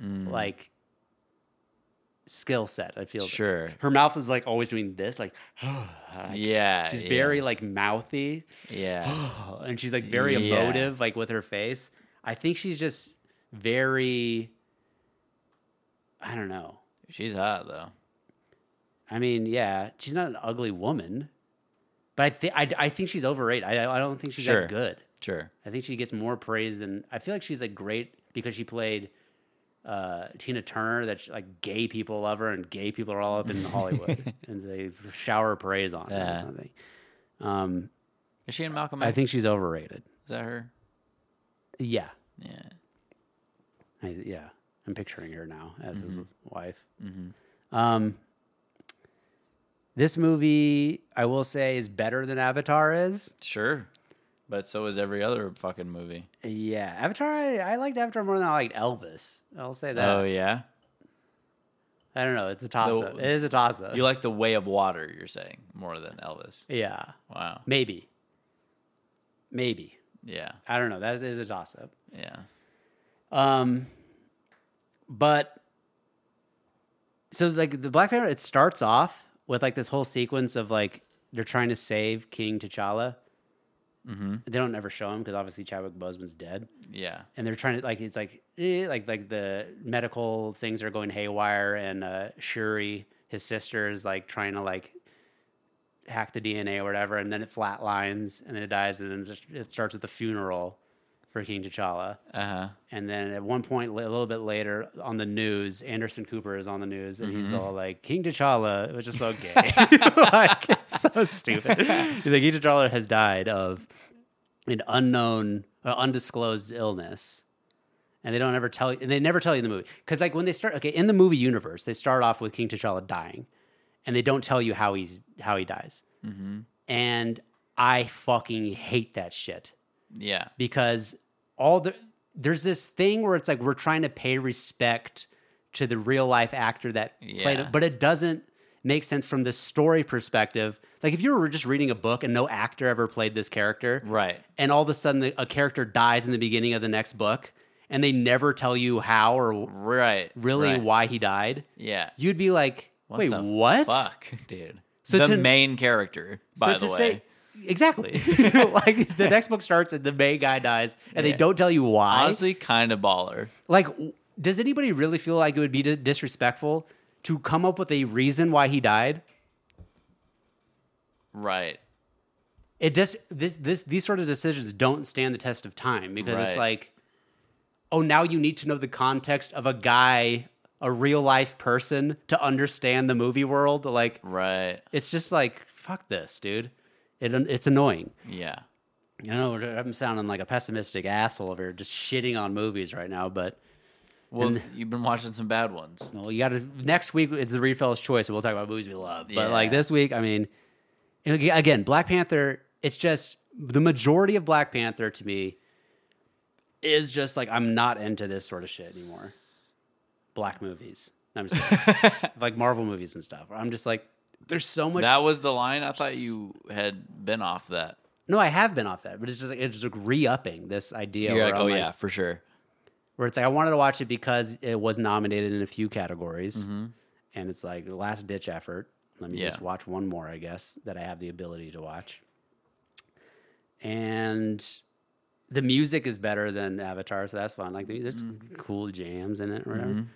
[SPEAKER 2] Mm, Mm-hmm.
[SPEAKER 3] like skill set, I feel.
[SPEAKER 2] Sure.
[SPEAKER 3] Her mouth is like always doing this, like.
[SPEAKER 2] Yeah.
[SPEAKER 3] She's
[SPEAKER 2] yeah,
[SPEAKER 3] very like mouthy.
[SPEAKER 2] Yeah.
[SPEAKER 3] and she's like very
[SPEAKER 2] Yeah.
[SPEAKER 3] emotive like with her face i think she's just very i don't know
[SPEAKER 2] She's hot though.
[SPEAKER 3] i mean yeah she's not an ugly woman but i think I, I think she's overrated i, I don't think she's
[SPEAKER 2] Sure.
[SPEAKER 3] that good
[SPEAKER 2] Sure.
[SPEAKER 3] i think she gets more praise than i feel like she's like great because she played uh, Tina Turner, that she- like gay people love her, and gay people are all up in Hollywood, and they shower praise on her
[SPEAKER 2] Yeah.
[SPEAKER 3] or something. Um,
[SPEAKER 2] Is she in Malcolm X?
[SPEAKER 3] I think she's overrated.
[SPEAKER 2] Is that her?
[SPEAKER 3] Yeah,
[SPEAKER 2] Yeah.
[SPEAKER 3] I, yeah, I'm picturing her now as his wife. Um, this movie, I will say, is better than Avatar is.
[SPEAKER 2] Sure. But so is every other fucking movie.
[SPEAKER 3] Yeah, Avatar. I, I liked Avatar more than I liked Elvis. I'll say that.
[SPEAKER 2] Oh yeah.
[SPEAKER 3] I don't know. It's a toss up.
[SPEAKER 2] The-
[SPEAKER 3] It is a toss up.
[SPEAKER 2] You like the Way of Water? You're saying more than Elvis.
[SPEAKER 3] yeah,
[SPEAKER 2] Wow.
[SPEAKER 3] maybe, maybe.
[SPEAKER 2] Yeah.
[SPEAKER 3] I don't know. That is, is a toss up.
[SPEAKER 2] Yeah.
[SPEAKER 3] Um, but so like the Black Panther, it starts off with like this whole sequence of like they're trying to save King T'Challa. Mm-hmm. They don't ever show him because obviously Chadwick Boseman's dead,
[SPEAKER 2] Yeah.
[SPEAKER 3] and they're trying to like it's like eh, like like the medical things are going haywire, and uh, Shuri, his sister, is like trying to like hack the DNA or whatever, and then it flatlines and it dies, and then it just- it starts with the funeral for King T'Challa.
[SPEAKER 2] Uh huh.
[SPEAKER 3] And then at one point, li- a little bit later on the news, Anderson Cooper is on the news and he's all like, King T'Challa. It was just so gay. like, so stupid. He's like, King T'Challa has died of an unknown, uh, undisclosed illness. And they don't ever tell you, and they never tell you in the movie. Because, like, when they start, okay, in the movie universe, they start off with King T'Challa dying and they don't tell you how he's, how he dies. And I fucking hate that shit
[SPEAKER 2] Yeah.
[SPEAKER 3] because all the there's this thing where it's like we're trying to pay respect to the real life actor that played
[SPEAKER 2] Yeah.
[SPEAKER 3] it, but it doesn't make sense from the story perspective. Like if you were just reading a book and no actor ever played this character,
[SPEAKER 2] Right.
[SPEAKER 3] And all of a sudden the, a character dies in the beginning of the next book, and they never tell you how or
[SPEAKER 2] Right.
[SPEAKER 3] really
[SPEAKER 2] right.
[SPEAKER 3] why he died.
[SPEAKER 2] Yeah.
[SPEAKER 3] You'd be like, wait,
[SPEAKER 2] the
[SPEAKER 3] what?
[SPEAKER 2] Fuck, dude.
[SPEAKER 3] So
[SPEAKER 2] the
[SPEAKER 3] to-
[SPEAKER 2] main character, by the way.
[SPEAKER 3] exactly. like the next book starts and the main guy dies, and
[SPEAKER 2] Yeah.
[SPEAKER 3] they don't tell you why.
[SPEAKER 2] honestly, kind of baller.
[SPEAKER 3] Like, w- does anybody really feel like it would be dis- disrespectful to come up with a reason why he died?
[SPEAKER 2] Right.
[SPEAKER 3] It just this this these sort of decisions don't stand the test of time because
[SPEAKER 2] Right.
[SPEAKER 3] it's like, oh, now you need to know the context of a guy, a real life person, to understand the movie world. Like,
[SPEAKER 2] Right.
[SPEAKER 3] it's just like fuck this, dude. It it's annoying.
[SPEAKER 2] Yeah.
[SPEAKER 3] I know I'm sounding like a pessimistic asshole over here, just shitting on movies right now, but
[SPEAKER 2] Well, you've been watching some bad ones.
[SPEAKER 3] Well, you got to. Next week is the refell's choice, and we'll talk about movies we love. But like
[SPEAKER 2] Yeah.
[SPEAKER 3] this week, I mean, ag- again, Black Panther. It's just the majority of Black Panther to me is just like I'm not into this sort of shit anymore. Black movies. No, I'm just kidding. like Marvel movies and stuff. I'm just like, there's so much.
[SPEAKER 2] That was the line I thought you had been off that.
[SPEAKER 3] no, I have been off that, but it's just like it's just like re-upping this idea.
[SPEAKER 2] You're
[SPEAKER 3] where
[SPEAKER 2] like,
[SPEAKER 3] I'm
[SPEAKER 2] oh yeah, for sure.
[SPEAKER 3] where it's like I wanted to watch it because it was nominated in a few categories, and it's like last ditch effort. Let me
[SPEAKER 2] Mm-hmm. Yeah.
[SPEAKER 3] just watch one more, I guess, that I have the ability to watch. And the music is better than Avatar, so that's fun. Like there's
[SPEAKER 2] Mm-hmm.
[SPEAKER 3] cool jams in it, or whatever.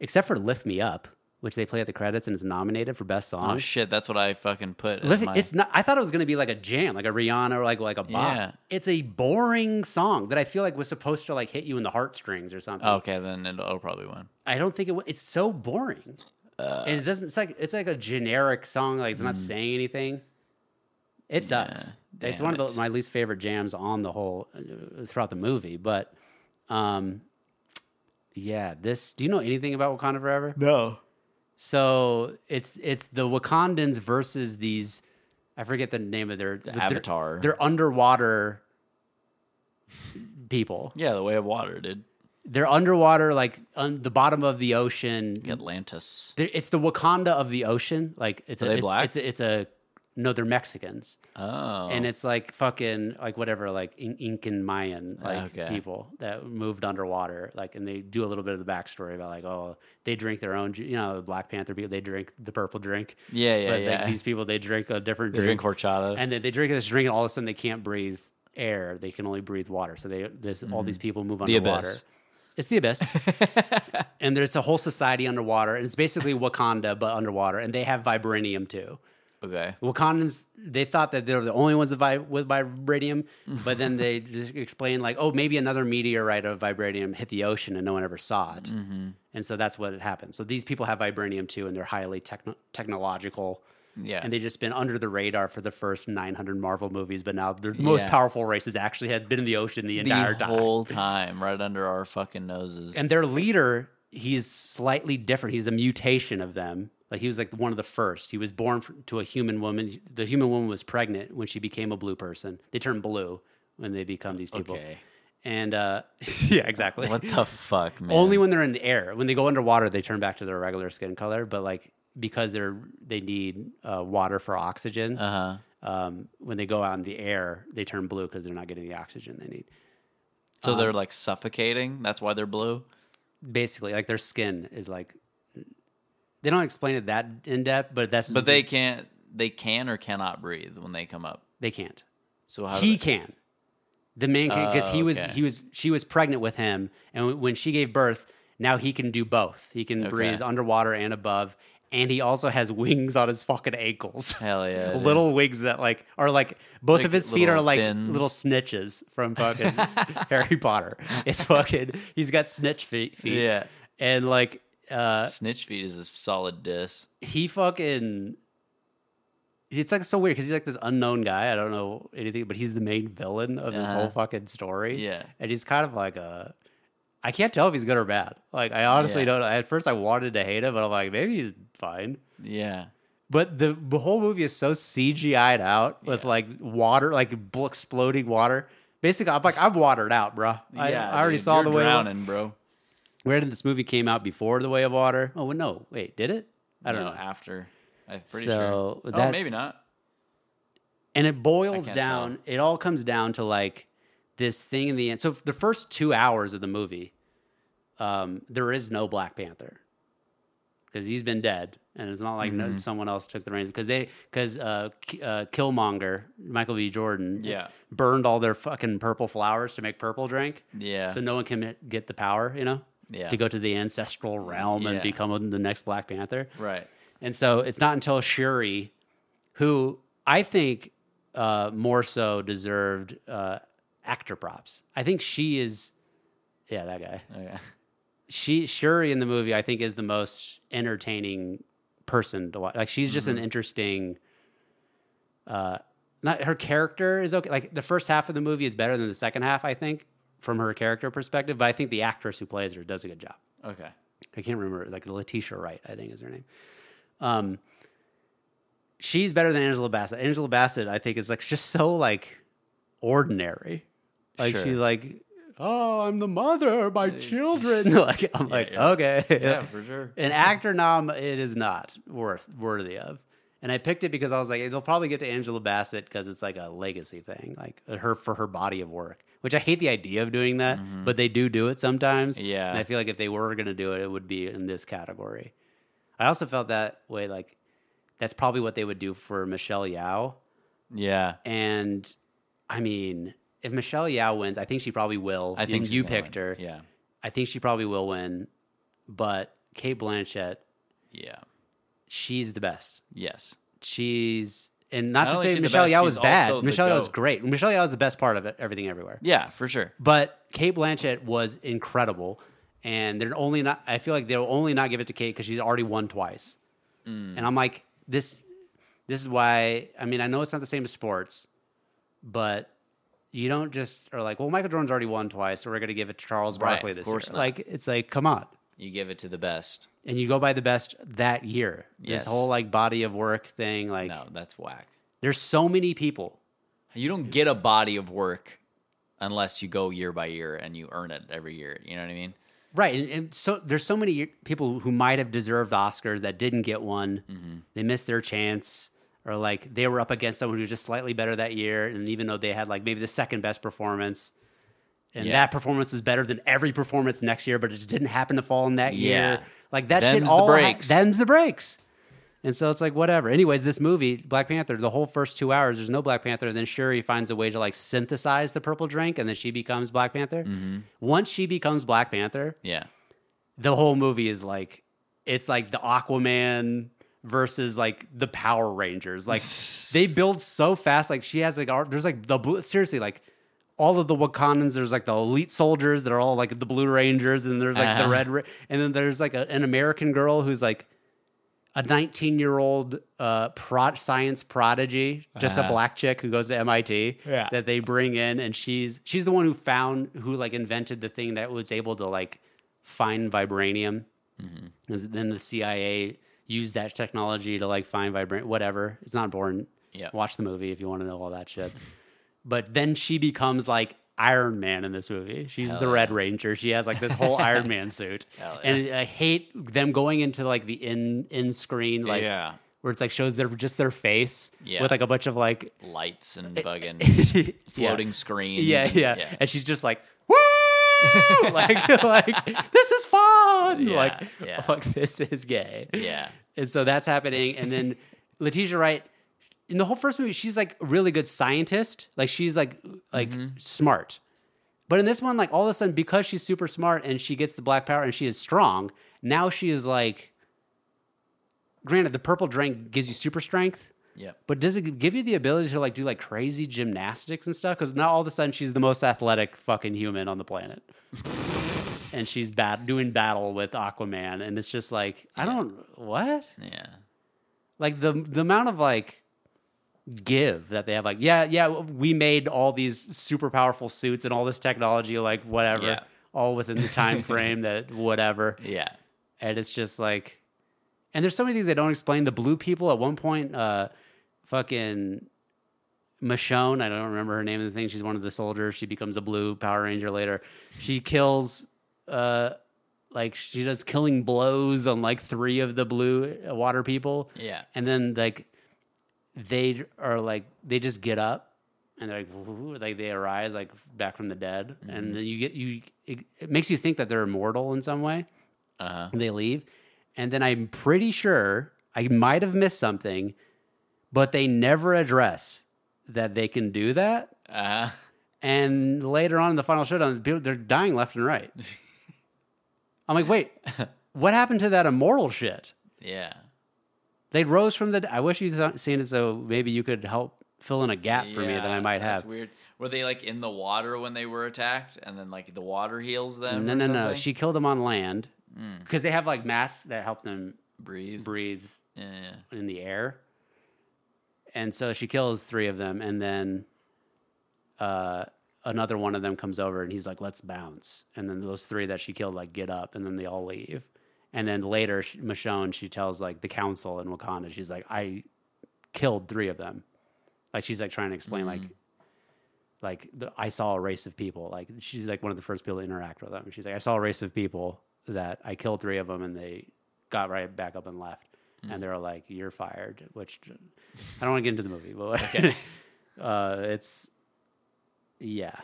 [SPEAKER 3] Except for "Lift Me Up," which they play at the credits and is nominated for best song.
[SPEAKER 2] Oh shit, that's what I fucking put. as
[SPEAKER 3] Lift-
[SPEAKER 2] my-
[SPEAKER 3] it's not. I thought it was going to be like a jam, like a Rihanna or like like a bop.
[SPEAKER 2] Yeah.
[SPEAKER 3] It's a boring song that I feel like was supposed to like hit you in the heartstrings or something.
[SPEAKER 2] Oh, okay, then it'll, it'll probably win.
[SPEAKER 3] I don't think it. wa- It's so boring,
[SPEAKER 2] Uh.
[SPEAKER 3] and it doesn't. It's like it's like a generic song. Like it's not saying anything. It sucks. it's
[SPEAKER 2] Mm. damn
[SPEAKER 3] one of
[SPEAKER 2] it.
[SPEAKER 3] the, my least favorite jams on the whole uh, throughout the movie. But, um, yeah. This. Do you know anything about Wakanda Forever?
[SPEAKER 2] No.
[SPEAKER 3] So it's it's the Wakandans versus these. I forget the name of their their-
[SPEAKER 2] Avatar.
[SPEAKER 3] Their, underwater people.
[SPEAKER 2] Yeah, the way of water, dude.
[SPEAKER 3] They're underwater, like on the bottom of the ocean.
[SPEAKER 2] Atlantis.
[SPEAKER 3] They're- It's the Wakanda of the ocean. Like it's
[SPEAKER 2] Are
[SPEAKER 3] a,
[SPEAKER 2] they
[SPEAKER 3] it's,
[SPEAKER 2] black?
[SPEAKER 3] It's a, it's a no, they're Mexicans,
[SPEAKER 2] Oh.
[SPEAKER 3] and it's like fucking like whatever like In- Incan Mayan like
[SPEAKER 2] Ah, Okay.
[SPEAKER 3] people that moved underwater. Like, and they do a little bit of the backstory about like oh they drink their own ju- you know the Black Panther people they drink the purple drink.
[SPEAKER 2] yeah, yeah,
[SPEAKER 3] but
[SPEAKER 2] yeah.
[SPEAKER 3] Like, these people they drink a different
[SPEAKER 2] They
[SPEAKER 3] drink,
[SPEAKER 2] drink horchata.
[SPEAKER 3] and then they drink this drink and all of a sudden they can't breathe air. They can only breathe water. So they this all these people move
[SPEAKER 2] Mm-hmm. The
[SPEAKER 3] underwater.
[SPEAKER 2] abyss.
[SPEAKER 3] It's the abyss. and there's a whole society underwater, and it's basically Wakanda but underwater, and they have vibranium too.
[SPEAKER 2] okay.
[SPEAKER 3] Wakandans they thought that they were the only ones with, vi- with vibranium, but then they just explained like, oh, maybe another meteorite of vibranium hit the ocean and no one ever saw it,
[SPEAKER 2] Mm-hmm.
[SPEAKER 3] and so that's what happened. So these people have vibranium too, and they're highly techno- technological
[SPEAKER 2] Yeah.
[SPEAKER 3] and they just been under the radar for the first 900 Marvel movies, but now the most
[SPEAKER 2] Yeah.
[SPEAKER 3] powerful races actually had been in the ocean the entire
[SPEAKER 2] the
[SPEAKER 3] time.
[SPEAKER 2] whole time, right under our fucking noses.
[SPEAKER 3] And their leader, he's slightly different. He's a mutation of them. Like he was like one of the first. He was born f- to a human woman. The human woman was pregnant when she became a blue person. They turn blue when they become these people.
[SPEAKER 2] Okay.
[SPEAKER 3] And uh, yeah, exactly.
[SPEAKER 2] what the fuck, man?
[SPEAKER 3] Only when they're in the air. When they go underwater, they turn back to their regular skin color. But like because they're they need uh, water for oxygen.
[SPEAKER 2] Uh huh.
[SPEAKER 3] um, when they go out in the air, they turn blue because they're not getting the oxygen they need.
[SPEAKER 2] So
[SPEAKER 3] Um,
[SPEAKER 2] they're like suffocating. That's why they're blue.
[SPEAKER 3] Basically, like their skin is like they don't explain it that in depth, but that's
[SPEAKER 2] But they can't. They can or cannot breathe when they come up.
[SPEAKER 3] they can't.
[SPEAKER 2] So how? do
[SPEAKER 3] he
[SPEAKER 2] they-
[SPEAKER 3] can. The man can because he
[SPEAKER 2] Oh,
[SPEAKER 3] was
[SPEAKER 2] okay.
[SPEAKER 3] he was she was pregnant with him, and when she gave birth, now he can do both. He can breathe underwater and above, and he also has wings on his fucking ankles.
[SPEAKER 2] Hell yeah. dude.
[SPEAKER 3] little wings that like are like both
[SPEAKER 2] Like
[SPEAKER 3] of his feet are
[SPEAKER 2] little
[SPEAKER 3] like
[SPEAKER 2] fins.
[SPEAKER 3] little snitches from fucking Harry Potter. It's fucking he's got snitch feet, feet.
[SPEAKER 2] Yeah.
[SPEAKER 3] and like uh
[SPEAKER 2] Snitch feet is a solid diss.
[SPEAKER 3] he fucking it's like so weird because he's like this unknown guy. I don't know anything, but he's the main villain of this
[SPEAKER 2] Uh-huh.
[SPEAKER 3] whole fucking story.
[SPEAKER 2] Yeah.
[SPEAKER 3] and he's kind of like a. I can't tell if he's good or bad. Like I honestly
[SPEAKER 2] Yeah.
[SPEAKER 3] don't. know. At first, I wanted to hate him, but I'm like, maybe he's fine.
[SPEAKER 2] Yeah.
[SPEAKER 3] But the, the whole movie is so CGI'd out with like water, like bl- exploding water. Basically, I'm like, I'm watered out, bro. I,
[SPEAKER 2] yeah,
[SPEAKER 3] I already
[SPEAKER 2] dude,
[SPEAKER 3] saw
[SPEAKER 2] you're
[SPEAKER 3] the way.
[SPEAKER 2] drowning, bro.
[SPEAKER 3] Where did this movie came out before The Way of Water? Oh well, no, wait, did it? I don't
[SPEAKER 2] No,
[SPEAKER 3] know.
[SPEAKER 2] After, I'm pretty
[SPEAKER 3] So,
[SPEAKER 2] sure. oh,
[SPEAKER 3] that-
[SPEAKER 2] maybe not.
[SPEAKER 3] And it boils
[SPEAKER 2] can't
[SPEAKER 3] down. It all comes down to like this thing in the end. So the first two hours of the movie, um, there is no Black Panther because he's been dead, and it's not like
[SPEAKER 2] Mm-hmm.
[SPEAKER 3] no, someone else took the reins because they because uh, K- uh, Killmonger, Michael B. Jordan,
[SPEAKER 2] Yeah.
[SPEAKER 3] burned all their fucking purple flowers to make purple drink.
[SPEAKER 2] Yeah.
[SPEAKER 3] So no one can get the power, you know,
[SPEAKER 2] Yeah.
[SPEAKER 3] to go to the ancestral realm and
[SPEAKER 2] Yeah.
[SPEAKER 3] become the next Black Panther.
[SPEAKER 2] right.
[SPEAKER 3] And so it's not until Shuri, who I think uh, more so deserved uh, actor props. I think she is, yeah, that guy.
[SPEAKER 2] Okay.
[SPEAKER 3] She Shuri in the movie, I think, is the most entertaining person to watch. Like she's just an interesting. Uh, not her character is okay. Like the first half of the movie is better than the second half, I think, from her character perspective. But I think the actress who plays her does a good job.
[SPEAKER 2] Okay.
[SPEAKER 3] I can't remember, like Letitia Wright, I think is her name. Um, she's better than Angela Bassett. Angela Bassett, I think, is like just so like ordinary. Like
[SPEAKER 2] Sure.
[SPEAKER 3] she's like, oh, I'm the mother of my children. like I'm like,
[SPEAKER 2] yeah.
[SPEAKER 3] okay,
[SPEAKER 2] Yeah, for sure.
[SPEAKER 3] an actor nom it is not worth worthy of. And I picked it because I was like, they'll probably get to Angela Bassett because it's like a legacy thing, like uh, her for her body of work. Which I hate the idea of doing that, but they do do it sometimes.
[SPEAKER 2] Mm-hmm. Yeah.
[SPEAKER 3] and I feel like if they were going to do it, it would be in this category. I also felt that way, like that's probably what they would do for Michelle Yao.
[SPEAKER 2] Yeah.
[SPEAKER 3] And I mean, if Michelle Yao wins, I think she probably will.
[SPEAKER 2] I think she's
[SPEAKER 3] you
[SPEAKER 2] gonna win.
[SPEAKER 3] picked her.
[SPEAKER 2] Yeah.
[SPEAKER 3] I think she probably will win, but Kate Blanchett
[SPEAKER 2] Yeah.
[SPEAKER 3] she's the best.
[SPEAKER 2] Yes.
[SPEAKER 3] She's and
[SPEAKER 2] Not
[SPEAKER 3] not, to
[SPEAKER 2] only
[SPEAKER 3] say
[SPEAKER 2] is she the
[SPEAKER 3] Michelle
[SPEAKER 2] best,
[SPEAKER 3] Yeoh
[SPEAKER 2] she's
[SPEAKER 3] was bad.
[SPEAKER 2] also the
[SPEAKER 3] Michelle Yeoh was
[SPEAKER 2] GOAT.
[SPEAKER 3] great. Michelle Yeoh was the best part of it, everything everywhere.
[SPEAKER 2] Yeah, for sure.
[SPEAKER 3] But Kate Blanchett was incredible, and they're only not. I feel like they'll only not give it to Kate because she's already won twice.
[SPEAKER 2] Mm.
[SPEAKER 3] And I'm like, this, this is why. I mean, I know it's not the same as sports, but you don't just are like, well, Michael Jordan's already won twice, so we're going to give it to Charles
[SPEAKER 2] Right,
[SPEAKER 3] Barkley
[SPEAKER 2] of
[SPEAKER 3] this year.
[SPEAKER 2] course not.
[SPEAKER 3] Like, it's like, come on
[SPEAKER 2] You give it to the best.
[SPEAKER 3] and you go by the best that year.
[SPEAKER 2] Yes.
[SPEAKER 3] This whole like body of work thing, like
[SPEAKER 2] No, that's whack.
[SPEAKER 3] there's so many people.
[SPEAKER 2] You don't get a body of work unless you go year by year and you earn it every year. You know what I mean?
[SPEAKER 3] Right. And, and so there's so many people who might have deserved Oscars that didn't get one.
[SPEAKER 2] Mm-hmm.
[SPEAKER 3] They missed their chance or like they were up against someone who was just slightly better that year. And even though they had like maybe the second best performance and
[SPEAKER 2] Yeah.
[SPEAKER 3] that performance was better than every performance next year, but it just didn't happen to fall in that
[SPEAKER 2] Yeah.
[SPEAKER 3] year. Like that shit
[SPEAKER 2] Them's the
[SPEAKER 3] all ha-
[SPEAKER 2] breaks.
[SPEAKER 3] them's the breaks. And so it's like whatever. Anyways, this movie, Black Panther, the whole first two hours, there's no Black Panther. And then Shuri finds a way to like synthesize the purple drink, and then she becomes Black Panther.
[SPEAKER 2] Mm-hmm.
[SPEAKER 3] Once she becomes Black Panther,
[SPEAKER 2] Yeah.
[SPEAKER 3] the whole movie is like it's like the Aquaman versus like the Power Rangers. Like they build so fast. Like she has like our, there's like the blue, seriously like all of the Wakandans. There's like the elite soldiers that are all like the Blue Rangers, and there's like the
[SPEAKER 2] Uh-huh.
[SPEAKER 3] Red, Ra- and then there's like a, an American girl who's like. A 19 year old uh, prod, science prodigy, just a black chick who goes to MIT
[SPEAKER 4] Yeah.
[SPEAKER 3] that they bring in, and she's she's the one who found who like invented the thing that was able to like find vibranium. Is- Then the CIA used that technology to like find vibrant whatever. It's not boring.
[SPEAKER 2] Yeah.
[SPEAKER 3] Watch the movie if you want to know all that shit. but then she becomes like Iron Man in this movie. She's the Red Ranger. She has like this whole Iron Man suit. And I hate them going into like the in in screen like
[SPEAKER 2] yeah.
[SPEAKER 3] where it's like shows their just their face
[SPEAKER 2] Yeah.
[SPEAKER 3] with like a bunch of like
[SPEAKER 2] Lights and fucking
[SPEAKER 3] Yeah.
[SPEAKER 2] floating screens.
[SPEAKER 3] yeah,
[SPEAKER 2] and-
[SPEAKER 3] yeah, And she's just like, woo! like, like, this is fun.
[SPEAKER 2] Yeah,
[SPEAKER 3] like,
[SPEAKER 2] yeah.
[SPEAKER 3] like, this is gay.
[SPEAKER 2] Yeah.
[SPEAKER 3] And so that's happening. And then Letitia Wright, in the whole first movie, she's like a really good scientist. Like, she's like, like
[SPEAKER 2] Mm-hmm.
[SPEAKER 3] smart. But in this one, like all of a sudden, because she's super smart and she gets the black power and she is strong, now she is like granted, the purple drink gives you super strength,
[SPEAKER 2] Yep.
[SPEAKER 3] but does it give you the ability to like do like crazy gymnastics and stuff? Because now all of a sudden she's the most athletic fucking human on the planet, and she's bat- doing battle with Aquaman, and it's just like I don't what
[SPEAKER 2] Yeah.
[SPEAKER 3] like the the amount of like give that they have like yeah yeah we made all these super powerful suits and all this technology like whatever
[SPEAKER 2] Yeah.
[SPEAKER 3] all within the time frame that whatever
[SPEAKER 2] Yeah.
[SPEAKER 3] and it's just like and there's so many things they don't explain the blue people at one point uh fucking Michonne, I don't remember her name of the thing. She's one of the soldiers. She becomes a blue Power Ranger later. She kills, uh, like she does killing blows on like three of the blue uh, water people.
[SPEAKER 2] Yeah.
[SPEAKER 3] And then like they are like they just get up and they're like "Woo," like they arise like back from the dead and then you get you it, it makes you think that they're immortal in some way
[SPEAKER 2] Uh-huh.
[SPEAKER 3] and they leave and then i'm pretty sure i might have missed something but they never address that they can do that
[SPEAKER 2] Uh,
[SPEAKER 3] and later on in the final showdown people they're dying left and right i'm like wait what happened to that immortal shit
[SPEAKER 2] yeah.
[SPEAKER 3] they rose from the. d- I wish you'd s- seen it, so maybe you could help fill in a gap for me that I
[SPEAKER 2] Yeah,
[SPEAKER 3] might
[SPEAKER 2] that's
[SPEAKER 3] have.
[SPEAKER 2] weird. Were they like in the water when they were attacked, and then like the water heals them?
[SPEAKER 3] No,
[SPEAKER 2] or
[SPEAKER 3] no, no.
[SPEAKER 2] something? Hmm.
[SPEAKER 3] She killed them on land because they have like masks that help them
[SPEAKER 2] breathe.
[SPEAKER 3] breathe
[SPEAKER 2] Yeah, yeah.
[SPEAKER 3] in the air, and so she kills three of them, and then uh, another one of them comes over, and he's like, "Let's bounce." And then those three that she killed like get up, and then they all leave. And then later, she- Michonne she tells like the council in Wakanda, she's like, "I killed three of them." Like she's like trying to explain like like the, I saw a race of people. Like she's like one of the first people to interact with them. She's like, I saw a race of people that I killed three of them, and they got right back up and left. And they're like, "You're fired." Which I don't want to get into the movie, but uh, it's yeah.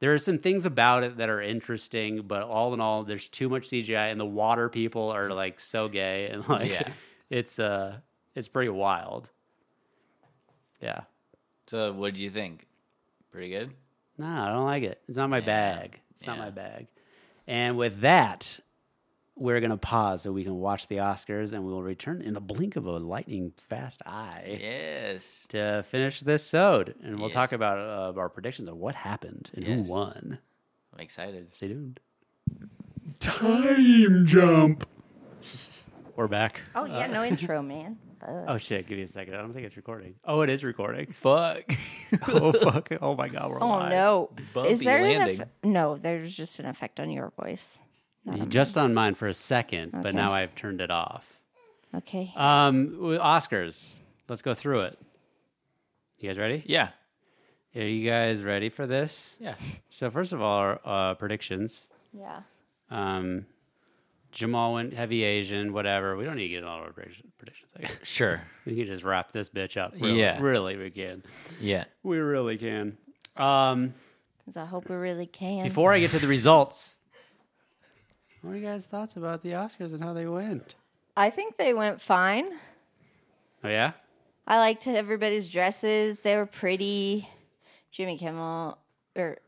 [SPEAKER 3] There are some things about it that are interesting, but all in all, there's too much CGI, and the water people are like so gay, and like
[SPEAKER 2] Yeah.
[SPEAKER 3] it's uh, it's pretty wild. Yeah.
[SPEAKER 2] So, what do you think? Pretty good.
[SPEAKER 3] No, I don't like it. It's not my bag. It's not
[SPEAKER 2] Yeah.
[SPEAKER 3] my bag. And with that, we're going to pause so we can watch the Oscars and we will return in the blink of a lightning fast eye
[SPEAKER 2] Yes.
[SPEAKER 3] to finish this sode. And we'll talk
[SPEAKER 2] Yes.
[SPEAKER 3] about uh, our predictions of what happened and
[SPEAKER 2] Yes.
[SPEAKER 3] who won.
[SPEAKER 2] I'm excited.
[SPEAKER 3] Stay tuned.
[SPEAKER 4] Time jump.
[SPEAKER 3] We're back.
[SPEAKER 1] Oh yeah,
[SPEAKER 2] Uh,
[SPEAKER 1] no intro, man. Fuck.
[SPEAKER 3] Oh, shit. Give me a second. I don't think it's recording. Oh, it is recording.
[SPEAKER 2] Fuck.
[SPEAKER 3] oh, fuck. Oh, my God. We're
[SPEAKER 1] Oh no. Is
[SPEAKER 2] Bumpy
[SPEAKER 1] there an
[SPEAKER 2] landing.
[SPEAKER 1] eff- no? There's just an effect on your voice.
[SPEAKER 3] Just on mine for a second, but
[SPEAKER 1] Okay.
[SPEAKER 3] now I've turned it off.
[SPEAKER 1] Okay.
[SPEAKER 2] Uh,
[SPEAKER 3] Um, w- Oscars. Let's go through it. You guys ready?
[SPEAKER 2] yeah.
[SPEAKER 3] Are you guys ready for this?
[SPEAKER 2] Yeah.
[SPEAKER 3] So first of all, our uh, predictions.
[SPEAKER 1] yeah.
[SPEAKER 3] Um, Jamal went heavy Asian, whatever. We don't need to get into all our prediction- predictions. I guess.
[SPEAKER 2] Sure.
[SPEAKER 3] we can just wrap this bitch up. Really,
[SPEAKER 2] Yeah.
[SPEAKER 3] really, we can.
[SPEAKER 2] Yeah.
[SPEAKER 3] We really can. Um,
[SPEAKER 1] Because I hope we really can.
[SPEAKER 3] before I get to the results, what are you guys' thoughts about the Oscars and how they went?
[SPEAKER 1] I think they went fine.
[SPEAKER 3] Oh yeah,
[SPEAKER 1] I liked everybody's dresses. They were pretty. Jimmy Kimmel or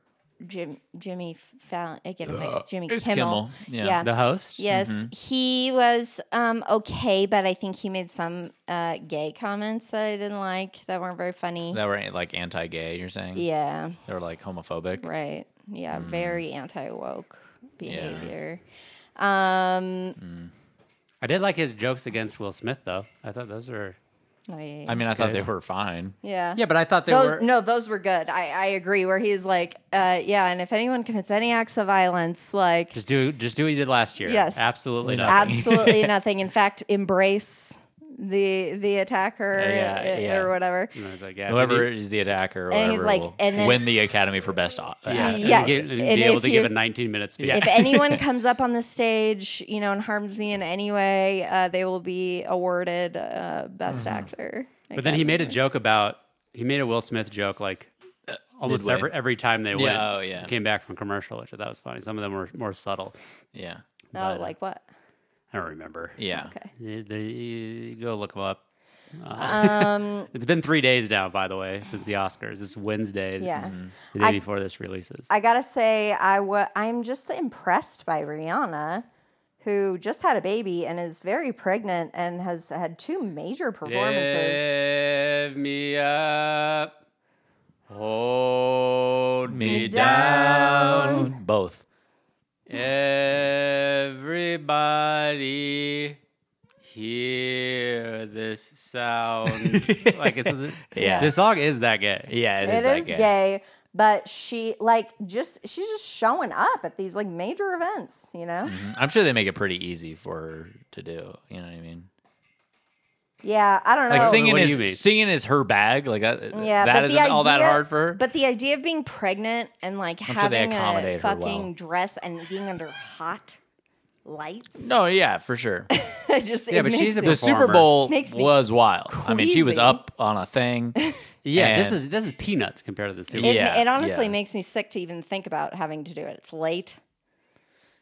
[SPEAKER 1] Jim Jimmy Fallon. I get it mixed. Jimmy
[SPEAKER 2] It's
[SPEAKER 1] Kimmel.
[SPEAKER 2] Kimmel, yeah. mm-hmm.
[SPEAKER 1] yeah.
[SPEAKER 3] the host.
[SPEAKER 1] Yes, he was um, okay, but I think he made some uh, gay comments that I didn't like that weren't very funny.
[SPEAKER 2] That were like anti-gay. You're saying?
[SPEAKER 1] yeah,
[SPEAKER 2] They were like homophobic.
[SPEAKER 1] right. Yeah, very anti woke behavior. Um,
[SPEAKER 3] I did like his jokes against Will Smith though. I thought those were.
[SPEAKER 1] I-
[SPEAKER 2] I mean, I thought
[SPEAKER 3] Good.
[SPEAKER 2] they were fine.
[SPEAKER 1] oh, yeah,
[SPEAKER 3] Yeah, but I thought they
[SPEAKER 1] those
[SPEAKER 3] were.
[SPEAKER 1] no, those were good. I, I agree. Where he's like, uh, yeah, and if anyone commits any acts of violence, like
[SPEAKER 3] Just do just do what you did last year.
[SPEAKER 1] Yes.
[SPEAKER 3] absolutely not.
[SPEAKER 1] absolutely nothing. In fact, embrace the the attacker
[SPEAKER 2] Yeah,
[SPEAKER 1] uh,
[SPEAKER 2] yeah.
[SPEAKER 1] or whatever.
[SPEAKER 3] And I was like, yeah,
[SPEAKER 2] Whoever
[SPEAKER 3] maybe-
[SPEAKER 2] is the attacker, or
[SPEAKER 1] And
[SPEAKER 2] whatever,
[SPEAKER 1] he's like,
[SPEAKER 2] will
[SPEAKER 1] and then-
[SPEAKER 2] win the Academy for Best uh, o-
[SPEAKER 3] yeah,
[SPEAKER 2] Actor.
[SPEAKER 1] Yes.
[SPEAKER 3] and, be- and
[SPEAKER 1] And
[SPEAKER 3] be able
[SPEAKER 1] if
[SPEAKER 3] to give
[SPEAKER 1] you-
[SPEAKER 3] a 19 minute speech.
[SPEAKER 1] if anyone comes up on the stage, you know, and harms me in any way, uh, they will be awarded uh, best actor.
[SPEAKER 3] but then he made a joke about he made a Will Smith joke like almost
[SPEAKER 2] Midway.
[SPEAKER 3] every every time they went.
[SPEAKER 2] oh, yeah.
[SPEAKER 3] came back from commercial, which I thought was funny. Some of them were more subtle.
[SPEAKER 2] Yeah.
[SPEAKER 1] Oh, like what?
[SPEAKER 3] I don't remember.
[SPEAKER 2] Yeah.
[SPEAKER 1] Okay.
[SPEAKER 3] They, they- go look them up. um, it's been three days now, by the way, since the Oscars. It's Wednesday,
[SPEAKER 1] Yeah.
[SPEAKER 3] the day
[SPEAKER 1] I-
[SPEAKER 3] before this releases.
[SPEAKER 1] I gotta say, I wa- I'm just impressed by Rihanna, who just had a baby and is very pregnant and has had two major performances.
[SPEAKER 3] Lift me up. Hold me down.
[SPEAKER 1] down.
[SPEAKER 2] Both.
[SPEAKER 3] Everybody hear this sound. like it's
[SPEAKER 2] Yeah.
[SPEAKER 3] This song is that gay.
[SPEAKER 2] Yeah, it is.
[SPEAKER 1] It
[SPEAKER 2] that
[SPEAKER 1] is
[SPEAKER 2] gay.
[SPEAKER 1] gay, but she like just she's just showing up at these like major events, you know?
[SPEAKER 2] I'm sure they make it pretty easy for her to do. You know what I mean?
[SPEAKER 1] Yeah, I don't know.
[SPEAKER 2] Like singing
[SPEAKER 3] What do
[SPEAKER 2] is
[SPEAKER 3] you mean?
[SPEAKER 2] singing is her bag. Like that.
[SPEAKER 1] yeah,
[SPEAKER 2] that
[SPEAKER 1] but
[SPEAKER 2] isn't
[SPEAKER 1] the idea,
[SPEAKER 2] all that hard for her.
[SPEAKER 1] But the idea of being pregnant and like
[SPEAKER 2] sure they
[SPEAKER 1] having a
[SPEAKER 2] accommodate her well.
[SPEAKER 1] fucking dress and being under hot lights.
[SPEAKER 2] no, yeah, for sure.
[SPEAKER 1] just
[SPEAKER 3] Yeah,
[SPEAKER 1] it
[SPEAKER 3] but she's
[SPEAKER 1] makes
[SPEAKER 3] a
[SPEAKER 1] it-
[SPEAKER 2] The Super
[SPEAKER 3] Performer.
[SPEAKER 2] Bowl
[SPEAKER 1] Makes me
[SPEAKER 2] was wild. I mean, she was
[SPEAKER 1] queasy.
[SPEAKER 2] up on a thing.
[SPEAKER 3] Yeah, this
[SPEAKER 2] And-
[SPEAKER 3] is this is peanuts compared to the Super
[SPEAKER 1] It,
[SPEAKER 3] Bowl.
[SPEAKER 2] yeah,
[SPEAKER 1] it honestly
[SPEAKER 2] yeah.
[SPEAKER 1] makes me sick to even think about having to do it. It's late.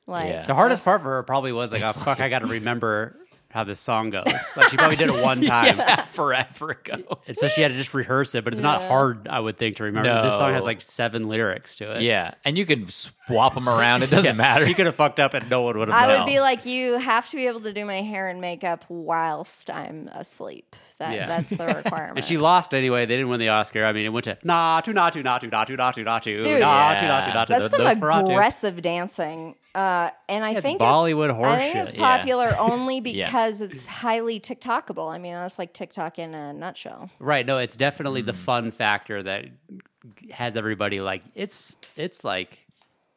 [SPEAKER 1] Like
[SPEAKER 2] Yeah.
[SPEAKER 3] The hardest part for her probably was like, oh fuck, I got to remember how this song goes. Like she probably did it one time.
[SPEAKER 2] forever ago.
[SPEAKER 3] And so she had to just rehearse it, but it's not
[SPEAKER 1] Yeah.
[SPEAKER 3] hard, I would think, to remember. This song has
[SPEAKER 2] No.
[SPEAKER 3] like seven lyrics to it.
[SPEAKER 2] Yeah, and you can swap them around. It doesn't matter.
[SPEAKER 3] She could have fucked up and no one would have
[SPEAKER 1] I
[SPEAKER 3] known.
[SPEAKER 1] would be like, you have to be able to do my hair and makeup whilst I'm asleep. That
[SPEAKER 3] Yeah.
[SPEAKER 1] that's the requirement.
[SPEAKER 3] And she lost anyway. They didn't win the Oscar. I mean, it went to Natu, Natu, Natu, Natu, Natu, Natu, Natu,
[SPEAKER 1] Dude.
[SPEAKER 3] Natu, Natu,
[SPEAKER 1] that's
[SPEAKER 3] those
[SPEAKER 1] some
[SPEAKER 3] Ferratu.
[SPEAKER 1] aggressive dancing, uh, and I
[SPEAKER 3] It's
[SPEAKER 1] think
[SPEAKER 3] Bollywood
[SPEAKER 1] It's, I think
[SPEAKER 3] horseshit.
[SPEAKER 1] it's
[SPEAKER 2] yeah.
[SPEAKER 1] popular only
[SPEAKER 2] Yeah.
[SPEAKER 1] because it's highly TikTokable. I mean, that's like TikTok in a nutshell.
[SPEAKER 3] Right. No, it's definitely
[SPEAKER 1] Hmm.
[SPEAKER 3] the fun factor that has everybody like, it's, it's like,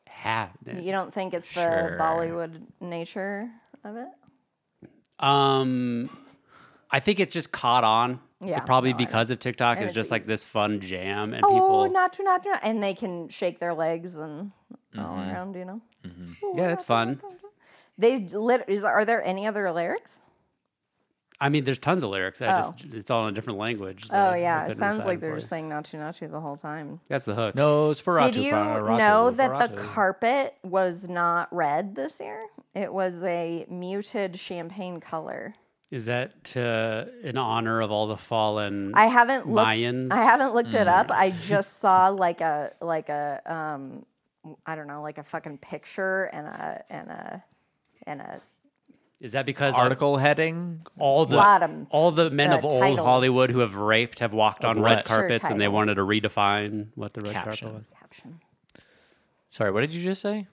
[SPEAKER 3] half.
[SPEAKER 1] You don't think it's the
[SPEAKER 2] Sure.
[SPEAKER 1] Bollywood nature of it?
[SPEAKER 3] Um, I think it just caught on.
[SPEAKER 1] Yeah,
[SPEAKER 3] probably
[SPEAKER 1] no, I
[SPEAKER 3] because of TikTok is
[SPEAKER 1] it's
[SPEAKER 3] just like this fun jam and
[SPEAKER 1] Oh,
[SPEAKER 3] people.
[SPEAKER 1] not to, not to, and they can shake their legs and all
[SPEAKER 3] Mm-hmm.
[SPEAKER 1] around. You know,
[SPEAKER 3] yeah, that's fun.
[SPEAKER 1] they lit. Is, are there any other lyrics?
[SPEAKER 3] I mean, there's tons of lyrics. I
[SPEAKER 1] Oh.
[SPEAKER 3] just it's all in a different language. so
[SPEAKER 1] Oh
[SPEAKER 3] I
[SPEAKER 1] yeah, it
[SPEAKER 3] couldn't
[SPEAKER 1] sounds
[SPEAKER 3] recite
[SPEAKER 1] like
[SPEAKER 3] it
[SPEAKER 1] they're
[SPEAKER 3] for
[SPEAKER 1] just
[SPEAKER 3] you.
[SPEAKER 1] saying not to, not to the whole time.
[SPEAKER 3] That's the hook.
[SPEAKER 2] No, it's Ferratu.
[SPEAKER 1] Did you
[SPEAKER 2] Ferratu,
[SPEAKER 1] know that the
[SPEAKER 2] Ferratu.
[SPEAKER 1] carpet was not red this year? It was a muted champagne color.
[SPEAKER 3] Is that to, in honor of all the fallen?
[SPEAKER 1] I haven't looked.
[SPEAKER 3] Mayans. Hmm.
[SPEAKER 1] I haven't looked it up. I just saw like a like a um, I don't know, like a fucking picture and a and a and a
[SPEAKER 3] Is that because like,
[SPEAKER 2] article heading.
[SPEAKER 3] all the
[SPEAKER 1] Bottom.
[SPEAKER 3] all the men
[SPEAKER 1] The
[SPEAKER 3] of old
[SPEAKER 1] title.
[SPEAKER 3] Hollywood who have raped have walked on red
[SPEAKER 2] what?
[SPEAKER 1] Sure,
[SPEAKER 3] carpets and they
[SPEAKER 1] title.
[SPEAKER 3] wanted to redefine what the red
[SPEAKER 2] Caption.
[SPEAKER 3] carpet was?
[SPEAKER 1] caption.
[SPEAKER 2] Sorry, what did you just say?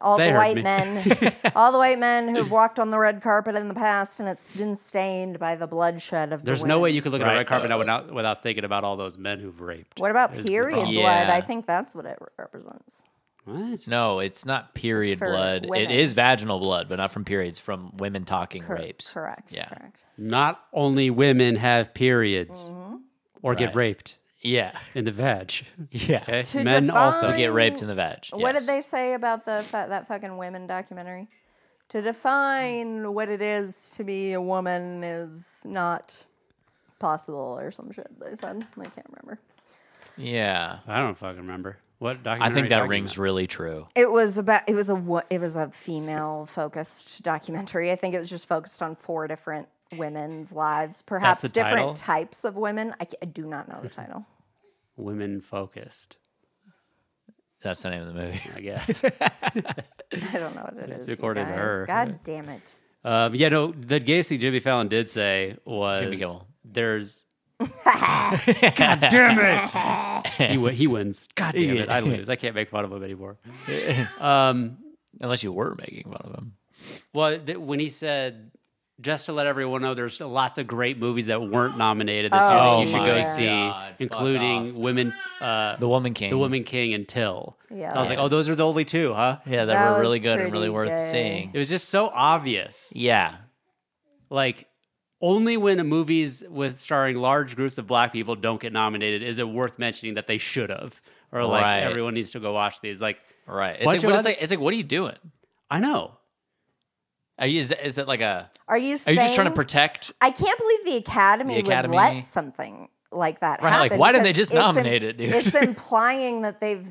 [SPEAKER 1] All the
[SPEAKER 3] They heard
[SPEAKER 1] white
[SPEAKER 3] me.
[SPEAKER 1] men, all the white men who've walked on the red carpet in the past, and it's been stained by the bloodshed of. the
[SPEAKER 3] There's no
[SPEAKER 1] women.
[SPEAKER 3] way you could look at a
[SPEAKER 2] Right.
[SPEAKER 3] red carpet now without without thinking about all those men who've raped.
[SPEAKER 1] What about
[SPEAKER 3] Is the
[SPEAKER 1] period
[SPEAKER 3] problem.
[SPEAKER 1] blood?
[SPEAKER 2] Yeah.
[SPEAKER 1] I think that's what it re- represents.
[SPEAKER 3] What?
[SPEAKER 2] No, it's not period
[SPEAKER 1] for
[SPEAKER 2] blood.
[SPEAKER 1] women.
[SPEAKER 2] It is vaginal blood, but not from periods. From women talking rapes.
[SPEAKER 1] Correct.
[SPEAKER 2] Yeah.
[SPEAKER 1] Correct.
[SPEAKER 3] Not only women have periods
[SPEAKER 1] Mm-hmm.
[SPEAKER 3] or get
[SPEAKER 2] Right.
[SPEAKER 3] raped
[SPEAKER 2] Yeah,
[SPEAKER 3] in the veg.
[SPEAKER 2] yeah.
[SPEAKER 3] Okay?
[SPEAKER 1] To
[SPEAKER 3] Men also
[SPEAKER 1] define-
[SPEAKER 3] get
[SPEAKER 2] Get raped in the veg.
[SPEAKER 1] What did
[SPEAKER 2] yes.
[SPEAKER 1] they say about the fa- that fucking women documentary? To define what it is to be a woman is not possible, or some shit they said. I can't remember.
[SPEAKER 2] Yeah,
[SPEAKER 3] I don't fucking remember. What
[SPEAKER 2] I
[SPEAKER 3] documentary
[SPEAKER 2] think
[SPEAKER 3] are you
[SPEAKER 2] that
[SPEAKER 3] talking
[SPEAKER 2] rings
[SPEAKER 3] about?
[SPEAKER 2] really true.
[SPEAKER 1] It was about it was a wo- it was a female focused documentary. I think it was just focused on four different women's lives, perhaps
[SPEAKER 3] the
[SPEAKER 1] different
[SPEAKER 3] title?
[SPEAKER 1] types of women. I, ca- I do not know the title.
[SPEAKER 3] women focused,
[SPEAKER 2] That's the name of the movie.
[SPEAKER 3] I guess.
[SPEAKER 1] I don't know what it is. you
[SPEAKER 3] according to
[SPEAKER 1] guys.
[SPEAKER 3] her,
[SPEAKER 1] God damn it.
[SPEAKER 3] um, yeah, no, the gayest thing Jimmy Fallon did say was
[SPEAKER 2] Jimmy Kimmel.
[SPEAKER 3] there's God damn it. he, wi- he wins. God damn it. I lose. I can't make fun of him anymore. um,
[SPEAKER 2] Unless you were making fun of him.
[SPEAKER 3] Well, th- when he said, just to let everyone know, there's lots of great movies that weren't nominated this year that
[SPEAKER 1] Oh
[SPEAKER 3] you should
[SPEAKER 1] my
[SPEAKER 3] go
[SPEAKER 1] God,
[SPEAKER 3] see,
[SPEAKER 2] fuck
[SPEAKER 3] including
[SPEAKER 2] off.
[SPEAKER 3] Women, uh,
[SPEAKER 2] The Woman King.
[SPEAKER 3] The Woman King, and Till.
[SPEAKER 1] Yeah.
[SPEAKER 3] I was like, oh, those are the only two, huh?
[SPEAKER 2] Yeah, that,
[SPEAKER 1] That
[SPEAKER 2] were
[SPEAKER 1] was
[SPEAKER 2] really good and
[SPEAKER 1] pretty
[SPEAKER 2] really worth
[SPEAKER 1] gay.
[SPEAKER 2] seeing.
[SPEAKER 3] It was just so obvious.
[SPEAKER 2] Yeah.
[SPEAKER 3] Like, only when movies with starring large groups of black people don't get nominated is it worth mentioning that they should have, or like
[SPEAKER 2] Right.
[SPEAKER 3] everyone needs to go watch these. Like,
[SPEAKER 2] Right. It's
[SPEAKER 3] Bunch
[SPEAKER 2] like,
[SPEAKER 3] of
[SPEAKER 2] what it's
[SPEAKER 3] other-
[SPEAKER 2] like it's like what are you doing?
[SPEAKER 3] I know.
[SPEAKER 2] Are you is, it- is it like a
[SPEAKER 1] Are you
[SPEAKER 2] are you just trying to
[SPEAKER 1] saying-
[SPEAKER 2] protect
[SPEAKER 1] I can't believe the Academy,
[SPEAKER 2] The Academy.
[SPEAKER 1] would let something like that
[SPEAKER 2] Right,
[SPEAKER 1] happen.
[SPEAKER 2] like, why didn't they
[SPEAKER 1] because
[SPEAKER 2] just
[SPEAKER 1] it's im-
[SPEAKER 2] nominate it, dude?
[SPEAKER 1] It's implying that they've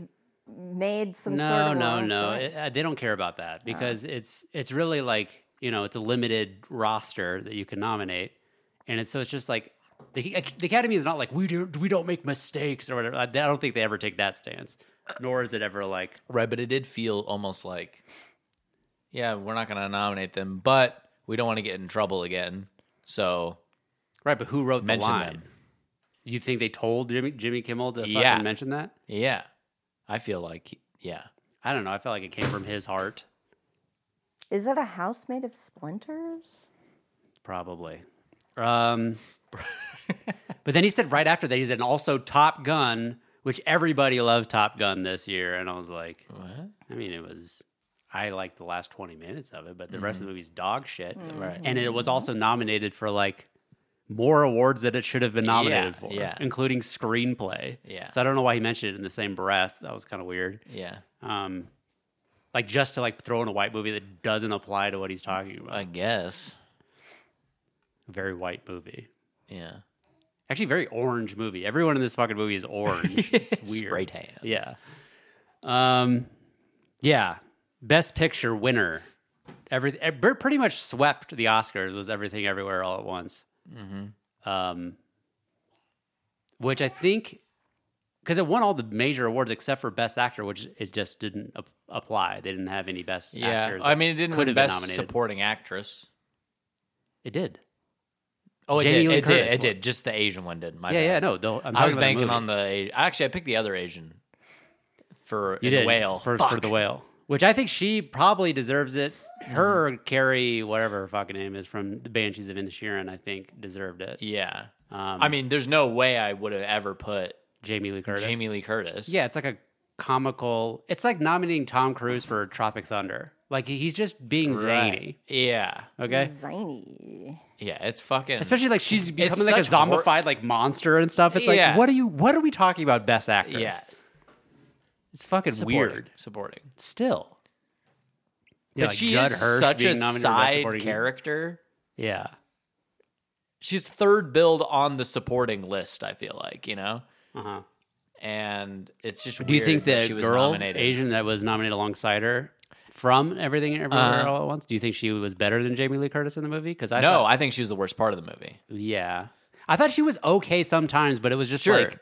[SPEAKER 1] made some sort
[SPEAKER 3] no
[SPEAKER 1] of
[SPEAKER 3] no
[SPEAKER 1] wrong
[SPEAKER 3] no
[SPEAKER 1] choice.
[SPEAKER 3] It- uh, they don't care about that because it's it's really like you know it's a limited roster that you can nominate and it's so it's just like the, ac- the academy is not like we do we don't make mistakes or whatever i I don't think they ever take that stance nor is it ever like
[SPEAKER 2] Right, but it did feel almost like yeah, we're not going to nominate them, but we don't want to get in trouble again. So
[SPEAKER 3] Right, but who wrote
[SPEAKER 2] mention
[SPEAKER 3] the line?
[SPEAKER 2] them.
[SPEAKER 3] You think they told Jimmy, Jimmy Kimmel to
[SPEAKER 2] Yeah.
[SPEAKER 3] fucking mention that?
[SPEAKER 2] Yeah. I feel like, yeah.
[SPEAKER 3] I don't know. I felt like it came from his heart,
[SPEAKER 1] Is it a house made of splinters?
[SPEAKER 3] probably. Um, but then he said right after that, he said, and also Top Gun, which everybody loved Top Gun this year. And I was like,
[SPEAKER 2] What?
[SPEAKER 3] I mean, it was. I liked the last twenty minutes of it, but the rest of
[SPEAKER 2] Mm-hmm.
[SPEAKER 3] the movie's dog shit.
[SPEAKER 2] Right.
[SPEAKER 3] And it was also nominated for like more awards that it should have been nominated
[SPEAKER 2] Yeah,
[SPEAKER 3] for,
[SPEAKER 2] yeah.
[SPEAKER 3] including screenplay.
[SPEAKER 2] Yeah.
[SPEAKER 3] So I don't know why he mentioned it in the same breath. That was kind of weird.
[SPEAKER 2] Yeah.
[SPEAKER 3] Um, like just to like throw in a white movie that doesn't apply to what he's talking about.
[SPEAKER 2] I guess.
[SPEAKER 3] very white movie.
[SPEAKER 2] Yeah.
[SPEAKER 3] Actually, very orange movie. Everyone in this fucking movie is orange. it's weird.
[SPEAKER 2] Spray tan.
[SPEAKER 3] Yeah. Um, yeah. Best picture winner. Every eh, pre- pretty much swept the Oscars was everything everywhere all at once.
[SPEAKER 2] Mm-hmm.
[SPEAKER 3] Um, which I think because it won all the major awards except for Best Actor, which it just didn't ap- apply. They didn't have any Best
[SPEAKER 2] Yeah.
[SPEAKER 3] Actors.
[SPEAKER 2] I
[SPEAKER 3] that
[SPEAKER 2] mean, it didn't
[SPEAKER 3] could
[SPEAKER 2] win
[SPEAKER 3] have been
[SPEAKER 2] best
[SPEAKER 3] nominated.
[SPEAKER 2] supporting actress.
[SPEAKER 3] It did.
[SPEAKER 2] Oh, it
[SPEAKER 3] Jamie
[SPEAKER 2] did.
[SPEAKER 3] Lee
[SPEAKER 2] It
[SPEAKER 3] Curtis
[SPEAKER 2] did.
[SPEAKER 3] won.
[SPEAKER 2] It did. Just the Asian one didn't. My
[SPEAKER 3] yeah,
[SPEAKER 2] bad.
[SPEAKER 3] yeah. No, though I'm
[SPEAKER 2] I was
[SPEAKER 3] talking about
[SPEAKER 2] banking
[SPEAKER 3] the
[SPEAKER 2] on
[SPEAKER 3] movie.
[SPEAKER 2] the Asian. Actually, I picked the other Asian for
[SPEAKER 3] You
[SPEAKER 2] in the
[SPEAKER 3] did,
[SPEAKER 2] whale.
[SPEAKER 3] for, for
[SPEAKER 2] Fuck.
[SPEAKER 3] the whale, which I think she probably deserves it. Her or Carrie, whatever her fucking name is from the Banshees of Inisherin, I think deserved it.
[SPEAKER 2] Yeah.
[SPEAKER 3] Um,
[SPEAKER 2] I mean, there's no way I would have ever put
[SPEAKER 3] Jamie Lee Curtis.
[SPEAKER 2] Jamie Lee Curtis.
[SPEAKER 3] Yeah, it's like a comical. It's like nominating Tom Cruise for Tropic Thunder. Like he- he's just being
[SPEAKER 2] Right.
[SPEAKER 3] zany.
[SPEAKER 2] Yeah.
[SPEAKER 3] Okay.
[SPEAKER 1] Zany.
[SPEAKER 2] Yeah. It's fucking.
[SPEAKER 3] Especially like she's becoming like a
[SPEAKER 2] such hor-
[SPEAKER 3] zombified like monster and stuff. It's like
[SPEAKER 2] Yeah.
[SPEAKER 3] what are you? What are we talking about? Best actress.
[SPEAKER 2] yeah.
[SPEAKER 3] it's fucking
[SPEAKER 2] Supporting,
[SPEAKER 3] weird.
[SPEAKER 2] Supporting.
[SPEAKER 3] Still,
[SPEAKER 2] but
[SPEAKER 3] like
[SPEAKER 2] she
[SPEAKER 3] Judd
[SPEAKER 2] is
[SPEAKER 3] Hirsch
[SPEAKER 2] such
[SPEAKER 3] being
[SPEAKER 2] a
[SPEAKER 3] nominated for Best
[SPEAKER 2] side
[SPEAKER 3] Supporting-
[SPEAKER 2] character.
[SPEAKER 3] yeah,
[SPEAKER 2] She's third billed on the supporting list. I feel like you know,
[SPEAKER 3] uh huh.
[SPEAKER 2] and it's just.
[SPEAKER 3] Do you
[SPEAKER 2] weird
[SPEAKER 3] think
[SPEAKER 2] that
[SPEAKER 3] the
[SPEAKER 2] she was
[SPEAKER 3] girl
[SPEAKER 2] nominated.
[SPEAKER 3] Asian that was nominated alongside her from Everything and Everywhere
[SPEAKER 2] Uh-huh.
[SPEAKER 3] All at Once? Do you think she was better than Jamie Lee Curtis in the movie? Because I
[SPEAKER 2] no,
[SPEAKER 3] thought,
[SPEAKER 2] I think she was the worst part of the movie.
[SPEAKER 3] yeah, I thought she was okay sometimes, but it was just
[SPEAKER 2] Sure.
[SPEAKER 3] like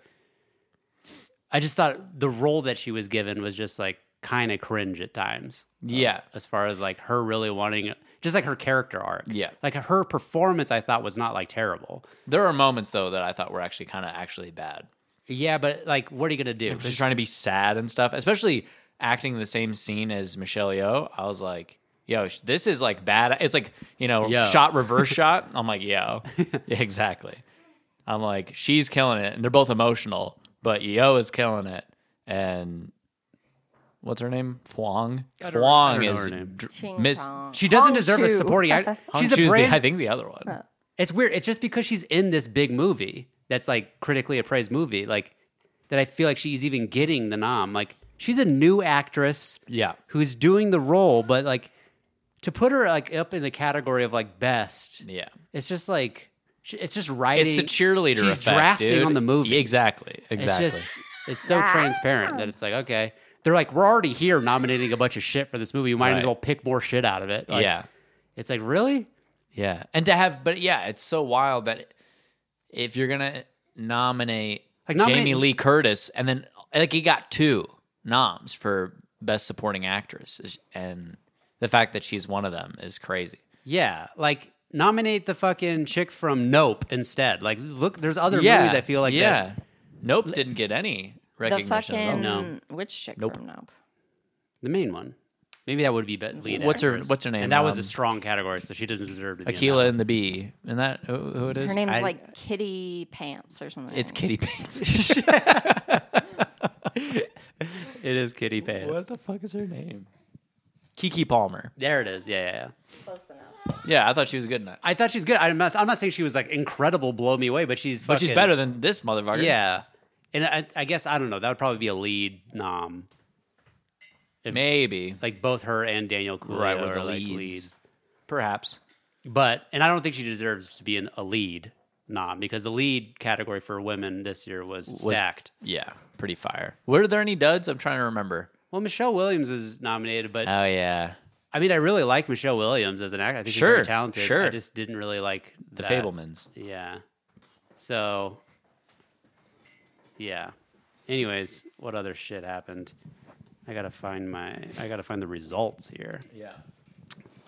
[SPEAKER 3] I just thought the role that she was given was just like kind of cringe at times.
[SPEAKER 2] yeah.
[SPEAKER 3] As far as like her really wanting, just like her character arc,
[SPEAKER 2] Yeah.
[SPEAKER 3] like her performance, I thought was not like terrible.
[SPEAKER 2] There are moments though that I thought were actually kind of actually bad.
[SPEAKER 3] Yeah, but like, what are you gonna do?
[SPEAKER 2] She's trying to be sad and stuff, especially acting the same scene as Michelle Yeoh. I was like, yo, sh- this is like bad. It's like you know,
[SPEAKER 3] Yo.
[SPEAKER 2] shot reverse shot. I'm like, yo, Yeah, exactly. I'm like, she's killing it, and they're both emotional, but Yo is killing it, and. What's her name? Fwang.
[SPEAKER 3] I don't- I don't
[SPEAKER 2] Fwang
[SPEAKER 3] know
[SPEAKER 2] is
[SPEAKER 3] her name.
[SPEAKER 2] dr-
[SPEAKER 1] Ching
[SPEAKER 2] Miss.
[SPEAKER 1] Chong.
[SPEAKER 3] She doesn't
[SPEAKER 1] Hong
[SPEAKER 3] deserve a
[SPEAKER 1] Chu.
[SPEAKER 3] supporting. act-
[SPEAKER 2] Hong
[SPEAKER 3] She's a
[SPEAKER 2] Chu's the-
[SPEAKER 3] brand
[SPEAKER 2] I think the other one.
[SPEAKER 3] It's weird. It's just because she's in this big movie that's like critically appraised movie, like that I feel like she's even getting the nom. Like she's a new actress
[SPEAKER 2] Yeah.
[SPEAKER 3] who's doing the role, but like to put her like up in the category of like best,
[SPEAKER 2] Yeah.
[SPEAKER 3] it's just like sh- it's just writing.
[SPEAKER 2] It's the cheerleader
[SPEAKER 3] She's
[SPEAKER 2] effect,
[SPEAKER 3] drafting
[SPEAKER 2] dude.
[SPEAKER 3] on the movie.
[SPEAKER 2] Exactly.
[SPEAKER 3] It's
[SPEAKER 2] Exactly.
[SPEAKER 3] just it's so transparent that it's like okay, they're like we're already here nominating a bunch of shit for this movie. We might as
[SPEAKER 2] Right.
[SPEAKER 3] well pick more shit out of it. Like,
[SPEAKER 2] yeah.
[SPEAKER 3] it's like really.
[SPEAKER 2] Yeah. And to have, but yeah, it's so wild that if you're going to nominate
[SPEAKER 3] Like, nominate-
[SPEAKER 2] Jamie Lee Curtis and then, like, he got two noms for Best Supporting Actress. And the fact that she's one of them is crazy.
[SPEAKER 3] Yeah, like nominate the fucking chick from Nope instead. Like, look, there's other movies I feel like
[SPEAKER 2] Yeah.
[SPEAKER 3] that.
[SPEAKER 2] Nope didn't get any
[SPEAKER 1] The
[SPEAKER 2] recognition. at all.
[SPEAKER 1] fucking
[SPEAKER 3] No.
[SPEAKER 1] witch chick from Nope.
[SPEAKER 3] the main one. Maybe that would be bet- lead
[SPEAKER 2] What's her-
[SPEAKER 3] actress.
[SPEAKER 2] what's her name?
[SPEAKER 3] And that was a
[SPEAKER 2] Um,
[SPEAKER 3] strong category, so she doesn't deserve to be. in that
[SPEAKER 2] Aquila
[SPEAKER 3] one.
[SPEAKER 2] and the Bee. Isn't that who, who it is?
[SPEAKER 1] Her name's
[SPEAKER 3] I-
[SPEAKER 1] like Kitty Pants or something.
[SPEAKER 2] It's Kitty Pants.
[SPEAKER 3] It is Kitty Pants.
[SPEAKER 2] the fuck is her name? Kiki Palmer.
[SPEAKER 3] There it is. Yeah, yeah, yeah.
[SPEAKER 1] close enough.
[SPEAKER 2] Yeah, I thought she was good in that.
[SPEAKER 3] I thought she's good. I'm not. I'm not saying she was like incredible, blow me away, but she's.
[SPEAKER 2] But she's
[SPEAKER 3] fucking-
[SPEAKER 2] better than this motherfucker.
[SPEAKER 3] Yeah, and I, I guess I don't know. That would probably be a lead nom.
[SPEAKER 2] Maybe.
[SPEAKER 3] Like both her and Daniel Cooley
[SPEAKER 2] Right, with
[SPEAKER 3] are
[SPEAKER 2] the
[SPEAKER 3] like
[SPEAKER 2] leads.
[SPEAKER 3] leads.
[SPEAKER 2] Perhaps.
[SPEAKER 3] But and I don't think she deserves to be in a lead nom because the lead category for women this year was, stacked.
[SPEAKER 2] Yeah, pretty fire. Were there any duds? I'm trying to remember.
[SPEAKER 3] Well, Michelle Williams is nominated, but
[SPEAKER 2] Oh yeah,
[SPEAKER 3] I mean, I really like Michelle Williams as an actor. I think she's very
[SPEAKER 2] Sure,
[SPEAKER 3] talented.
[SPEAKER 2] sure.
[SPEAKER 3] I just didn't really like
[SPEAKER 2] the
[SPEAKER 3] that.
[SPEAKER 2] Fablemans.
[SPEAKER 3] Yeah. So. Yeah. Anyways, what other shit happened? I gotta find my. I gotta find the results here.
[SPEAKER 2] Yeah.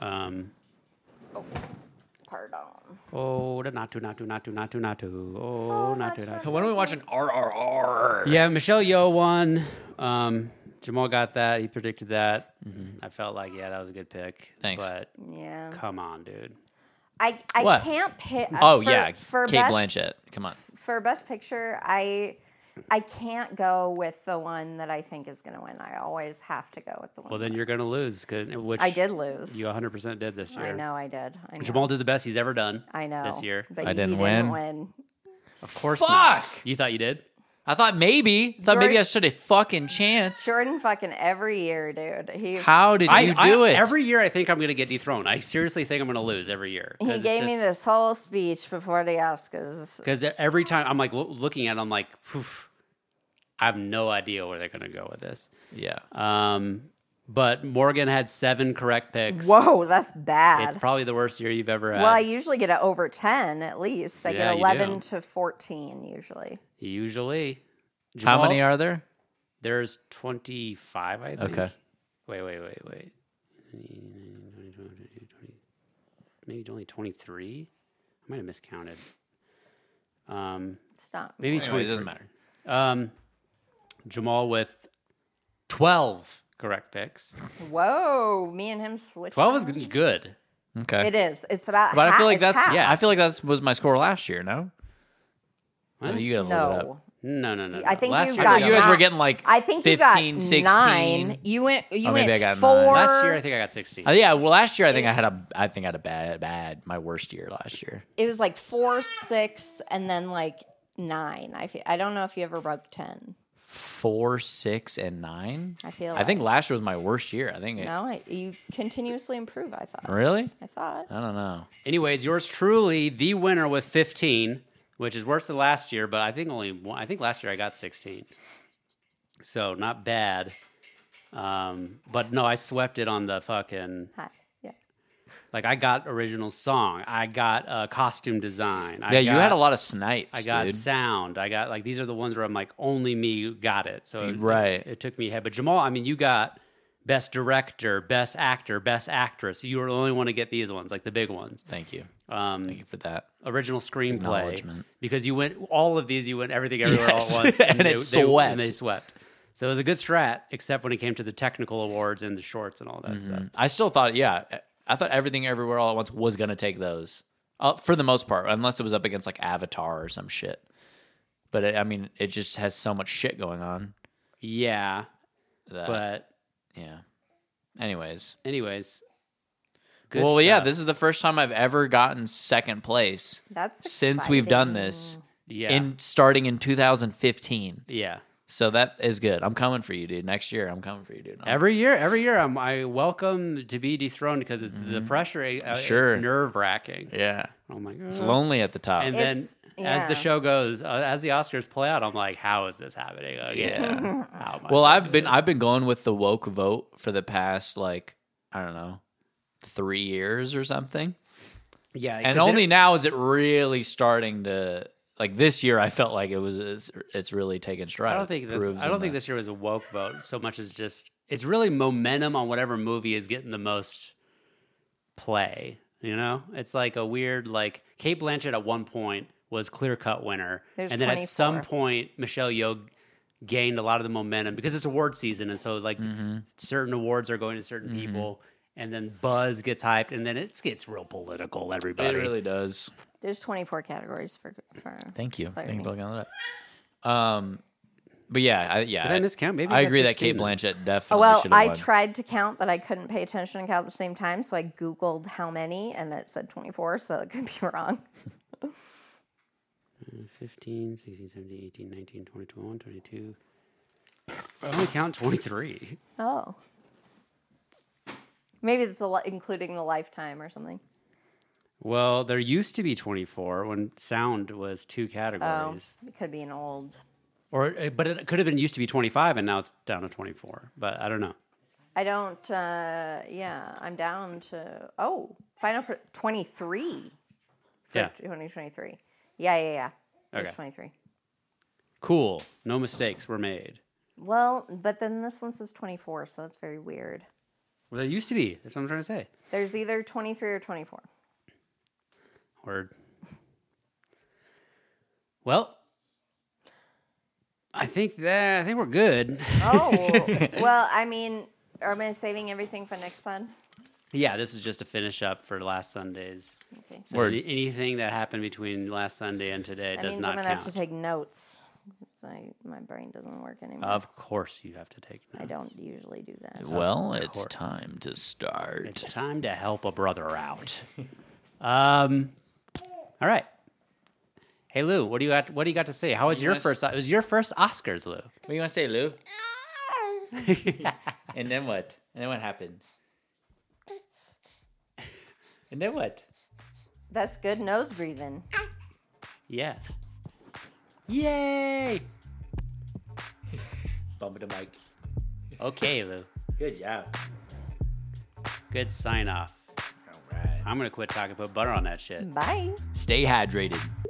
[SPEAKER 3] Um,
[SPEAKER 1] Pardon.
[SPEAKER 3] oh, da- not to, not to, not to, not to, not to. Oh, not to, not to.
[SPEAKER 2] Why don't we watch an RRR?
[SPEAKER 3] Yeah, Michelle Yeoh won. Um, Jamal got that. He predicted that. I felt like, yeah, that was a good pick.
[SPEAKER 2] Mm-hmm. Thanks.
[SPEAKER 3] But
[SPEAKER 1] Yeah.
[SPEAKER 3] come on, dude.
[SPEAKER 1] I, I
[SPEAKER 2] What?
[SPEAKER 1] can't pick.
[SPEAKER 2] Oh yeah,
[SPEAKER 1] For
[SPEAKER 2] Kate
[SPEAKER 1] best,
[SPEAKER 2] Blanchett. Come on.
[SPEAKER 1] For best picture, I I can't go with the one that I think is going to win. I always have to go with the one.
[SPEAKER 3] Well, then you're gonna lose. 'cause- uh, Which
[SPEAKER 1] I did lose.
[SPEAKER 3] You 100 percent did this year.
[SPEAKER 1] I know I did. I know.
[SPEAKER 3] Jamal did the best he's ever done.
[SPEAKER 1] I know.
[SPEAKER 3] This year.
[SPEAKER 1] but
[SPEAKER 2] I
[SPEAKER 1] you
[SPEAKER 2] didn't
[SPEAKER 1] didn't
[SPEAKER 2] win.
[SPEAKER 1] win.
[SPEAKER 3] Of course not.
[SPEAKER 2] Fuck!
[SPEAKER 3] You thought you did?
[SPEAKER 2] I thought maybe. I thought maybe
[SPEAKER 1] Jordan-
[SPEAKER 2] I stood a fucking chance.
[SPEAKER 1] Jordan fucking every year, dude. He
[SPEAKER 2] How did you
[SPEAKER 3] I,
[SPEAKER 2] do it?
[SPEAKER 3] Every year I think I'm going to get dethroned. I seriously think I'm going to lose every year.
[SPEAKER 1] he gave me this whole speech before the Oscars.
[SPEAKER 3] Because e-, every time I'm like lo- looking at it, I'm like, Phew, I have no idea where they're going to go with this.
[SPEAKER 2] yeah.
[SPEAKER 3] Um, but Morgan had seven correct picks.
[SPEAKER 1] Whoa, that's bad.
[SPEAKER 3] It's probably the worst year you've ever had.
[SPEAKER 1] well, I usually get a over ten at least. I
[SPEAKER 3] Yeah,
[SPEAKER 1] get
[SPEAKER 3] you
[SPEAKER 1] eleven
[SPEAKER 3] do.
[SPEAKER 1] to fourteen usually.
[SPEAKER 3] Usually.
[SPEAKER 2] How
[SPEAKER 3] Jamal-
[SPEAKER 2] many are there?
[SPEAKER 3] There's 25, I think.
[SPEAKER 2] Okay.
[SPEAKER 3] Wait, wait, wait, wait. Maybe only 23? I might have miscounted. Um,
[SPEAKER 1] It's not
[SPEAKER 3] maybe
[SPEAKER 2] Anyway, it
[SPEAKER 3] 23.
[SPEAKER 2] doesn't matter.
[SPEAKER 3] Um, Jamal with 12 correct picks.
[SPEAKER 1] Whoa, me and him switched.
[SPEAKER 3] 12 is good.
[SPEAKER 2] Okay.
[SPEAKER 1] It is. It's about.
[SPEAKER 2] But I
[SPEAKER 1] half-
[SPEAKER 2] feel like
[SPEAKER 1] it's
[SPEAKER 2] that's
[SPEAKER 1] half.
[SPEAKER 2] yeah. I feel like that was my score last year. No,
[SPEAKER 3] What?
[SPEAKER 2] you gotta load it up.
[SPEAKER 1] No,
[SPEAKER 3] No, no, no. no.
[SPEAKER 1] I think
[SPEAKER 3] Last
[SPEAKER 1] you
[SPEAKER 3] year,
[SPEAKER 2] I thought
[SPEAKER 1] got
[SPEAKER 2] you guys
[SPEAKER 1] nine.
[SPEAKER 2] were getting like
[SPEAKER 1] I think
[SPEAKER 2] 15,
[SPEAKER 1] you got
[SPEAKER 2] 16.
[SPEAKER 1] nine. You went. You
[SPEAKER 2] Oh, maybe
[SPEAKER 1] went
[SPEAKER 2] I got nine.
[SPEAKER 1] four.
[SPEAKER 3] last year I think I got 16.
[SPEAKER 2] Uh, yeah, well, last year I think I had a I think I had a bad bad my worst year last year.
[SPEAKER 1] it was like four, six, and then like nine. I feel, I don't know if you ever broke ten.
[SPEAKER 2] Four, six, and nine.
[SPEAKER 1] I feel
[SPEAKER 2] I think last year was my worst year. I think. it-
[SPEAKER 1] No, I, you continuously improve. I thought.
[SPEAKER 2] really?
[SPEAKER 1] I thought.
[SPEAKER 2] I don't know.
[SPEAKER 3] Anyways, yours truly the winner with 15, which is worse than last year, but I think only one, I think last year I got 16. So not bad. Um, but no, I swept it on the fucking
[SPEAKER 1] Hi. Yeah.
[SPEAKER 3] like I got original song, I got uh, costume design. I
[SPEAKER 2] Yeah, you had
[SPEAKER 3] got-
[SPEAKER 2] a lot of snipes.
[SPEAKER 3] I got
[SPEAKER 2] dude.
[SPEAKER 3] sound. I got like these are the ones where I'm like only me got it. So it-
[SPEAKER 2] Right.
[SPEAKER 3] it, took me ahead. But Jamal, I mean, you got best director, best actor, best actress. You were the only one to get these ones, like the big ones.
[SPEAKER 2] Thank you.
[SPEAKER 3] Um,
[SPEAKER 2] Thank you for that.
[SPEAKER 3] original screenplay
[SPEAKER 2] Acknowledgement.
[SPEAKER 3] because you went all of these you went everything everywhere all at
[SPEAKER 2] Yes,
[SPEAKER 3] once
[SPEAKER 2] and it swept.
[SPEAKER 3] and they swept so it was a good strat except when it came to the technical awards and the shorts and all that stuff
[SPEAKER 2] I still thought, yeah, e, I thought everything, everywhere, all at once was gonna take those uh, for the most part, unless it was up against like Avatar or some shit. But it, I mean, it just has so much shit going on.
[SPEAKER 3] yeah
[SPEAKER 2] That,
[SPEAKER 3] but
[SPEAKER 2] yeah. Anyways,
[SPEAKER 3] anyways good
[SPEAKER 2] well, yeah,
[SPEAKER 3] stuff.
[SPEAKER 2] this is the first time I've ever gotten second place
[SPEAKER 1] That's
[SPEAKER 2] since we've done
[SPEAKER 1] exciting.
[SPEAKER 2] this
[SPEAKER 3] yeah
[SPEAKER 2] in starting in 2015.
[SPEAKER 3] yeah
[SPEAKER 2] So that is good. I'm coming for you, dude. Next year, I'm coming for you, dude. I'm-
[SPEAKER 3] every year every year i'm i welcome to be dethroned because it's the pressure uh,
[SPEAKER 2] Mm-hmm. Sure.
[SPEAKER 3] it's nerve-wracking
[SPEAKER 2] yeah,
[SPEAKER 3] i'm like
[SPEAKER 2] it's
[SPEAKER 3] "Ugh."
[SPEAKER 2] lonely at the top.
[SPEAKER 3] and
[SPEAKER 1] It's-
[SPEAKER 3] then as the
[SPEAKER 1] yeah.
[SPEAKER 3] show goes uh, as the oscars play out i'm like how is this happening again? How am I
[SPEAKER 2] Well,
[SPEAKER 3] so
[SPEAKER 2] I've
[SPEAKER 3] good?
[SPEAKER 2] been I've been going with the woke vote for the past like I don't know three years or something,
[SPEAKER 3] yeah 'cause
[SPEAKER 2] and
[SPEAKER 3] they
[SPEAKER 2] only
[SPEAKER 3] don't-
[SPEAKER 2] now is it really starting to like this year. I felt like it was it's, it's really taking stride.
[SPEAKER 3] I don't think this. I don't think this year was a woke vote so much as just it's really momentum on whatever movie is getting the most play. You know, it's like a weird like Kate Blanchett at one point was clear cut winner,
[SPEAKER 1] There's
[SPEAKER 3] and then at some
[SPEAKER 1] 24.
[SPEAKER 3] point Michelle Yeoh gained a lot of the momentum because it's award season, and so like
[SPEAKER 2] Mm-hmm.
[SPEAKER 3] certain awards are going to certain people. And then buzz gets hyped, and then it gets real political.
[SPEAKER 2] it
[SPEAKER 3] Everybody,
[SPEAKER 2] really does.
[SPEAKER 1] There's 24 categories for for.
[SPEAKER 2] Thank you. Thank you
[SPEAKER 1] Clarity.
[SPEAKER 2] for looking that up. Um, but yeah, I, yeah,
[SPEAKER 3] Did I miscount? Maybe
[SPEAKER 2] I
[SPEAKER 3] I got
[SPEAKER 2] agree that Kate
[SPEAKER 3] 16 then. Oh,
[SPEAKER 2] Blanchett definitely.
[SPEAKER 1] Well,
[SPEAKER 2] should have
[SPEAKER 1] I
[SPEAKER 2] won.
[SPEAKER 1] tried to count, but I couldn't pay attention and count at the same time. So I Googled how many, and it said 24, so it could be wrong.
[SPEAKER 3] 15, 16, 17, 18, 19, 20, 21, 22. I only count 23.
[SPEAKER 1] Oh. Maybe it's a li- including the lifetime or something.
[SPEAKER 3] Well, there used to be 24 when sound was two
[SPEAKER 1] Oh,
[SPEAKER 3] categories.
[SPEAKER 1] it could be an old.
[SPEAKER 3] Or eh, but it could have been used to be 25 and now it's down to 24. But I don't know.
[SPEAKER 1] I don't. Uh, yeah, I'm down to oh, final pr- 23 for
[SPEAKER 3] Yeah.
[SPEAKER 1] 2023. Yeah, yeah, yeah. There's
[SPEAKER 3] Okay.
[SPEAKER 1] 23.
[SPEAKER 3] Cool. No mistakes were made.
[SPEAKER 1] Well, but then this one says 24, so that's very weird.
[SPEAKER 3] Well, there used to be. That's what I'm trying to say.
[SPEAKER 1] There's either 23 or 24.
[SPEAKER 3] Word. Well, I think that I think we're good.
[SPEAKER 1] Oh, well, I mean, am I saving everything for next one?
[SPEAKER 3] yeah, this is just to finish up for last Sunday's.
[SPEAKER 1] Okay.
[SPEAKER 3] So
[SPEAKER 2] Word.
[SPEAKER 3] any- anything that happened between last Sunday and today
[SPEAKER 1] That
[SPEAKER 3] does
[SPEAKER 1] means I'm
[SPEAKER 3] not
[SPEAKER 1] gonna
[SPEAKER 3] count.
[SPEAKER 1] have to take notes. 'cause I, my brain doesn't work anymore.
[SPEAKER 3] of course, you have to take. Notes.
[SPEAKER 1] I don't usually do that.
[SPEAKER 2] Well, it's
[SPEAKER 3] course.
[SPEAKER 2] time to start.
[SPEAKER 3] It's time to help a brother out. um, all right. Hey Lou, what do you got? What do you got to say? How was your
[SPEAKER 2] guys-
[SPEAKER 3] first? It was your first Oscars, Lou.
[SPEAKER 2] What do you want to say, Lou? and then what? And then what happens? And then what?
[SPEAKER 1] That's good nose breathing.
[SPEAKER 3] Yeah. Yay!
[SPEAKER 2] Bump the mic.
[SPEAKER 3] Okay, Lou.
[SPEAKER 2] Good job.
[SPEAKER 3] Good sign off.
[SPEAKER 2] All right.
[SPEAKER 3] I'm gonna quit talking. Put butter on that shit.
[SPEAKER 1] Bye.
[SPEAKER 2] Stay hydrated.